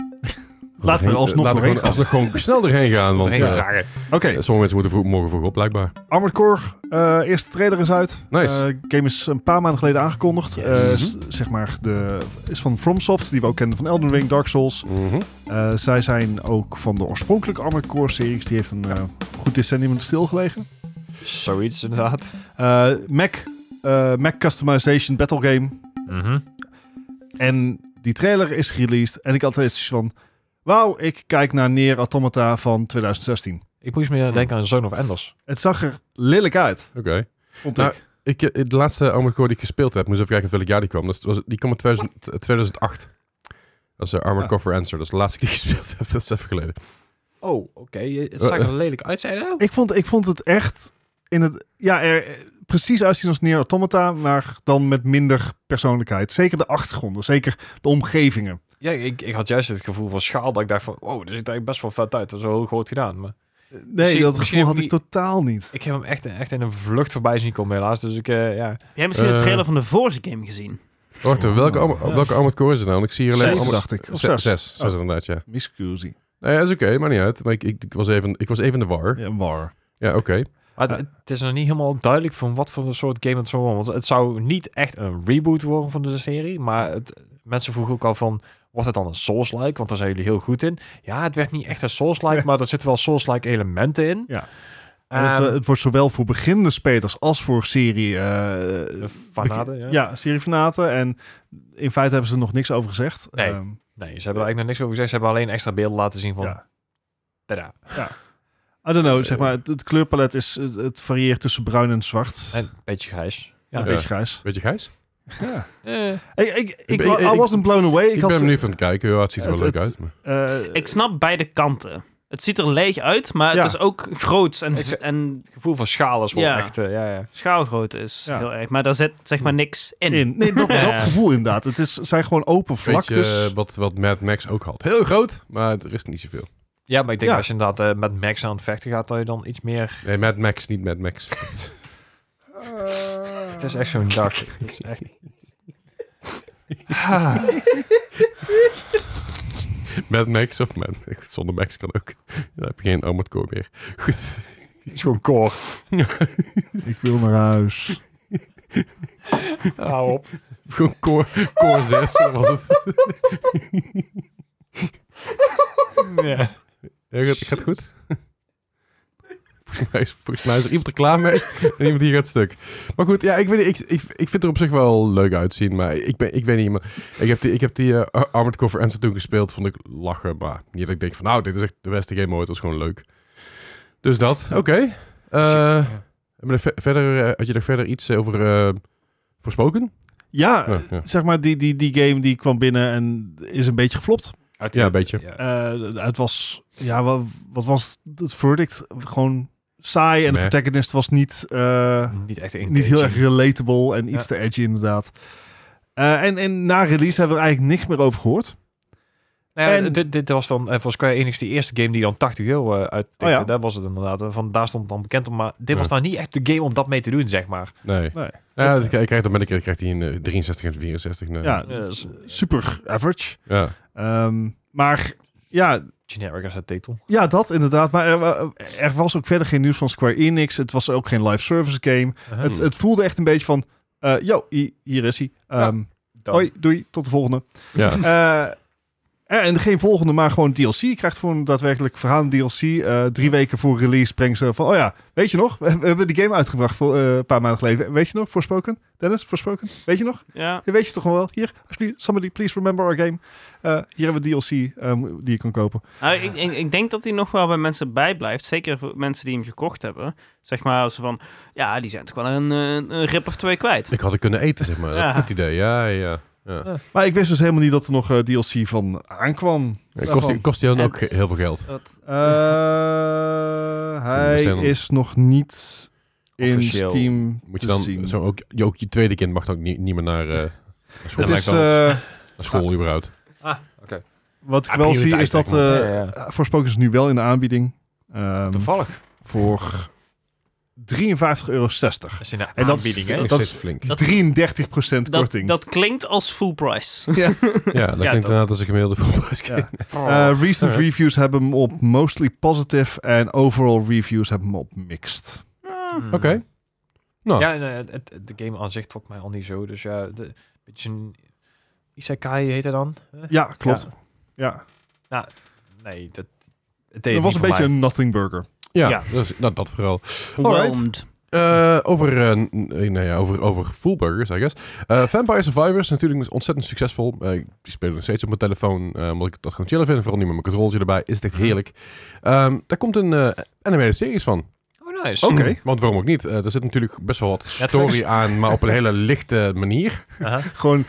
we er
heen-
alsnog
laten we
doorheen
gewoon, alsnog gewoon snel doorheen gaan, want
Doorheen
eh,
raar.
Oké,
sommige mensen moeten vroeg, morgen vroeg op, blijkbaar.
Armored Core, eh, eerste trailer is uit.
Nice.
Eh, game is een paar maanden geleden aangekondigd.
Yes.
Eh, s- zeg maar, de, is van FromSoft, die we ook kennen van Elden Ring, Dark Souls.
Mhm.
Eh, zij zijn ook van de oorspronkelijke Armored Core series. Die heeft een eh, goed decennium stilgelegen.
Zoiets inderdaad.
Eh, Mac, eh, Mac Customization Battle Game.
Mhm.
En die trailer is gereleased. En ik had altijd zoiets van... Wauw, ik kijk naar Neer Automata van 2016.
Ik moest meer denken aan Zone of Enders.
Het zag er lelijk uit,
Oké.
vond
Nou,
ik.
Ik, eh, de laatste Armored Core die ik gespeeld heb, moest even kijken welk jaar die kwam. Dat was, die kwam in 2000, eh, 2008. Dat is eh, Armored
Ah.
Core for Answer. Dat is de laatste keer die ik gespeeld heb. Dat is even geleden.
Oh, oké. Het zag er lelijk uit, zei je?
Ik vond, ik vond het echt... In het, ja, er, eh, precies uitzien als Neer Automata, maar dan met minder persoonlijkheid. Zeker de achtergronden, zeker de omgevingen.
Ja, ik, ik had juist het gevoel van schaal dat ik dacht van, wow, er ziet eigenlijk best wel vet uit. Dat is wel heel groot gedaan. Maar
Eh, Nee,
Misschien-
dat
misschien
gevoel had ik
heb ik
totaal niet.
ik heb hem echt, echt in een vlucht voorbij zien komen helaas. Dus ik, eh, ja.
Jij hebt misschien
Eh.
de trailer van de vorige game gezien.
Oh, Wacht even, welke, Armo-
Ja.
welke Armored Core is het nou? Want ik zie hier alleen...
Zes,
Armored-
dacht ik. Of
Zes.
zes.
Zes, zes
Oh.
inderdaad, ja.
Miscusi.
Nou ja, is oké, maar niet uit. Maar ik, ik, ik was, even, ik was even in de war. Ja,
Ja, war.
oké.
Maar het, het is nog niet helemaal duidelijk van wat voor een soort game het zou worden. Want het zou niet echt een reboot worden van de serie. Maar het, mensen vroegen ook al van, wordt het dan een Souls-like? Want daar zijn jullie heel goed in. Ja, het werd niet echt een Souls-like, maar er zitten wel Souls-like elementen in.
Ja. En
Ehm,
het, eh, het wordt zowel voor beginnende spelers als voor serie...
de
eh
fanaten, ja.
ja, seriefanaten. En in feite hebben ze er nog niks over gezegd.
Nee.
Ehm,
Nee, ze hebben er eigenlijk nog niks over gezegd. Ze hebben alleen extra beelden laten zien van,
Ja.
tada.
I don't
Eh,
know, zeg maar, het, het kleurpalet is, het, het varieert tussen bruin en zwart.
En een beetje grijs.
Een
Ja.
beetje grijs.
Weet je, Gijs?
Eh.
Ik, ik, ik,
ben-
wa-
ik-
I wasn't blown away. Ik,
Ik,
had
ben
zo-
nu van het kijken. Ja, het ziet er wel
Het-
leuk
het-
uit. Maar...
eh,
Ik snap beide kanten. Het ziet er leeg uit, maar
Ja.
het is ook groots en,
Ik-
en
Het gevoel van schaal is wel
Ja.
echt... eh, ja, ja.
schaalgroot is
Ja.
heel erg. Maar daar zit zeg maar niks in.
in. Nee, dat,
Ja.
dat gevoel inderdaad. Het is, zijn gewoon open
Weet
vlaktes.
je, eh, wat, wat Mad Max ook had. Heel groot, maar er is niet zoveel.
ja, maar ik denk
Ja.
als je inderdaad eh, met Max aan het vechten gaat, dat je dan iets meer...
Nee, Mad Max, niet Mad Max.
Het is echt zo'n dag. Het is echt... Ah.
Mad Max of Mad Max. Zonder Max kan ook. Dan heb je geen Armored Core meer. Goed.
Het is gewoon koor.
Ik wil naar huis.
Hou op.
Gewoon Core, core 6 zo was het.
Ja.
Ja, gaat, gaat goed? Volgens mij, is, volgens mij is er iemand er klaar mee en iemand die gaat stuk. Maar goed, ja, ik, weet, niet, ik, ik, ik vind het er op zich wel leuk uitzien, maar ik, ben, ik weet niet. Maar ik heb die, ik heb die eh, Ar- Armored Cover Answer toen gespeeld, vond ik lachen. Maar niet dat ik denk van, nou, dit is echt de beste game ooit, dat is gewoon leuk. Dus dat, oké. Eh, hebben we ver- verder, eh, had je er verder iets eh, over eh, voorspoken?
Ja,
Ja, ja.
zeg maar, die, die, die game die kwam binnen en is een beetje geflopt.
Ja, een beetje.
Ja.
Eh, het was, ja, wat, wat was het verdict? Gewoon saai en
Meh.
de protagonist was niet, eh,
Niet echt
niet heel erg relatable en iets
Ja.
te edgy inderdaad. Eh, en, en na release hebben we er eigenlijk niks meer over gehoord.
Nou ja,
En-
dit, dit was dan eh, volgens Square Enix die eerste game die dan 80 euro eh uittikte.
Oh ja.
Daar was het inderdaad. eh, Van daar stond dan bekend om. Maar dit was
Ja.
nou niet echt de game om dat mee te doen, zeg maar.
Nee.
Nee.
Ja, dus ik, ik krijg dan ben ik, ik krijg die in eh, 63 en 64. Nee.
Ja,
dat is-
super average.
ja.
Ehm, maar ja,
Generic als het titel.
Ja, dat inderdaad. Maar er, wa- er was ook verder geen nieuws van Square Enix. Het was ook geen live service game. Het,
Hm.
het voelde echt een beetje van... eh, Yo, hi- hier is hij. Ehm,
Dan.
Hoi, doei, tot de volgende.
ja.
Eh, en geen volgende, maar gewoon DLC. Je krijgt voor een daadwerkelijk verhaal een DLC. Eh, drie weken voor release brengen ze van... Oh ja, weet je nog? We, we hebben die game uitgebracht voor, eh, een paar maanden geleden. Weet je nog? Voorspoken? Dennis, voorspoken? Weet je nog?
Ja.
Ja, weet je toch nog wel? Hier, alsjeblieft, somebody please remember our game. Eh, hier hebben we DLC ehm, die je kan kopen.
Nou, ik, ik, ik denk dat hij nog wel bij mensen bijblijft. Zeker voor mensen die hem gekocht hebben. Zeg maar als ze van, ja, die zijn toch wel een, eh, een rip of twee kwijt.
Ik had er kunnen eten, zeg maar.
Ja.
Dat, dat idee, ja, Eh, ja. ja.
Maar ik wist dus helemaal niet dat er nog eh, DLC van aankwam.
Eh, Kost, die- kost die dan
En-
ook ge- heel veel geld?
Dat,
Eh, hij
zijn dan-
is nog niet in
Officieel.
Steam
Moet je
te
dan
zien.
zo ook, je, ook je tweede kind mag dan ook niet, niet meer naar, eh, naar school,
Het
Ja,
is,
lijkt wel-
eh,
naar school überhaupt.
wat ik
Ah,
wel zie is
prioriteit,
dat
zeg maar.
eh
Ja, ja.
Forspoken is nu wel in de aanbieding. Ehm,
Toevallig.
Voor 53,60 euro.
Dat is in de
En dat is-
aanbieding, hè?
dat
Dat
is-
is flink.
Dat-
33%
dat,
korting.
dat klinkt als full price.
ja, dat klinkt
toch.
inderdaad als een gemiddelde voetbalprijs.
Ja. Eh, recent
Alright.
reviews hebben hem op mostly positive en overall reviews hebben hem op mixed.
Hmm.
Oké. Nou.
Ja, en, eh, het, het- de game aan zich trok mij al niet zo. Dus ja, de, beetje een... Isekai heet hij dan? Eh?
Ja, klopt. Ja.
Nee, dat... Het
Dat was een beetje een nothing burger.
Ja,
Ja.
Dat, is- dat, dat vooral.
Overwhelmed.
Eh, over, eh, n- nee, nou ja, over, over fullburgers, I guess. Eh, Vampire Survivors natuurlijk ontzettend succesvol. Eh, ik speel nog steeds op mijn telefoon, eh, omdat ik dat gewoon chillen vind. en Vooral nu met mijn controltje erbij. Is het echt heerlijk. Ehm, daar komt een eh animated series van.
Oh, nice.
Oké.
Want waarom ook niet? Eh, er zit natuurlijk best wel wat
Netflix.
story aan, maar op een hele lichte manier.
Aha.
Gewoon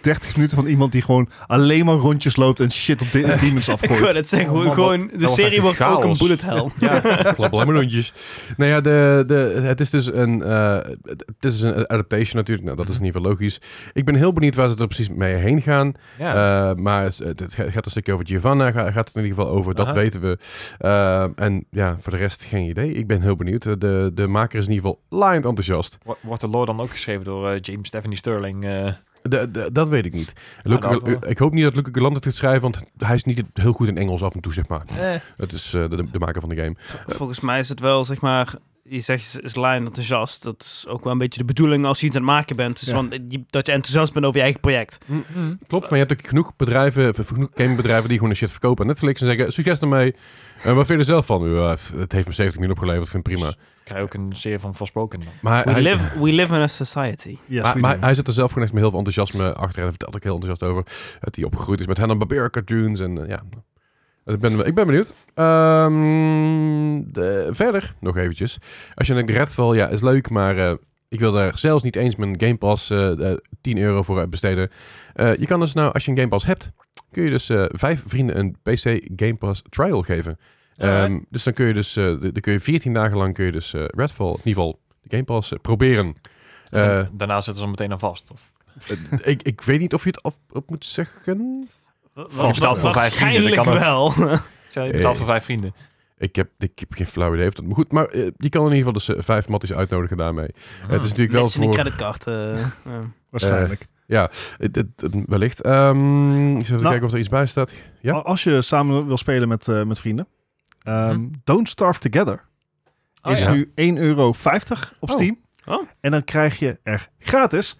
30 minuten van iemand die gewoon alleen maar rondjes loopt en shit op de demons
Ik wou
afgooit.
dat zeggen,
Oh, man,
gewoon,
wat-
gewoon- de
dat was echt
serie
een
wordt ook een
chaos.
bullet hell.
Klap alleen maar lontjes. Nou ja, de, de, het is dus een, eh, het is dus een adaptation natuurlijk. Nou, dat is in ieder geval logisch. Ik ben heel benieuwd waar ze er precies mee heen gaan.
Ja.
Eh, maar het het gaat gaat een stukje over Giovanna, ga- gaat het in ieder geval over, dat
Aha.
weten we. Eh, en ja, voor de rest geen idee. Ik ben heel benieuwd. De, de maker is in ieder geval laaiend enthousiast.
Wo- Wordt de lore dan ook geschreven door eh, James Stephanie Sterling? eh?
De, de- dat weet ik niet. Luca-
dat wel.
ik hoop niet dat Luca Galant het gaat schrijven, want hij is niet heel goed in Engels af en toe, zeg maar.
Eh,
Het is eh, de, de maker van de game.
Volgens mij is het wel, zeg maar, je zegt is- is line enthousiast. Dat is ook wel een beetje de bedoeling als je iets aan het maken bent. Dus
Ja.
van, je- dat je enthousiast bent over je eigen project.
Klopt, maar je hebt ook genoeg bedrijven, of genoeg gamebedrijven die gewoon de shit verkopen aan Netflix en zeggen, succes ermee. En wat vind je er zelf van? Ja, het heeft me 70 miljoen opgeleverd, ik vind het prima.
krijg ook een serie van Forspoken dan.
Maar,
We
hij,
live, we live in a society.
Yes,
maar,
we
maar
do.
hij zit er zelf gewoon echt met heel veel enthousiasme achter en hij vertelt ook heel enthousiast over. Dat hij opgegroeid is met Hanna-Barbera cartoons en eh, ja. Ik ben, ik ben benieuwd. Ehm, de- verder, nog eventjes. Als je denkt, Redfall, ja, is leuk, maar eh, ik wil daar zelfs niet eens mijn Game Pass eh, eh, 10 euro voor eh, besteden. Eh, je kan dus nou, als je een Game Pass hebt, kun je dus eh, vijf vrienden een PC Game Pass trial geven. Ehm,
Alright.
dus dan kun je dus, eh, de- dan kun je 14 dagen lang kun je dus eh, Redfall, in ieder geval de Game Pass, eh, proberen. Eh,
Da- Daarna zitten ze er meteen aan vast. Of,
ik, ik weet niet of je het af, op moet zeggen.
je betaalt voor vijf
Waarschijnlijk
vrienden, dat kan ook.
wel.
Ja, je betaalt
Eh.
voor vijf vrienden.
Ik heb, ik heb geen flauw idee of dat... Maar goed, maar eh, je kan in ieder geval dus eh, vijf matties uitnodigen daarmee. Eh, het is natuurlijk wel
Ah, Mensen een
voor...
creditcard. eh, ja.
waarschijnlijk.
eh, dit- eh, wellicht. Ehm ik zal even kijken of er iets bij staat. Oh, Ja?
Al- Als je samen wil spelen met, eh, met vrienden. ehm, Don't Starve Together
Hm? Oh,
is
ja.
nu 1,50 euro op
Oh.
Steam.
Oh.
En dan krijg je er gratis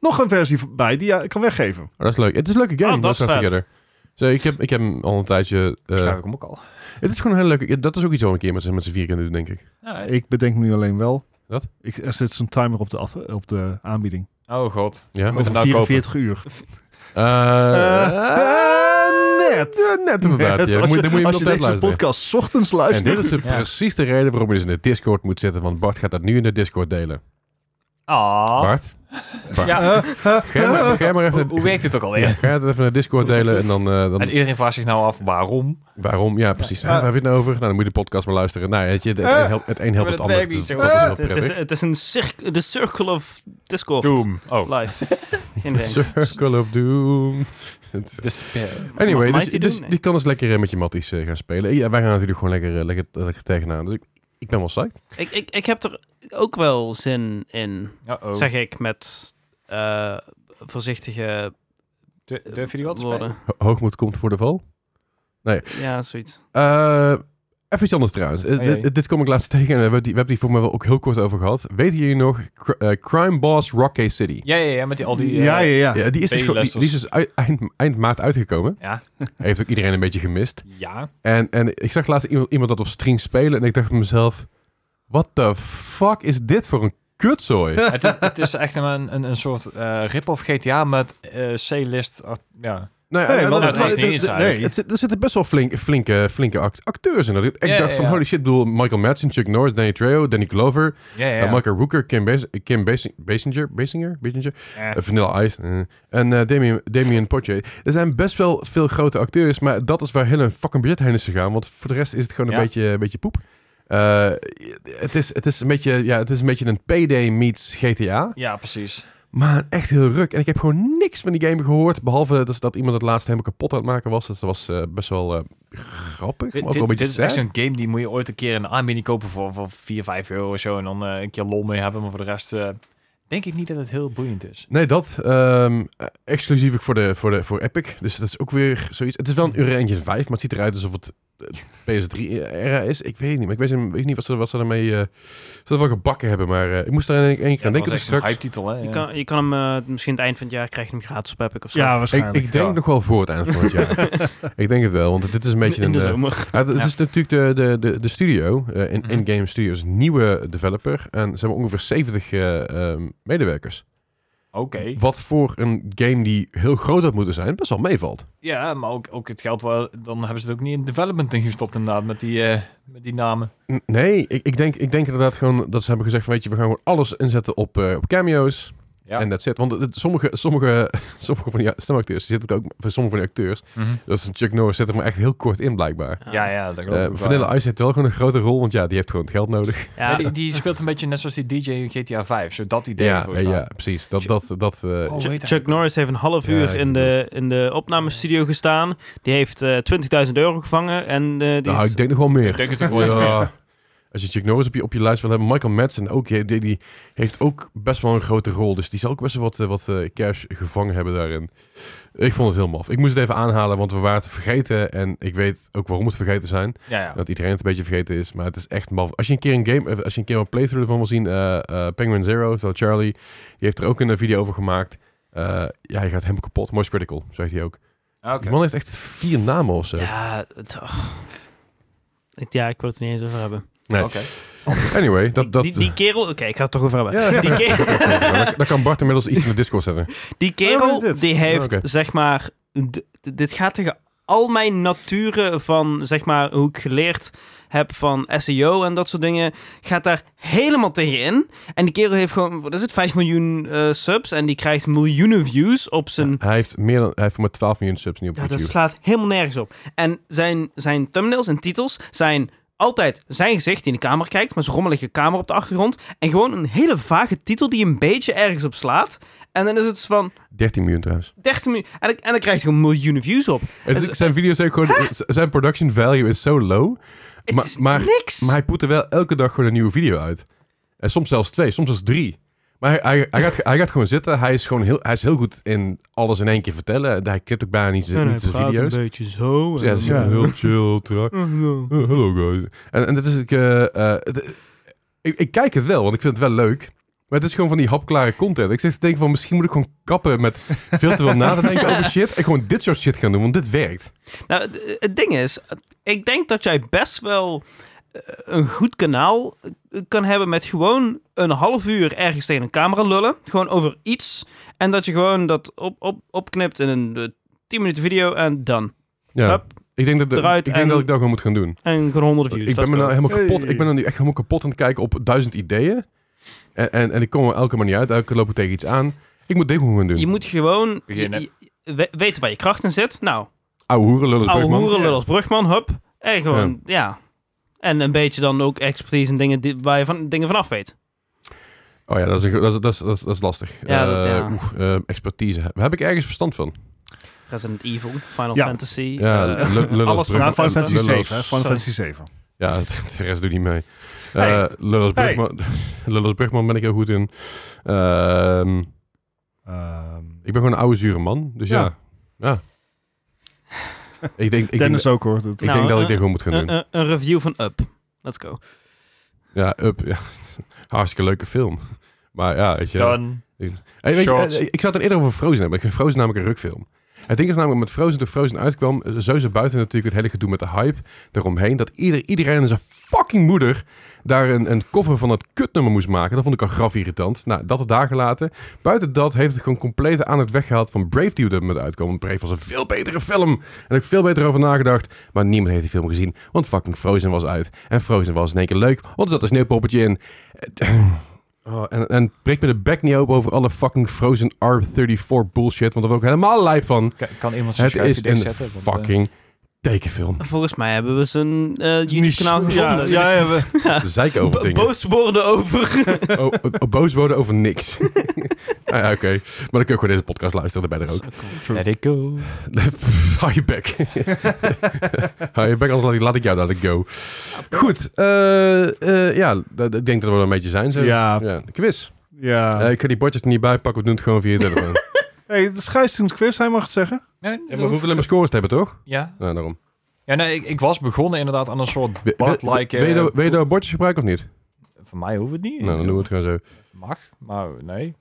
nog een versie bij die je kan weggeven.
Oh, dat is leuk. Het is een leuke game.
Oh, dat is
Let's Have
vet.
Together. Dus, eh, ik, heb, ik heb hem al een tijdje... eh,
Waarschijnlijk hem ook al.
het is gewoon een hele leuke... Dat is ook iets wat we een keer met, z'n- met z'n vier kunnen doen, denk ik.
Ik bedenk me nu alleen wel.
Wat?
Ik, er zit zo'n timer op de, af, op de aanbieding.
Oh god.
Ja?
Moet je
Over
nou kopen?
44 uur.
Eh,
Eh, net.
eh, net inderdaad.
Net,
ja.
als
Moet- Dan moet je hem
als
op
je
tijd
deze
luisteren.
podcast 's ochtends
En
luistert.
dit is
Ja.
precies de reden waarom je dus in de Discord moet zitten. Want Bart gaat dat nu in de Discord delen.
Ah.
Bart? Bart?
Ja.
Ga jij maar, ga jij maar
Hoe,
even...
hoe werkt dit ook alweer?
Ja, ga je dat even naar Discord delen en dan, eh,
En
dan
iedereen vraagt zich nou af waarom.
waarom? Ja, precies. Ah, waar heb je het nou over? Nou, dan moet je de podcast maar luisteren. Nou, weet je, het, het, helpt- het een helpt het
dat
ander.
werkt niet,
Dus
zeg
dat is
maar.
wel
Het is, eh,
prettig.
het is een cirkel, de circle of Discord.
Doom. Oh.
Live. Geen idee.
Circle of Doom.
Dus, ja.
Anyway,
Dus Mag
dus,
ik die
dus
doen? Nee.
die kan dus lekker eh, met je matties eh, gaan spelen. Ja, wij gaan natuurlijk gewoon lekker, eh, lekker, lekker tegenaan. Dus ik, ik ben wel psyched.
ik, ik, ik heb er ook wel zin in,
Uh-oh.
Oh.
zeg ik met eh, voorzichtige
Du- Durf je die wel te spelen?
eh, woorden.
Ho- Hoogmoed komt voor de val.
Ja, zoiets.
Eh, even iets anders trouwens. Eh,
Oh, jee.
dit, dit kom ik laatst tegen en we hebben die- we hebben die voor mij wel ook heel kort over gehad. Weten jullie nog Cr- eh, Crime Boss Rocky City?
Ja, ja, ja, met die, al die... eh,
ja, ja, ja.
Ja, die is dus, gewoon- die, die is dus ui- eind, eind maart uitgekomen.
Ja.
Heeft ook iedereen een beetje gemist.
ja.
En, en ik zag laatst iemand, iemand dat op stream spelen en ik dacht bij mezelf... What the fuck is dit voor een kutzooi?
het, is, het is echt een, een, een soort eh rip-off GTA met eh, C-list. art- ja.
Nee,
Nee, want
het was niet eens eigenlijk.
nee, het zit- er zitten best wel flink, flinke, flinke act- acteurs in. dat. Ik
Ja,
dacht
ja,
van,
ja.
holy shit, ik bedoel, Michael Madsen, Chuck Norris, Danny Trejo, Danny Glover,
Ja, ja,
eh,
ja.
Michael Rooker, Kim, Bas Kim Basi- Basinger, Basinger, Basinger,
Ja.
Eh, Vanilla Ice eh. en eh, Damien, Damien Potje. Er zijn best wel veel grote acteurs, maar dat is waar heel hun fucking budget heen is gegaan, want voor de rest is het gewoon een,
Ja.
beetje, een beetje poep. Eh, het, is, het, is een beetje, ja, het is een beetje een PD meets GTA.
ja, precies.
Maar echt heel ruk. En ik heb gewoon niks van die game gehoord. Behalve dus dat iemand het laatst helemaal kapot aan het maken was. Dus dat was eh, best wel eh, grappig. Maar
Dit,
ook wel een
dit
beetje
is echt
sad.
zo'n game die moet je ooit een keer in de aanbieding kopen voor, voor 4, 5 euro of zo. En dan eh, een keer lol mee hebben. Maar voor de rest eh, denk ik niet dat het heel boeiend is.
Nee, dat. ehm, eh, exclusief ook voor, de, voor, de, voor Epic. Dus dat is ook weer zoiets. Het is wel een Unreal Engine 5, maar het ziet eruit alsof het het PS3-era is. Ik weet het niet. Maar ik weet, niet- weet niet wat ze, wat ze ermee... eh ze er wel gebakken hebben. Maar eh, ik moest daar in één- één keer
Ja,
aan
het
denken.
was
Dus
echt een
straks...
hype titel, hè?
Je
ja.
kan, je kan hem eh, misschien het eind van het jaar krijg je hem gratis op Epic of zo.
Ja,
Ik,
waarschijnlijk.
ik denk
ja.
nog wel voor het eind van het jaar. ik denk het wel, want dit is een beetje
in de
een... eh,
zomer.
Ja, het het
Ja.
is natuurlijk de, de, de, de studio, eh, in,
Mhm.
in-game studios, nieuwe developer. En ze hebben ongeveer 70 eh, ehm, medewerkers.
Oké.
Wat voor een game die heel groot had moeten zijn, best wel meevalt.
Ja, maar ook, ook het geld, wel, dan hebben ze het ook niet in development in gestopt inderdaad, met die, eh, met die namen.
N- Nee, ik, ik, denk, ik denk inderdaad gewoon dat ze hebben gezegd van, weet je, we gaan gewoon alles inzetten op, eh, op cameo's.
Ja.
En that's it. Want het- het- sommige, sommige, sommige van die stemacteurs, die zitten ook, van sommige van die acteurs,
Mhm.
dat is Chuck Norris, zit er maar echt heel kort in blijkbaar.
Ja, ja, dat geloof
Eh
ik wel.
Vanilla Ice heeft wel gewoon een grote rol, want ja, die heeft gewoon het geld nodig.
Ja,
Ja,
die, die speelt een beetje net zoals die DJ in GTA 5, zo dat idee.
Ja,
volgens
eh,
mij.
ja, precies. Dat, dat, dat, eh,
Oh,
Chu-
weet hij.
Chuck Norris heeft een half
Ja, ik
uur
weet
in, de, in de opnamestudio gestaan. Die heeft eh 20.000 euro gevangen. En eh die
nou,
is-
ik denk nog wel
Ik
meer.
denk het ook wel eens meer.
Ja. Als je Chuck Norris op je, op je lijst wil hebben, Michael Madsen ook, die, die- die heeft ook best wel een grote rol. Dus die zal ook best wel wat, eh, wat eh, cash gevangen hebben daarin. Ik vond het heel maf. Ik moest het even aanhalen, want we waren het vergeten. En ik weet ook waarom het vergeten zijn.
Ja, ja.
Dat iedereen het een beetje vergeten is, maar het is echt maf. Als je een keer een game, eh, als je een keer een playthrough ervan wil zien, eh, eh, Penguin Zero, oftewel Charlie, die heeft er ook een eh, video over gemaakt. Eh, ja, je gaat hem kapot. Moist Critical, zegt hij ook.
Ah, oké.
Die man heeft echt vier namen of zo.
Ja, het- oh. Ik- ja, ik wil het er niet eens over hebben.
Nee.
Oké.
Anyway, dat... dat
die, die kerel... Oké, ik ga het toch over hebben.
Ja.
Die, ke-
Ja, dan kan Bart inmiddels iets in de Discord zetten.
die
Oh,
kerel,
dit.
die heeft,
Oké.
zeg maar... d- d- dit gaat tegen al mijn naturen van, zeg maar, hoe ik geleerd heb van SEO en dat soort dingen, gaat daar helemaal tegen in. En die kerel heeft gewoon, wat is het, 5 miljoen eh, subs en die krijgt miljoenen views op zijn
Hij heeft, meer dan, hij heeft maar 12 miljoen subs nu op
ja, dat
YouTube.
slaat helemaal nergens op. En zijn, zijn thumbnails en titels zijn altijd zijn gezicht die in de kamer kijkt, met zo'n rommelige kamer op de achtergrond. En gewoon een hele vage titel die een beetje ergens op slaat. En dan is het van
13 miljoen trouwens.
13 miljoen. En, dan- en dan krijg je gewoon miljoenen views op.
Het is,
Het-
zijn video's ook gewoon... z- Zijn production value is zo low.
Het
Maar-
is
maar-
niks.
Maar hij poet er wel elke dag gewoon een nieuwe video uit. En soms zelfs twee, soms zelfs drie. Maar hij, hij, hij, gaat, hij gaat gewoon zitten. Hij is gewoon heel, hij is heel goed in alles in één keer vertellen. Hij knipt ook bijna niet, zijn- niet zijn video's.
beetje zo.
Dus ja, ze
Ja.
zijn heel chill, traag. Eh, Hallo guys. En, en dat is ik, eh, eh, het- ik. Ik kijk het wel, want ik vind het wel leuk. Maar het is gewoon van die hapklare content. Ik zit te denken van misschien moet ik gewoon kappen met veel te veel na te denken over shit. En gewoon dit soort shit gaan doen, want dit werkt.
Nou, het- het ding is, ik denk dat jij best wel eh, een goed kanaal eh, kan hebben met gewoon een half uur ergens tegen een camera lullen. Gewoon over iets. En dat je gewoon dat op, op, opknipt in een eh, 10 minuten video en dan.
Ja.
Hup.
ik denk, dat,
Eruit
ik denk
en-
dat ik dat gewoon moet gaan doen.
En gewoon honderden views.
ik
dat
ben me nou
kan.
helemaal kapot.
Hey.
Ik ben er nu echt helemaal kapot aan het kijken op duizend ideeën. En, en, en ik kom er elke manier uit. Elke keer loop ik tegen iets aan. Ik moet dit gewoon gaan doen.
Je moet gewoon
Beginnen.
je- je- we- weten waar je kracht in zit. Nou,
Oude hoeren lullen.
oude
terug, man.
hoeren, lul als brugman, hup. En gewoon, ja. En een beetje dan ook expertise in dingen die, waar je van, dingen vanaf weet.
Oh ja, dat is, een, dat is, dat is, dat is, dat is lastig.
Ja, dat-
Eh,
ja.
oeh, eh, expertise. Daar heb ik ergens verstand van.
Resident Evil, Final
Ja.
Fantasy.
Ja,
eh,
lul- lul als brugman.
alles vanaf.
Nou, Final Fantasy
Lullo's.
7. hè, Final
Sorry.
Fantasy 7.
Ja, de rest doet niet mee. Eh
Hey.
Lullos
Hey.
Brugman, Lullos Brugman ben ik heel goed in. Ehm, ik ben gewoon een oude zure man. Dus ja.
Ja.
ja. ik denk, ik denk,
Dennis ook hoor. Dat,
ik
Nou,
denk dat ik
eh,
dit gewoon moet gaan doen.
Een, een- een review van Up. Let's go.
Ja, Up. Ja. Hartstikke leuke film. Maar ja, weet je.
Dan.
Hey, weet je,
Short.
eh, ik zou het dan eerder over Frozen hebben. Ik vind Frozen namelijk een rukfilm. Het ding is namelijk met Frozen, toen Frozen uitkwam, eh, sowieso buiten natuurlijk het hele gedoe met de hype eromheen, dat ieder, iedereen en zijn fucking moeder daar een, een cover van het kutnummer moest maken. Dat vond ik al graf irritant. Nou, dat het daar gelaten. Buiten dat heeft het gewoon compleet aan het weggehaald van Brave die op dit moment uitkwam. Want Brave was een veel betere film. En daar heb ik veel beter over nagedacht. Maar niemand heeft die film gezien, want fucking Frozen was uit. En Frozen was in één keer leuk, want er zat een sneeuwpoppetje in. Oh, en, en breek me de bek niet open over alle fucking Frozen R34 bullshit. Want daar ben ik ook helemaal lijp van.
Kan iemand zijn
Het is
schuifje
een
dichtzetten? Want, eh,
fucking tekenfilm.
Volgens mij hebben we zijn eh
Niche.
YouTube-kanaal
Ja,
gevonden.
ja, ja, we-
Zeik over
Bo-
dingen.
boos worden over.
Oh, oh, oh, boos worden over niks. ah, ja, Oké, maar dan kun je gewoon deze podcast luisteren. Dan ben je er ook.
Let it go.
Hou je bek. Hou je bek, anders laat ik, laat ik jou laat ik go.
Ah,
Goed, eh, eh, ja, dat- ik denk dat we er een beetje zijn. Zo.
Nou. Ja.
Ja, quiz.
ja.
Eh, ik ga die bordjes er niet bij pakken. We doen het gewoon via je telefoon.
Hey, het is Gijs toen quiz, hij mag het zeggen.
Nee,
ja, maar we hoeven alleen maar scores te hebben, toch?
Ja,
Nou, daarom.
ja nee, ik, ik was begonnen inderdaad aan een soort
Wil- wil-
bad-like...
wil je
eh,
daar- wil je daar bordjes gebruiken of niet?
Voor mij hoeft het niet.
Nou, dan doen we het gewoon zo.
Mag, maar nee.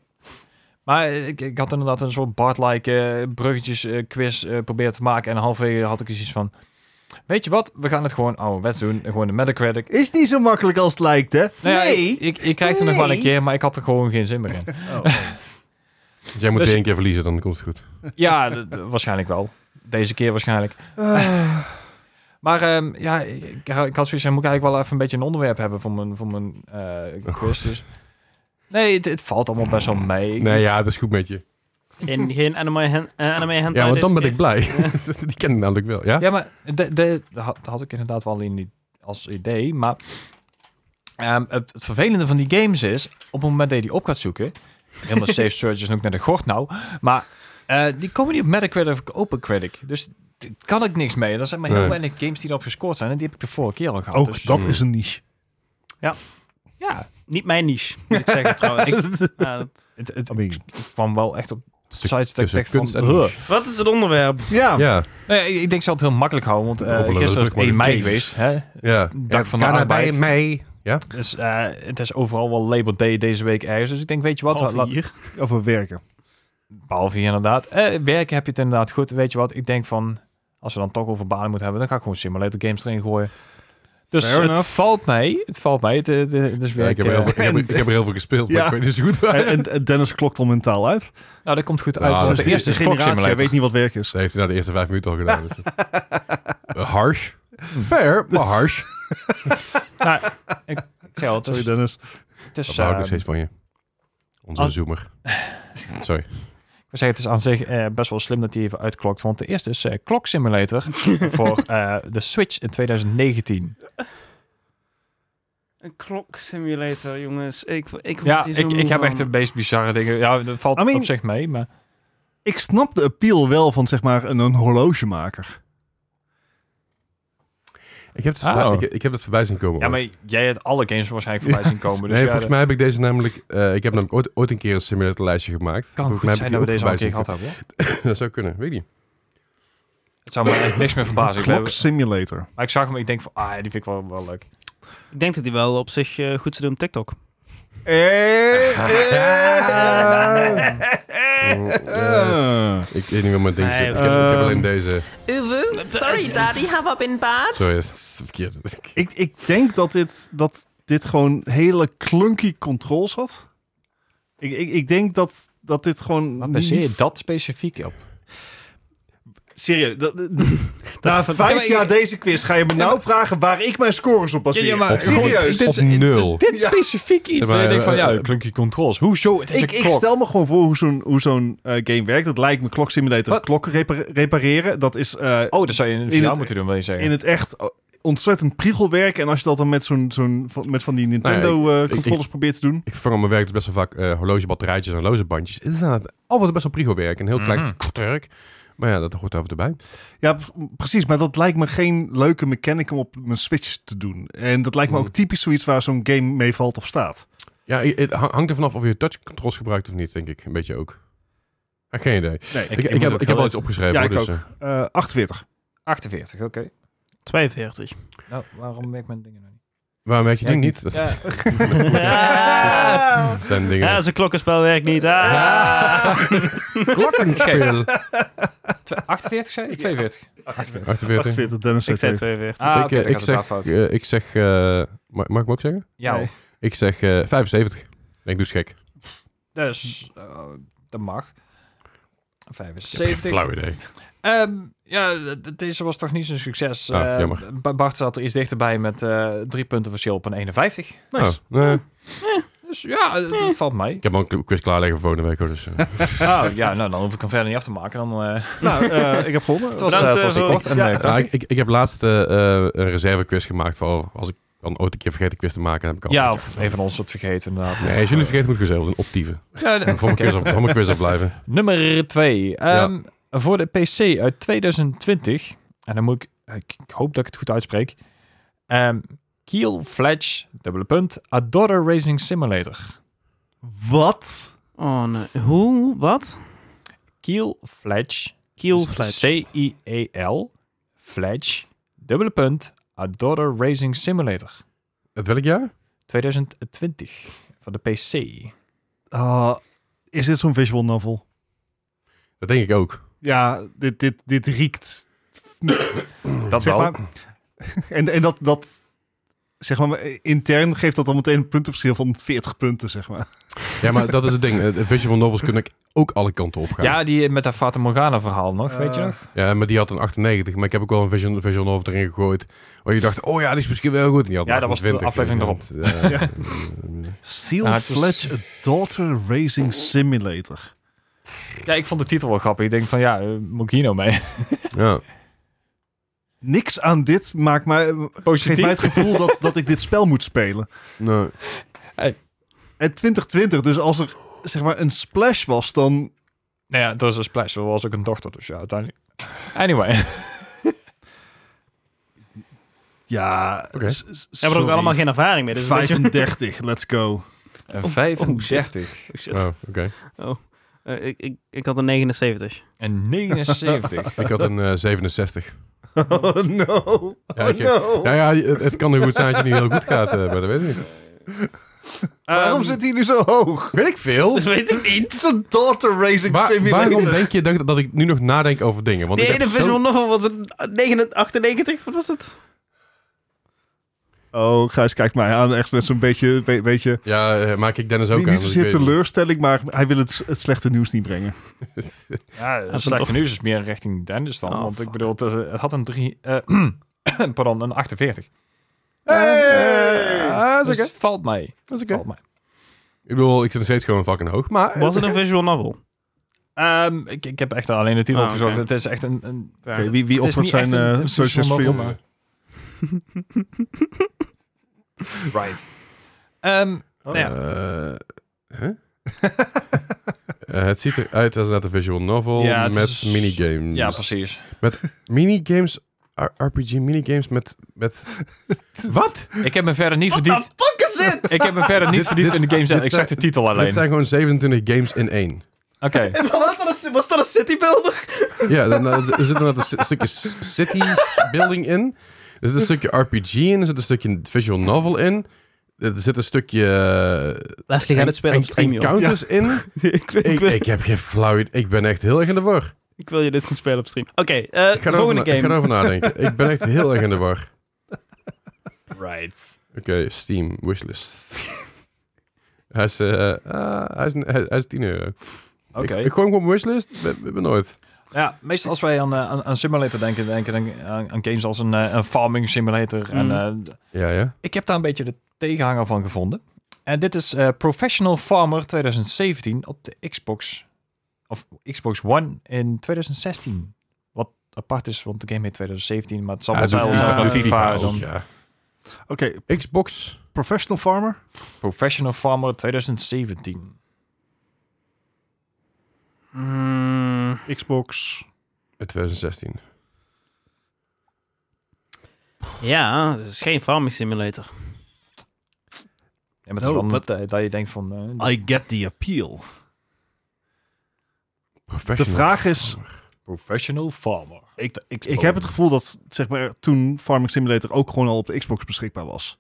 Maar ik, ik had inderdaad een soort Bart-like eh, bruggetjes eh, quiz eh proberen te maken. En halverwege had ik iets van... Weet je wat? We gaan het gewoon ouderwets doen. Gewoon de Metacritic.
Is niet zo makkelijk als het lijkt, hè?
Nou ja,
Nee.
ik, ik, ik krijg het nog wel een keer, maar ik had er gewoon geen zin meer in.
Oh.
Dus jij moet
Dus-
één keer verliezen, dan komt het goed.
ja, d- d- waarschijnlijk wel. Deze keer waarschijnlijk. Maar ehm, ja, ik, ik ik had zoiets van... Moet ik eigenlijk wel even een beetje een onderwerp hebben voor mijn, voor mijn eh quiz. Dus... Nee, het, het valt allemaal best wel mee.
Nee, ja, het is goed met je.
Geen, geen anime, hen, eh, anime hentai
Ja, want dan
deze
ben ik
keer.
blij. Die ken ik namelijk wel, ja?
Ja, maar de, de, dat had- dat had ik inderdaad wel in die, als idee. Maar ehm, het, het vervelende van die games is, op het moment dat je die op gaat zoeken, helemaal safe searches ook naar de gort nou, maar eh, die komen niet op Metacritic of OpenCritic. Dus daar kan ik niks mee. Er zijn maar heel
Nee.
weinig games die erop gescoord zijn en die heb ik de vorige keer al gehad.
Ah, Ook
dus,
dat
mm.
is een niche.
Ja,
Niet mijn niche, moet ik zeggen trouwens. Ja, dat-
het, het,
I mean,
het kwam wel echt op
Stuk
sites dat ik
tussen
dacht van...
kunst en
"Huh."
niche.
Wat is het onderwerp?
ja.
Ja,
Nee, ik, ik denk ze zal het heel makkelijk houden, want eh,
Overlopen,
gisteren is het
maar
1
de
mei
games.
geweest. Hè?
ja.
Dag
Ja,
van de
ga naar
arbeid.
bij mij. Ja?
Dus eh, het is overal wel Labor Day deze week ergens. Dus ik denk, weet je wat?
Half
laat-
hier.
Over werken.
Behalve hier inderdaad. Eh, werken heb je het inderdaad goed. Weet je wat? Ik denk van, als we dan toch over banen moeten hebben, dan ga ik gewoon simulator games erin gooien. Dus
Fair
het
enough.
valt mij. Het valt mij. Het, het, het is
Ja,
eh, weer,
ik, heb er heel veel, ik, heb, ik heb er heel veel gespeeld, maar
Ja.
ik weet niet zo goed waar.
En, en- en Dennis klokt al mentaal uit. Dus
nou, dat komt goed
Ja,
uit. want
dat
de
de
eerste is Clock
generatie, hij
Simulator.
weet niet wat werk is.
Dat heeft hij na de eerste vijf minuten al gedaan. Dus. Eh, harsh. Fair, maar harsh.
Nou, ik, ik zei al, het is,
Sorry Dennis.
het is,
Dat hou ik nog
eh,
steeds van je. Onze
als-
zoomer. Sorry.
Ik wil zeggen, het is aan zich eh, best wel slim dat hij even uitklokt. Want de eerste is eh Clock Simulator voor eh, de Switch in 2019.
Een kloksimulator, jongens. Ik, ik word
Ja,
hier zo
ik,
moe
ik heb
van.
echt de meest bizarre dingen. Ja, dat valt
I mean-
op zich mee, maar...
Ik snap de appeal wel van zeg maar een, een horlogemaker.
Ik heb het,
Oh.
voorbij- ik, ik heb het voorbij zien komen.
Ja,
ooit.
maar jij hebt alle games waarschijnlijk voorbij zien komen. Dus
nee,
ja,
volgens
dat
mij heb ik deze namelijk... eh, ik heb namelijk ooit, ooit een keer een simulatorlijstje gemaakt.
kan
volgens
goed
mij
zijn
heb
dat
ik
we
die
deze al een
ook
keer
voorbij
gehad hebben. hoor.
zien komen. dat zou kunnen, weet ik niet.
Het zou me echt niks meer verbazen. Ik
Clock
heb-
Simulator.
Maar ik zag hem en ik denk van, ah, die vind ik wel, wel leuk.
Ik denk dat hij wel op zich eh, goed zou doen op TikTok.
Eh, ik weet niet wat mijn ding zit. Ik heb, ik heb
Ehm.
alleen deze...
Uwu, sorry daddy, have I been bad?
Sorry, dat is
Oh,
verkeerd.
Ik, ik denk dat dit, dat dit gewoon hele clunky controls had. Ik, ik, ik denk dat, dat dit gewoon...
Wat
niet-
baseer je dat specifiek op?
Serieus. Dat, na vijf
maar-
jaar deze quiz ga je me nou vragen waar ik mijn scores op baseer.
Op-
Serieus.
Op nul.
Dit specifiek iets.
Zeg
Zeg
maar,
je denkt van,
eh,
ja,
eh,
klunky controls. Hoezo? Het is
Ik,
een
ik
klok.
stel me gewoon voor hoe zo'n hoe zo'n eh, game werkt. Dat lijkt me klok simulator
Wat?
klokken repar- repareren. Dat is eh,
Oh, dat zou je in het
In
video
het-
moeten doen, wil je zeggen.
in het echt ontzettend priegelwerk. En als je dat dan met, zo'n zo'n van- met van die Nintendo eh,
Nou ik-
controllers probeert te doen.
Ik vervang op mijn werk dus best wel vaak eh, horlogebatterijtjes en horlogebandjes. Het is inderdaad al wat best wel priegelwerk. Een heel klein
Mhm.
werk. Maar ja, dat hoort daar even bij.
Ja, p- precies. Maar dat lijkt me geen leuke mechanic om op mijn Switch te doen. En dat lijkt me
Hmm.
ook typisch zoiets waar zo'n game mee valt of staat.
Ja, i- het hang- hangt er vanaf of je touch controls gebruikt of niet, denk ik. Een beetje ook. Ah, geen idee. Ik,
Nee,
ik,
moet
heb,
ook
ik heb
heel
al iets opgeschreven.
Ja,
hoor,
ik
dus, eh,
eh 48.
48, oké.
42.
Nou, waarom werkt mijn dingen nog niet?
waarom weet je
Ja,
ding
ik
niet? Dat
Ja.
Ah.
zijn dingen.
Ja, zijn klokkenspel werkt niet. Ah.
Klokkenspel.
Twe- 48 zei je? 42. 48.
48.
48, Dennis
Ik zei
zei
42.
Ah,
Ik,
oké,
eh,
dan
ik
gaat het daar
zeg,
fout.
eh, ik zeg eh, mag, mag ik me ook zeggen?
Ja,
Nee.
hoor.
Ik zeg eh 75. Ik Denk, doe eens gek.
dus eh, dat mag.
Ik heb geen
75.
flauw idee.
Ehm, ja, d- d- deze was toch niet zo'n succes.
Ah,
Eh,
jammer.
B- Bart zat er iets dichterbij met eh, drie punten verschil op een 51.
Nice.
Oh, nee.
Dus ja, eh, dat valt mij.
Ik heb al een quiz klaarleggen voor volgende week. Hoor, dus, eh.
Oh ja, nou dan hoef ik hem verder niet af te maken. Dan, eh,
Nou, eh, ik heb gewonnen.
het was,
Bedankt,
eh,
eh,
het was die
voor-
kort en
Ja,
eh,
Ja,
krachtig.
ik, ik, ik heb laatst eh, eh, een reservequiz gemaakt voor als ik dan ooit een keer vergeet een quiz te maken. Heb ik al
Ja, of een van ons het vergeten inderdaad.
Nee, als jullie het vergeten moet ik zelf een optieven.
Ja, d-
Voor mijn quiz, af- voor mijn quiz afblijven.
Nummer 2. Ehm, Voor de PC uit 2020. En dan moet ik. Ik, ik hoop dat ik het goed uitspreek. Ehm Kiel Fletch, dubbele punt. Adora Racing Simulator.
Wat?
Oh, nee. Hoe? Wat?
Kiel Fletch.
Kiel
dus
Fletch.
C-I-E-L. Fletch, dubbele punt. Adora Racing Simulator.
Het welk jaar?
2020. Van de PC.
Ah, is dit zo'n visual novel?
Dat denk ik ook.
Ja, dit, dit, dit riekt. Zeg
Dat wel.
maar, en en dat, dat, zeg maar, intern geeft dat dan meteen een puntenverschil van 40 punten, zeg maar.
Ja, maar dat is het ding. Eh, Visual novels kunnen ook alle kanten op gaan.
Ja, die met dat Fata Morgana verhaal nog, weet je
Eh,
nog?
Ja, maar die had een 98. Maar ik heb ook wel een visual, visual novel erin gegooid. Waar je dacht, oh ja, die is misschien wel heel goed. En die had een
Ja, dat was de
28,
aflevering erop.
dus, eh,
Ja.
eh,
Steel
Nou, het is-
Fletch Daughter Racing Simulator.
Ja, ik vond de titel wel grappig. Ik denk van, ja, eh, moet ik hier nou mee?
ja.
Niks aan dit maakt mij, geeft mij het gevoel dat, dat ik dit spel moet spelen.
Nou,
En 2020, dus als er zeg maar een splash was, dan...
Nou ja, dat is een splash. Er was ook een dochter, dus ja, uiteindelijk. Anyway.
Ja,
Oké.
s- s-
Ze hebben er ook
sorry.
allemaal geen ervaring mee. Dus een beetje-
35, let's go.
Een
oh,
35.
Oh, shit.
oh, oké.
Eh, ik, ik, ik had een 79.
Een 79.
Ik had een eh, 67.
Oh no.
Ja, ik- Nou ja, het, het kan heel goed zijn dat je niet heel goed gaat. eh, maar dat weet ik niet.
Ehm,
Waarom zit hij nu zo hoog?
Weet ik veel.
Dat weet ik niet.
Het is een daughter racing
Waar-
simulator.
waarom denk je dat, dat ik nu nog nadenk over dingen? Want
Die
ik heb
ene
zo-
visual novel was een 98. Wat was het?
Oh, Gijs kijkt mij aan. Echt met zo'n beetje, be- beetje
Ja, eh, maak ik Dennis ook
niet,
aan.
niet
dus ik
zozeer
weet het
teleurstelling, maar hij wil het, het slechte nieuws niet brengen.
niet.
Ja,
dat
het
toch-
slechte nieuws is meer richting Dennis dan.
Oh,
want
fuck.
ik bedoel, het, is- het had een 3... pardon, een 48.
Eh,
Hey!
dus het valt mij.
Dat is oké.
Valt mij.
eh, Ik bedoel, ik zit nog steeds gewoon fucking hoog. Maar
Was het een visual novel?
Ehm, ik, ik heb echt alleen de titel
Ah,
opgezocht.
oké.
Het is echt een... een
Oké, wie wie
Het
offert
is niet
zijn
echt een-
eh
een
search
visual
history
novel,
op?
maar- right. Ehm,
Oh,
Ja.
Eh, hè? Eh, het ziet eruit als net een visual novel
Ja, het
met
is-
minigames.
ja, precies.
Minigames, R- RPG minigames met... met... Wat?
Ik heb me verder niet
What the
verdiept...
fuck is dit?
Ik heb me verder niet
Dit-
verdiept
dit-
in de games.
dit
Ik zeg de
zijn-
titel
Dit
alleen. Oké.
zijn gewoon 27 games in één.
was, dat een, was dat een citybuilder?
Ja, dan, eh, er zit inderdaad een st- stukje s- city building in. Er zit een stukje RPG in. Er zit een stukje visual novel in. Er zit een stukje... eh,
Leslie gaat het spelen op
en-
stream, joh.
encounters in.
ik, wil, ik,
Ik,
wil,
ik heb geen flauw idee. Ik ben echt heel erg in de war.
ik wil je dit zien spelen op stream. Oké, eh,
Ik ga,
de
erover, na-
volgende
ik ga
game.
erover nadenken. ik ben echt heel erg in de war.
Right.
Oké, Steam, wishlist. hij, is, eh, ah, hij, is, hij, hij is 10 euro.
Oké.
Ik, ik gooi hem op mijn wishlist, ben, ben ben nooit.
Ja, meestal als wij aan, eh, aan, aan simulator denken, denken dan aan, aan games als een, eh, een farming simulator. En,
Mm.
eh,
Ja, ja.
ik heb daar een beetje de tegenhanger van gevonden. En dit is eh, Professional Farmer 2017 op de Xbox, of Xbox One in 2016. Wat apart is, want de game heet 2017, maar het zal wel
Hij doet
zijn als
FIFA,
het naar
doet
FIFA
ook,
dan.
ja.
Oké,
Xbox.
Professional Farmer.
Professional Farmer 2017.
Mm,
Xbox.
uit 2016.
ja, het is geen farming simulator.
Ja, maar het is
Oh,
wel
wat-
dat, dat je denkt van... eh,
I get the appeal. De
Professional.
vraag is,
Professional Farmer.
ik, ik, ik heb het gevoel dat zeg maar, toen Farming Simulator ook gewoon al op de Xbox beschikbaar was.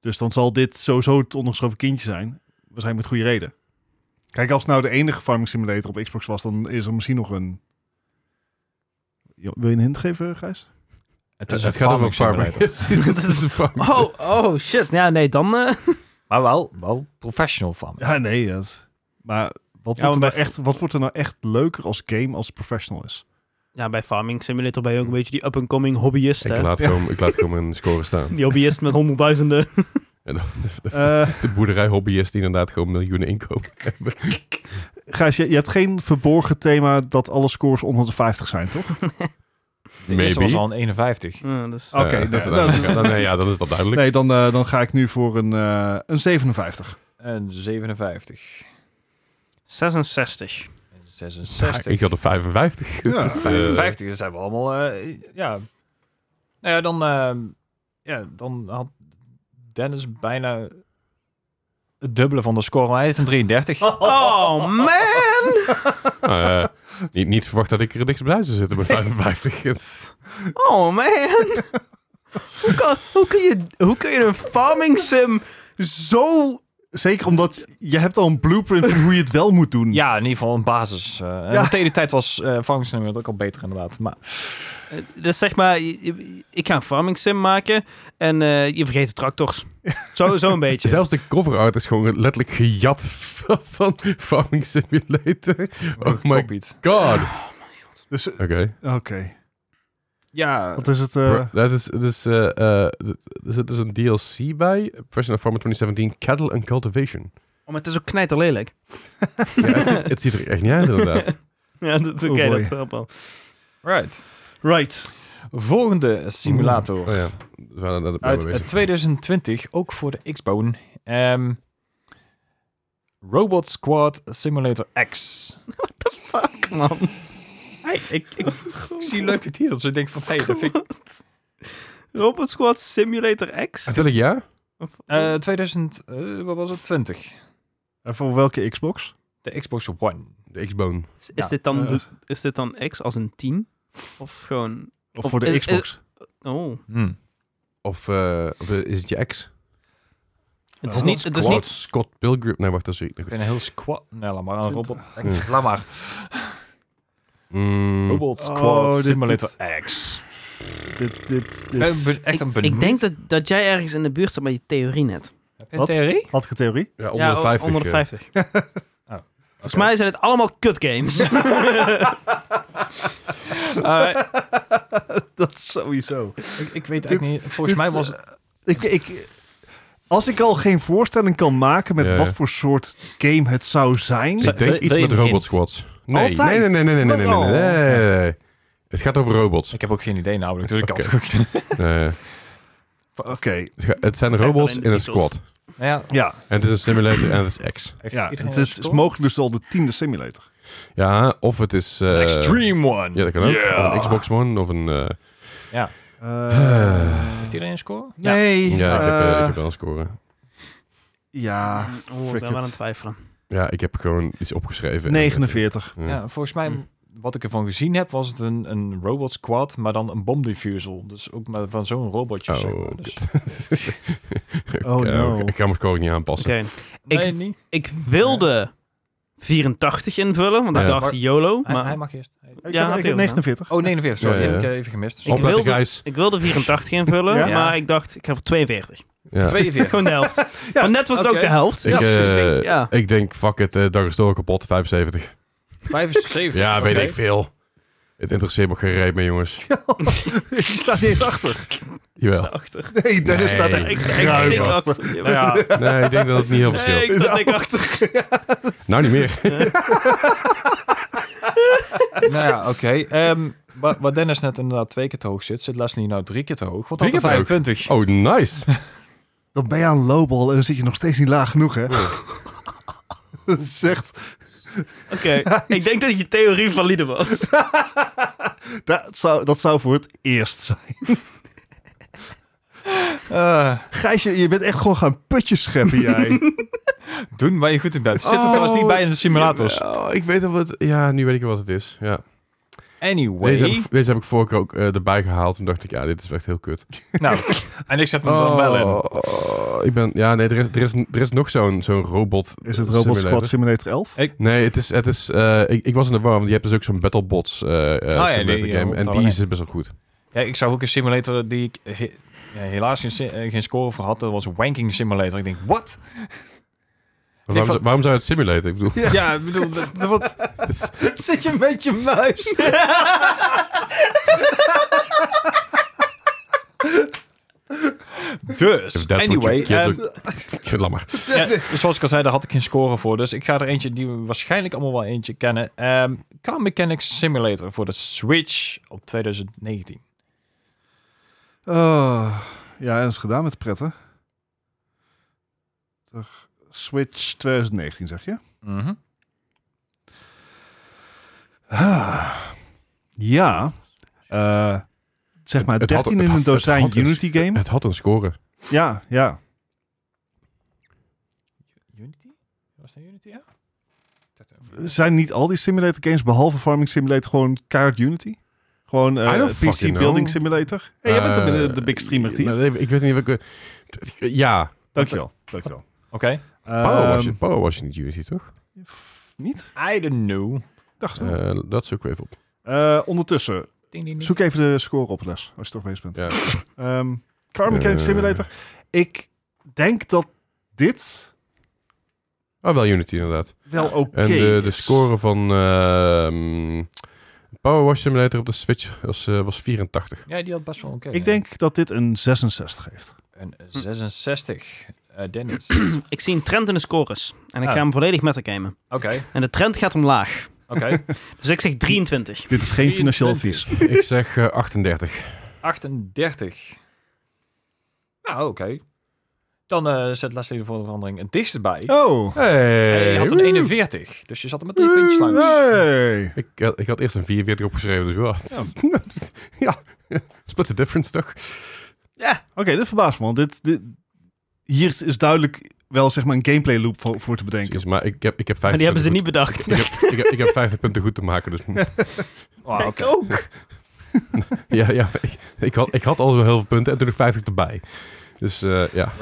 Dus dan zal dit sowieso het ondergeschoven kindje zijn. Waarschijnlijk met goede reden. Kijk, als het nou de enige Farming Simulator op Xbox was, dan is er misschien nog een... Jo, Wil je een hint geven, Gijs?
Het
Het,
is
het
een
gaat over
farming
farming.
simulator.
Het is een farming
Oh, oh, shit. Ja, nee, dan... eh,
Maar wel, wel professional farming.
Ja, nee. Dat... Maar wat,
Ja,
wordt er
maar
nou echt, wat wordt er nou echt leuker als game als het professional is?
ja, bij farming simulator ben je ook een beetje die up-and-coming hobbyist,
Ik
hè?
laat,
Ja.
gewoon, ik laat gewoon mijn score staan.
Die hobbyist met honderdduizenden.
En dan de,
Eh,
de boerderijhobbyist die inderdaad gewoon miljoenen inkomen.
Gijs, je, je hebt geen verborgen thema dat alle scores onder de 50 zijn, toch?
De eerste was
Maybe.
al een 51.
Ja, dus...
Oké,
Eh,
dat-
dan-
dat-
dan- dan- ja, dan is dat duidelijk.
Nee, dan, eh, dan ga ik nu voor een, eh, een 57.
En 57.
66.
En
Ah,
66.
Ik had op 55.
Ja.
Het is, eh,
55, dat zijn we allemaal. eh, ja. Nou ja, dan, eh, ja, dan had Dennis bijna het dubbele van de score. maar Hij heeft een 33.
Oh, man!
nou, eh, niet, niet verwacht dat ik er dichtst bij zou zitten met 55. Het-
Oh, man! Hoe kan, hoe, kun je, hoe kun je een farming sim zo...
Zeker omdat je hebt al een blueprint van hoe je het wel moet doen.
Ja, in ieder geval een basis. eh en
Ja.
de tweede tijd was eh Farming ook al beter inderdaad. Maar
Eh, Dus zeg maar, je- je- ik ga een farming sim maken en eh, je vergeet de tractors. Zo, zo een beetje.
Dus Zelfs de cover art is gewoon letterlijk gejat van- van Farming Simulator. Oh my
Copied.
god.
Dus, eh,
Oké.
oké.
Ja,
Wat is het? eh,
Bro, Dat is, dat is, eh, eh, dat- er zit dus een DLC bij. Personal Farmer 2017 Cattle and Cultivation.
Oh, maar het is ook knijterlelijk.
Ja, het, ziet, het ziet er echt niet uit inderdaad.
Ja, dat is
Oh
oké,
boy.
dat helpt wel.
right.
Right.
Volgende simulator.
Oh ja, we waren daar
Uit
mee
eh,
bezig.
2020, ook voor de Xbone. Ehm, Robot Squad Simulator X.
Fuck, man.
Hey, ik, ik, ik zie leuke titels. Ik denk van, hey, dat vind ik...
Robot Squad Simulator X?
Uit welk jaar?
Of- Oh.
Eh, 2000, eh, wat was het? 20.
En voor welke Xbox?
De Xbox One.
De X-Bone.
is,
ja,
dit dan,
eh,
de- is dit dan X als een 10? Of gewoon...
Of,
Of
voor de
is- is-
Xbox?
Oh.
Hmm.
Of, eh, of is het je ex?
Het is
Robot
niet... Het is
Squad,
niet
Scott Pilgrim. Nee, wacht, dat is...
Ik ben een heel squad... Nee, laat maar. Een robot...
Ja.
Hmm. Laat maar.
Mm,
Robot Squad
dit-
Simulator X.
Dit, dit,
Ik
dit.
ben echt
ik,
een
ik denk dat, dat jij ergens in de buurt zat met je theorie net.
Een
Wat?
theorie?
Had ik een theorie?
Ja, onder de 50.
Onder de
eh.
50. Volgens mij zijn het allemaal kut games.
Eh,
Dat is sowieso.
Ik, ik weet
Dit-
eigenlijk niet. Volgens
dit,
mij was het...
Ik, ik, als ik al geen voorstelling kan maken met
Ja, ja.
wat voor soort game het zou zijn.
Zo-
Ik denk
Wil-
iets
wil je
met
een
robot
hint?
squads. Nee, nee,
Altijd.
nee, nee, nee, nee, nee, nee,
Waarom?
nee, nee, nee, nee. Het gaat over robots.
ik heb ook geen idee namelijk, dus ik kan
Oké.
het ook niet.
Eh,
Oké,
het ga- het zijn
Het gaat
robots
alleen
in
de
een
titels.
squad.
Ja,
ja.
En het is een simulator en het is X.
ja.
iedereen
Het,
een
is- is
score?
mogelijk dus al de tiende simulator.
Ja, of het is... eh,
Extreme One.
Ja, dat kan ook.
Yeah.
Of Een Xbox One of een... eh,
Eh,
Heeft iedereen een score?
nee.
ja, ik heb, eh,
eh,
ik heb wel een score.
ja,
Oh, ik
frick
ben
it.
wel aan het twijfelen.
Ja, ik heb gewoon iets opgeschreven.
49.
Ja.
Ja. volgens mij,
Hm.
wat ik ervan gezien heb, was het een, een robot squad, maar dan een bomdefusal. Dus ook maar van zo'n robotje, zeg
Oh,
maar. Dus-
kut.
Oh,
Ja,
no.
Ik ga mijn score niet aanpassen.
Oké. Ik-
nee, niet.
Ik wilde 84 invullen, want ik
Ja.
dacht YOLO.
Hij, hij
Maar
mag eerst. Hij-
Ik
Ja,
heb, ik heb
natuurlijk,
49.
Oh, 49, sorry.
Ja, ja.
Die heb ik even gemist.
Ik
Op
wilde-
met de guys.
ik wilde 84 invullen,
Ja?
maar ik dacht, ik ga voor 42.
Ja.
42.
Gewoon de helft. Want net was het ook
Oké.
de helft.
Ik,
Dus
eh,
denk, ja.
ik denk, fuck it, eh dag is door kapot, 75.
75.
Ja, weet
oké.
ik veel. Het interesseert me geen reet meer, jongens.
Je staat niet eens achter.
Jawel.
achter.
Nee, Dennis
Nee.
staat echt
Ik sta ik
ruim
dik
achter.
achter.
Nou ja,
Nee, ik denk dat het niet heel
Nee,
verschilt.
ik sta dik achter.
Nou, niet meer.
nou ja, oké. Ehm, wa- wat Dennis net inderdaad twee keer te hoog zit, zit Leslie nou drie keer te hoog. Want
Drie
had er
keer te hoog?
25.
Oh, nice.
Dan ben je aan lowball en dan zit je nog steeds niet laag genoeg, hè? Dat is echt...
Oké, ik denk dat je theorie valide was.
Dat zou, dat zou voor het eerst zijn.
Eh,
Gijsje, je bent echt gewoon gaan putjes scheppen, jij.
doen waar je goed in bent. Zit er
Oh,
trouwens niet bij in de simulators.
Oh, ik weet al wat... Ja, nu weet ik wat het is. Ja.
Anyway.
Deze, heb ik, deze heb ik vorige keer ook eh, erbij gehaald. Toen dacht ik, ja, dit is echt heel kut.
Nou, en ik zet hem dan wel in.
Oh, ik ben... Ja, nee, er is, er is, er is nog zo'n zo'n robot
Is het Robot Squad
simulator.
Simulator 11?
Nee, het is... Het is eh, ik, ik was in de war, want je hebt dus ook zo'n Battlebots eh eh,
Oh ja,
simulator
die, ja,
game. en die
onthouden.
is best wel goed.
Ja, ik zag ook een simulator die ik he- ja, helaas geen, si- eh, geen score voor had. Dat was een wanking simulator. Ik denk, wat?
Maar waarom,
van-
waarom zou je het simulaten? Ik bedoel...
Ja. ik bedoel, dat, dat wat-
Zit je met je muis?
dus.
that's what you
Anyway,
kids
ehm,
are- Laat maar.
ja, dus zoals ik al zei, daar had ik geen score voor. Dus ik ga er eentje die we waarschijnlijk allemaal wel eentje kennen. Ehm Car Mechanics Simulator voor de Switch op 2019.
Oh, ja, en is gedaan met pretten. Toch, Switch 2019, zeg je?
Mhm.
Ah, Ja. Eh, zeg maar
Het- het had-
13
het
in
had-
een
het
dozijn
had dus- een-
Unity game.
Het had een score.
Ja, ja.
Unity? Was dat Unity, ja?
Zijn niet al die simulator games, behalve Farming Simulator, gewoon kaart Unity? Gewoon eh,
I don't
PC
fucking
Building
know. Eh,
Simulator? Hey, jij bent de- de, de big streamer
team.
team.
Ik weet niet welke... t- t- Ja.
Dankjewel, dankjewel.
Oké.
Power, was je,
Ehm,
Power was je niet Unity, toch?
f- Niet?
I don't know.
Dacht wel.
Eh, dat zoek ik even op.
Eh, ondertussen,
Ding, ding, ding.
zoek even de score op, Les, als je toch bezig bent.
Ja.
Ehm Car Mechanic
Eh.
Simulator. Ik denk dat dit
Oh, wel Unity inderdaad.
wel oké
En de, de
is.
score van ehm, Power Wash Simulator op de Switch was, eh, was 84.
Ja, die had best wel oké.
Ik denk dat dit een 66 heeft.
Een 66. Eh, Dennis.
Ik zie een trend in de scores. En ik
Ah.
ga hem volledig met gamen.
Oké,
En de trend gaat omlaag.
oké.
Dus ik zeg 23.
Dit is geen financieel advies.
23.
ik zeg eh, 38.
38. Nou, oké. Dan eh, zet Leslie er voor de verandering het dichtst bij.
Oh,
Hey,
Hij had een 41, dus je zat er met drie puntjes langs.
hey.
Ik, had- ik had eerst een 44 opgeschreven, dus ja. Ja. Split the difference, toch?
Oké, dit verbaast me. Want dit, dit, hier is duidelijk wel zeg maar een gameplay loop voor, voor te bedenken.
Precies, maar ik heb, ik heb 50
Maar die hebben ze
punten
niet bedacht.
goed. Ik heb, ik, heb, ik heb 50 punten goed te maken, dus
Ah,
Oh, oké.
ja, ja ik, ik had, ik had al zo heel veel punten en toen nog 50 erbij. Dus eh, ja.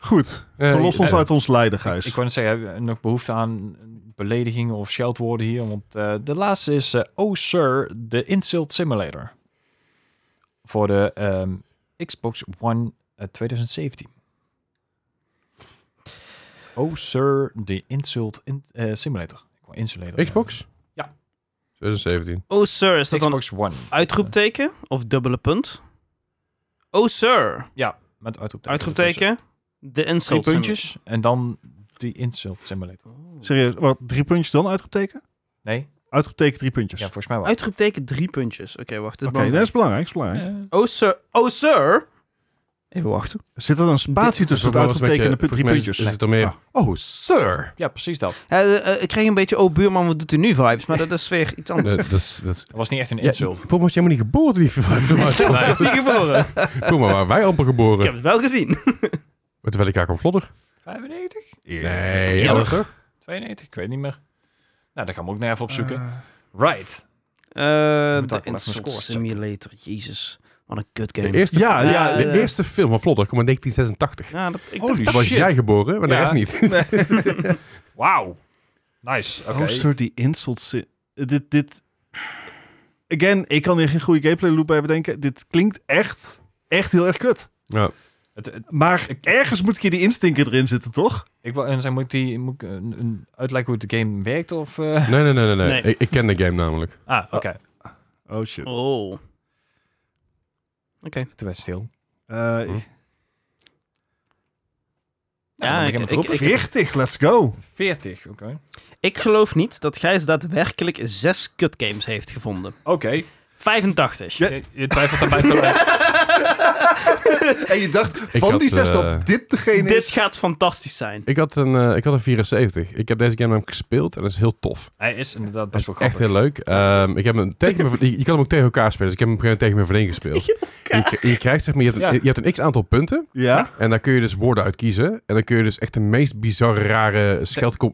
Goed,
Eh,
verlos ons
eh,
uit ons lijden, Gijs.
Ik wou net zeggen, hebben we nog behoefte aan beledigingen of scheldwoorden hier? Want eh, de laatste is eh, Oh Sir, de Insult Simulator. voor de ehm, Xbox One eh, uit 2017. Oh, sir, the insult in, eh, simulator. Ik wou insulator.
Xbox?
Ja.
2017.
Oh sir, is dat dan
Xbox One.
uitroepteken of dubbele punt? Oh sir,
Met uitroepteken. ertussen.
uitroepteken, de insult.
Drie puntjes en dan die insult simulator.
Serieus, wat? Drie puntjes dan uitroepteken?
Nee?
Uitroepteken drie puntjes.
Ja, volgens mij wel.
Uitroepteken drie puntjes. Oké, wacht. Dit is
Oké, dat
belangrijk.
is belangrijk. is belangrijk.
Eh,
Oh sir, oh sir. Even wachten.
Zit er een spatie
Dus
tussen het
dat was met je-
uitroepteken en de pu-
volgens
drie
mij
puntjes? Ah.
Is het er meer? Oh, sir!
Ja, precies dat.
Ja, eh, eh, ik kreeg een beetje, oh buurman, wat doet u nu vibes? Maar dat is weer iets anders.
Nee, dat is... Dat is
Dat was niet echt een
ja,
insult.
volgens mij was je helemaal niet geboren toen die verwijder
Hij is niet geboren.
Kom maar, waren wij amper
Ik
geboren.
heb het wel gezien.
Met Terwijl ik haar kwam vlodder.
95?
Nee,
Ja,
ja,
maar-
toch?
92? Ik weet niet meer. Nou, daar gaan we ook naar even opzoeken. right.
Eh,
moet
de
ook wel even
Insult
scores
Simulator, jezus. Wat een kut
De
game.
eerste,
Ja, ja.
Ja,
de
eh,
eerste film van Vlodder kwam in 1986.
Ja, dat, ik
Holy
Was
shit.
jij geboren, maar de
Ja.
rest niet.
Wauw. Nice. Oké.
Oh, sir, die insult. si- Dit, dit... Again, ik kan hier geen goede gameplay loop bij bedenken. Dit klinkt echt, echt heel erg kut.
Ja.
Het- het-
Maar
Ik-
ergens moet een keer die instinker erin zitten, toch?
ik wil en zijn, moet ik, die, moet ik eh, een, een uitleggen hoe de game werkt? Of, eh?
Nee, nee, nee, nee. nee.
Nee.
Ik, ik ken de game namelijk.
Ah, oké.
Oh, shit.
Oh. Oké.
Toen werd het stil. Nou,
Eh,
Oh.
Hm.
Ja,
dan
ik-
begin met
ik-
roepen.
ik-
40, let's go.
40, oké.
Ik geloof niet dat Gijs daadwerkelijk zes kutgames heeft gevonden.
Oké.
85.
Ja.
Je, je twijfelt daarbij te laat.
En je dacht van
had,
die zes
eh,
dat dit degene
Dit
is.
gaat fantastisch zijn.
Ik had een, eh, ik had een 74. Ik heb deze game namelijk gespeeld en dat is heel tof.
Hij is inderdaad
Dat
best
is
wel
echt
grappig.
heel leuk. Ehm, ik heb hem tegen me, je je kan hem ook tegen elkaar spelen. Dus ik heb hem op een gegeven moment tegen mijn vriendin gespeeld. En Je, je krijgt zeg maar, je hebt, een-
Ja.
je hebt een x-aantal punten.
Ja?
En daar kun je dus woorden uit kiezen. En dan kun je dus echt de meest bizarre, rare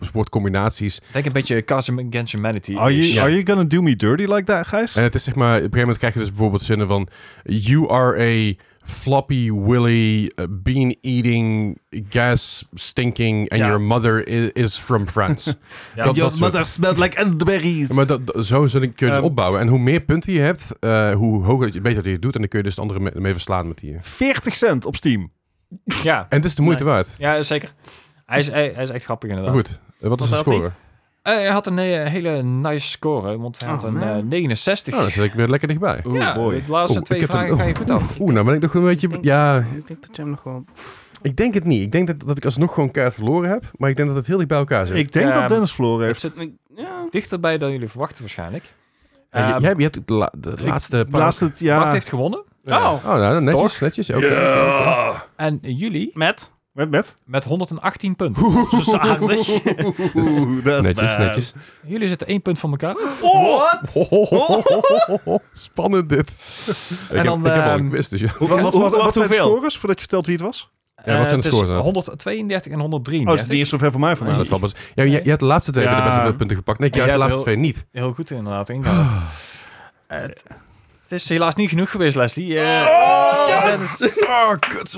scheldwoordcombinaties.
Denk een beetje Custom Against Humanity.
Are you,
Ja.
are you gonna do me dirty like that, Gijs?
En het is zeg maar, op een gegeven moment krijg je dus bijvoorbeeld zinnen van... You are a floppy willy eh, bean eating gas stinking and
Ja.
your mother i- is, from France.
Ja.
Dat- dat
Your
soort-
mother smelled like elderberries.
Maar dat, dat- zo kun je dus
Ehm.
opbouwen. En hoe meer punten je hebt, eh, hoe hoger dat je, beter dat je het doet. En dan kun je dus de anderen mee, mee verslaan met die.
40 cent op Steam.
Ja.
En het is de moeite
Nice.
waard.
ja, zeker. Hij is, hij, hij is echt grappig
Maar
inderdaad.
goed, eh, wat is
Wat
de
had hij?
score?
Eh, hij had een eh, hele nice score, want hij had
Oh,
een eh,
man.
69.
Nou, dan zit ik weer lekker dichtbij.
Oeh,
ja,
boy.
de laatste
Oeh,
twee
Oh, ik heb
vragen
een-
ga je goed af.
Oeh, nou ben ik nog een beetje...
Ik denk-
Ja,
Ik denk dat jij hem nog wel...
ik denk het niet. Ik denk dat, dat ik alsnog gewoon kaart verloren heb. Maar ik denk dat het heel dicht bij elkaar zit.
Ik denk
Ja,
dat Dennis verloren
Het
heeft.
zit
Ja.
dichterbij dan jullie verwachten waarschijnlijk.
En je-
Eh,
jij, je hebt de, la- de laatste paar...
Laatst het, ja.
Bart heeft gewonnen.
Ja.
Oh.
Oh, nou, netjes,
Toch?
netjes. Oké.
En jullie
Met?
Met, met?
met 118 punten.
Zo zadig.
Oeh, dat is
Netjes,
bad.
netjes.
Jullie zitten één punt van elkaar.
Oh.
What?
Ho, ho, ho, ho, ho, ho, ho. Spannend dit. ik,
dan,
heb, ik heb al
ehm,
gewist, dus ja.
Wat, wat, wat,
hoe-
wat
wacht,
zijn de
hoeveel?
scores voordat je vertelt wie het was?
Ja, wat zijn de
Eh, het
scores
is
dan?
132 en
Oh, is
133.
die is zover voor mij Oh,
Ja,
vandaag.
dat is wel best- ja, je, je hebt de laatste twee
Ja.
hebben de beste veel punten gepakt. Nee, ik
En
had de
jij
laatste
hebt
twee niet.
Heel goed inderdaad. ingehaald. Eh, het, het is helaas niet genoeg geweest, Leslie. Eh,
Ah,
Oh, kut.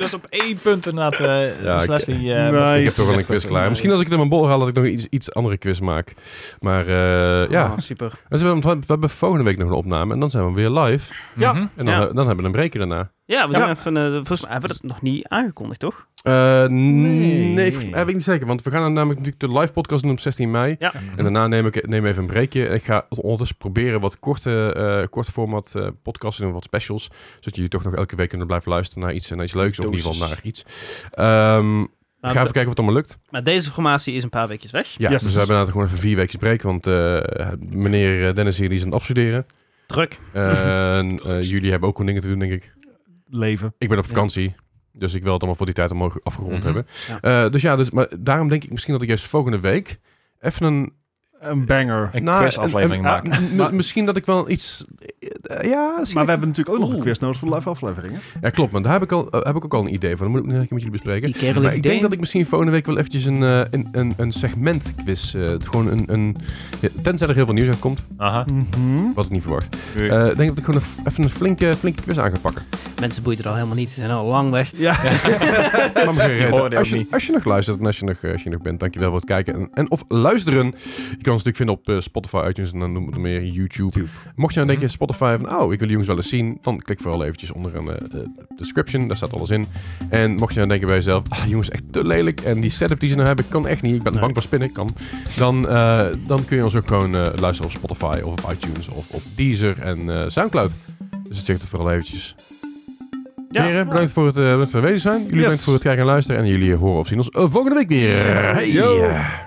Dus op één punt inderdaad eh,
Ja,
is
ik-
Leslie... eh,
Nice.
met-
Ik heb toch wel een quiz klaar.
Nice.
Misschien als ik het in mijn bol haal, dat ik nog iets, iets andere quiz maak. Maar eh, ja,
Ah, super.
Dus we, hebben, we hebben volgende week nog een opname en dan zijn we weer live.
Ja.
Mhm.
En dan,
Ja.
dan hebben we een breakje daarna.
Ja, we doen
Ja.
even... eh, volgens mij hebben we dat nog niet aangekondigd, toch?
Eh, n- nee,
Nee.
volgens- eh, weet ik niet zeker. Want we gaan dan namelijk natuurlijk de live podcast doen op 16 mei.
Ja.
En daarna neem ik neem even een breakje. En ik ga ondertussen proberen wat korte, eh kort format eh, podcasts te doen, wat specials. Zodat jullie toch nog elke week kunnen blijven luisteren naar iets, naar iets leuks. Of in ieder geval naar iets. Ehm, ik
Maar,
ga even
de-
kijken of het allemaal lukt.
maar deze formatie is een paar weekjes weg.
Ja,
Yes.
dus we hebben inderdaad gewoon even vier weken break. Want eh, meneer Dennis hier die is aan het afstuderen.
Druk.
Eh, en eh, jullie hebben ook gewoon dingen te doen, denk ik.
Leven.
Ik ben op
Ja.
vakantie. Dus ik wil het allemaal voor die tijd allemaal ge- afgerond
Mhm.
hebben. Eh, dus ja, dus, maar daarom denk ik misschien dat ik juist volgende week even een...
Een banger.
Een ah.
nou,
quizaflevering
een- een-
maken.
m-
Maar-
misschien dat ik wel iets... eh, ja, misschien-
Maar we hebben natuurlijk ook nog een
Oeh.
quiz nodig voor de live afleveringen.
ja, klopt. Maar daar heb ik, al, eh, heb ik ook al een idee van. Dat moet ik nog even met jullie bespreken.
Die kerel
Maar ik denk dat ik misschien volgende week wel eventjes een, eh, een, een, een segmentquiz... eh, gewoon een, een... ja, Tenzij er heel veel nieuws uitkomt,
Aha.
wat ik niet verwacht.
Oké.
Eh, Ik denk dat ik gewoon een- even een flinke, flinke quiz aan ga pakken.
Mensen boeit het al helemaal niet. Ze zijn al lang weg.
Ja.
Maar maar geen reden.
hoorde ook
als, je,
niet.
als je nog luistert en als je nog, eh, als je nog bent, dankjewel voor het kijken en, en of luisteren. Je kunt kan ons natuurlijk vinden op eh, Spotify, iTunes en dan noem het meer YouTube. Mocht je nou
Mhm.
denken, Spotify, van oh, ik wil die jongens wel eens zien, dan klik vooral eventjes onder een eh, eh, description, daar staat alles in. En mocht je nou denken bij jezelf, ah, jongens, echt te lelijk en die setup die ze nou hebben, kan echt niet, ik ben
Nee.
bang voor spinnen, kan. Dan, eh, dan kun je ons ook gewoon eh, luisteren op Spotify of op iTunes of op Deezer en eh, Soundcloud. Dus check het vooral eventjes.
Ja.
Heren, bedankt voor het, eh, bedankt voor het aanwezig zijn. Jullie
Yes.
bedankt voor het kijken en luisteren. En jullie horen of zien ons eh, volgende week weer. Hey.
Yo.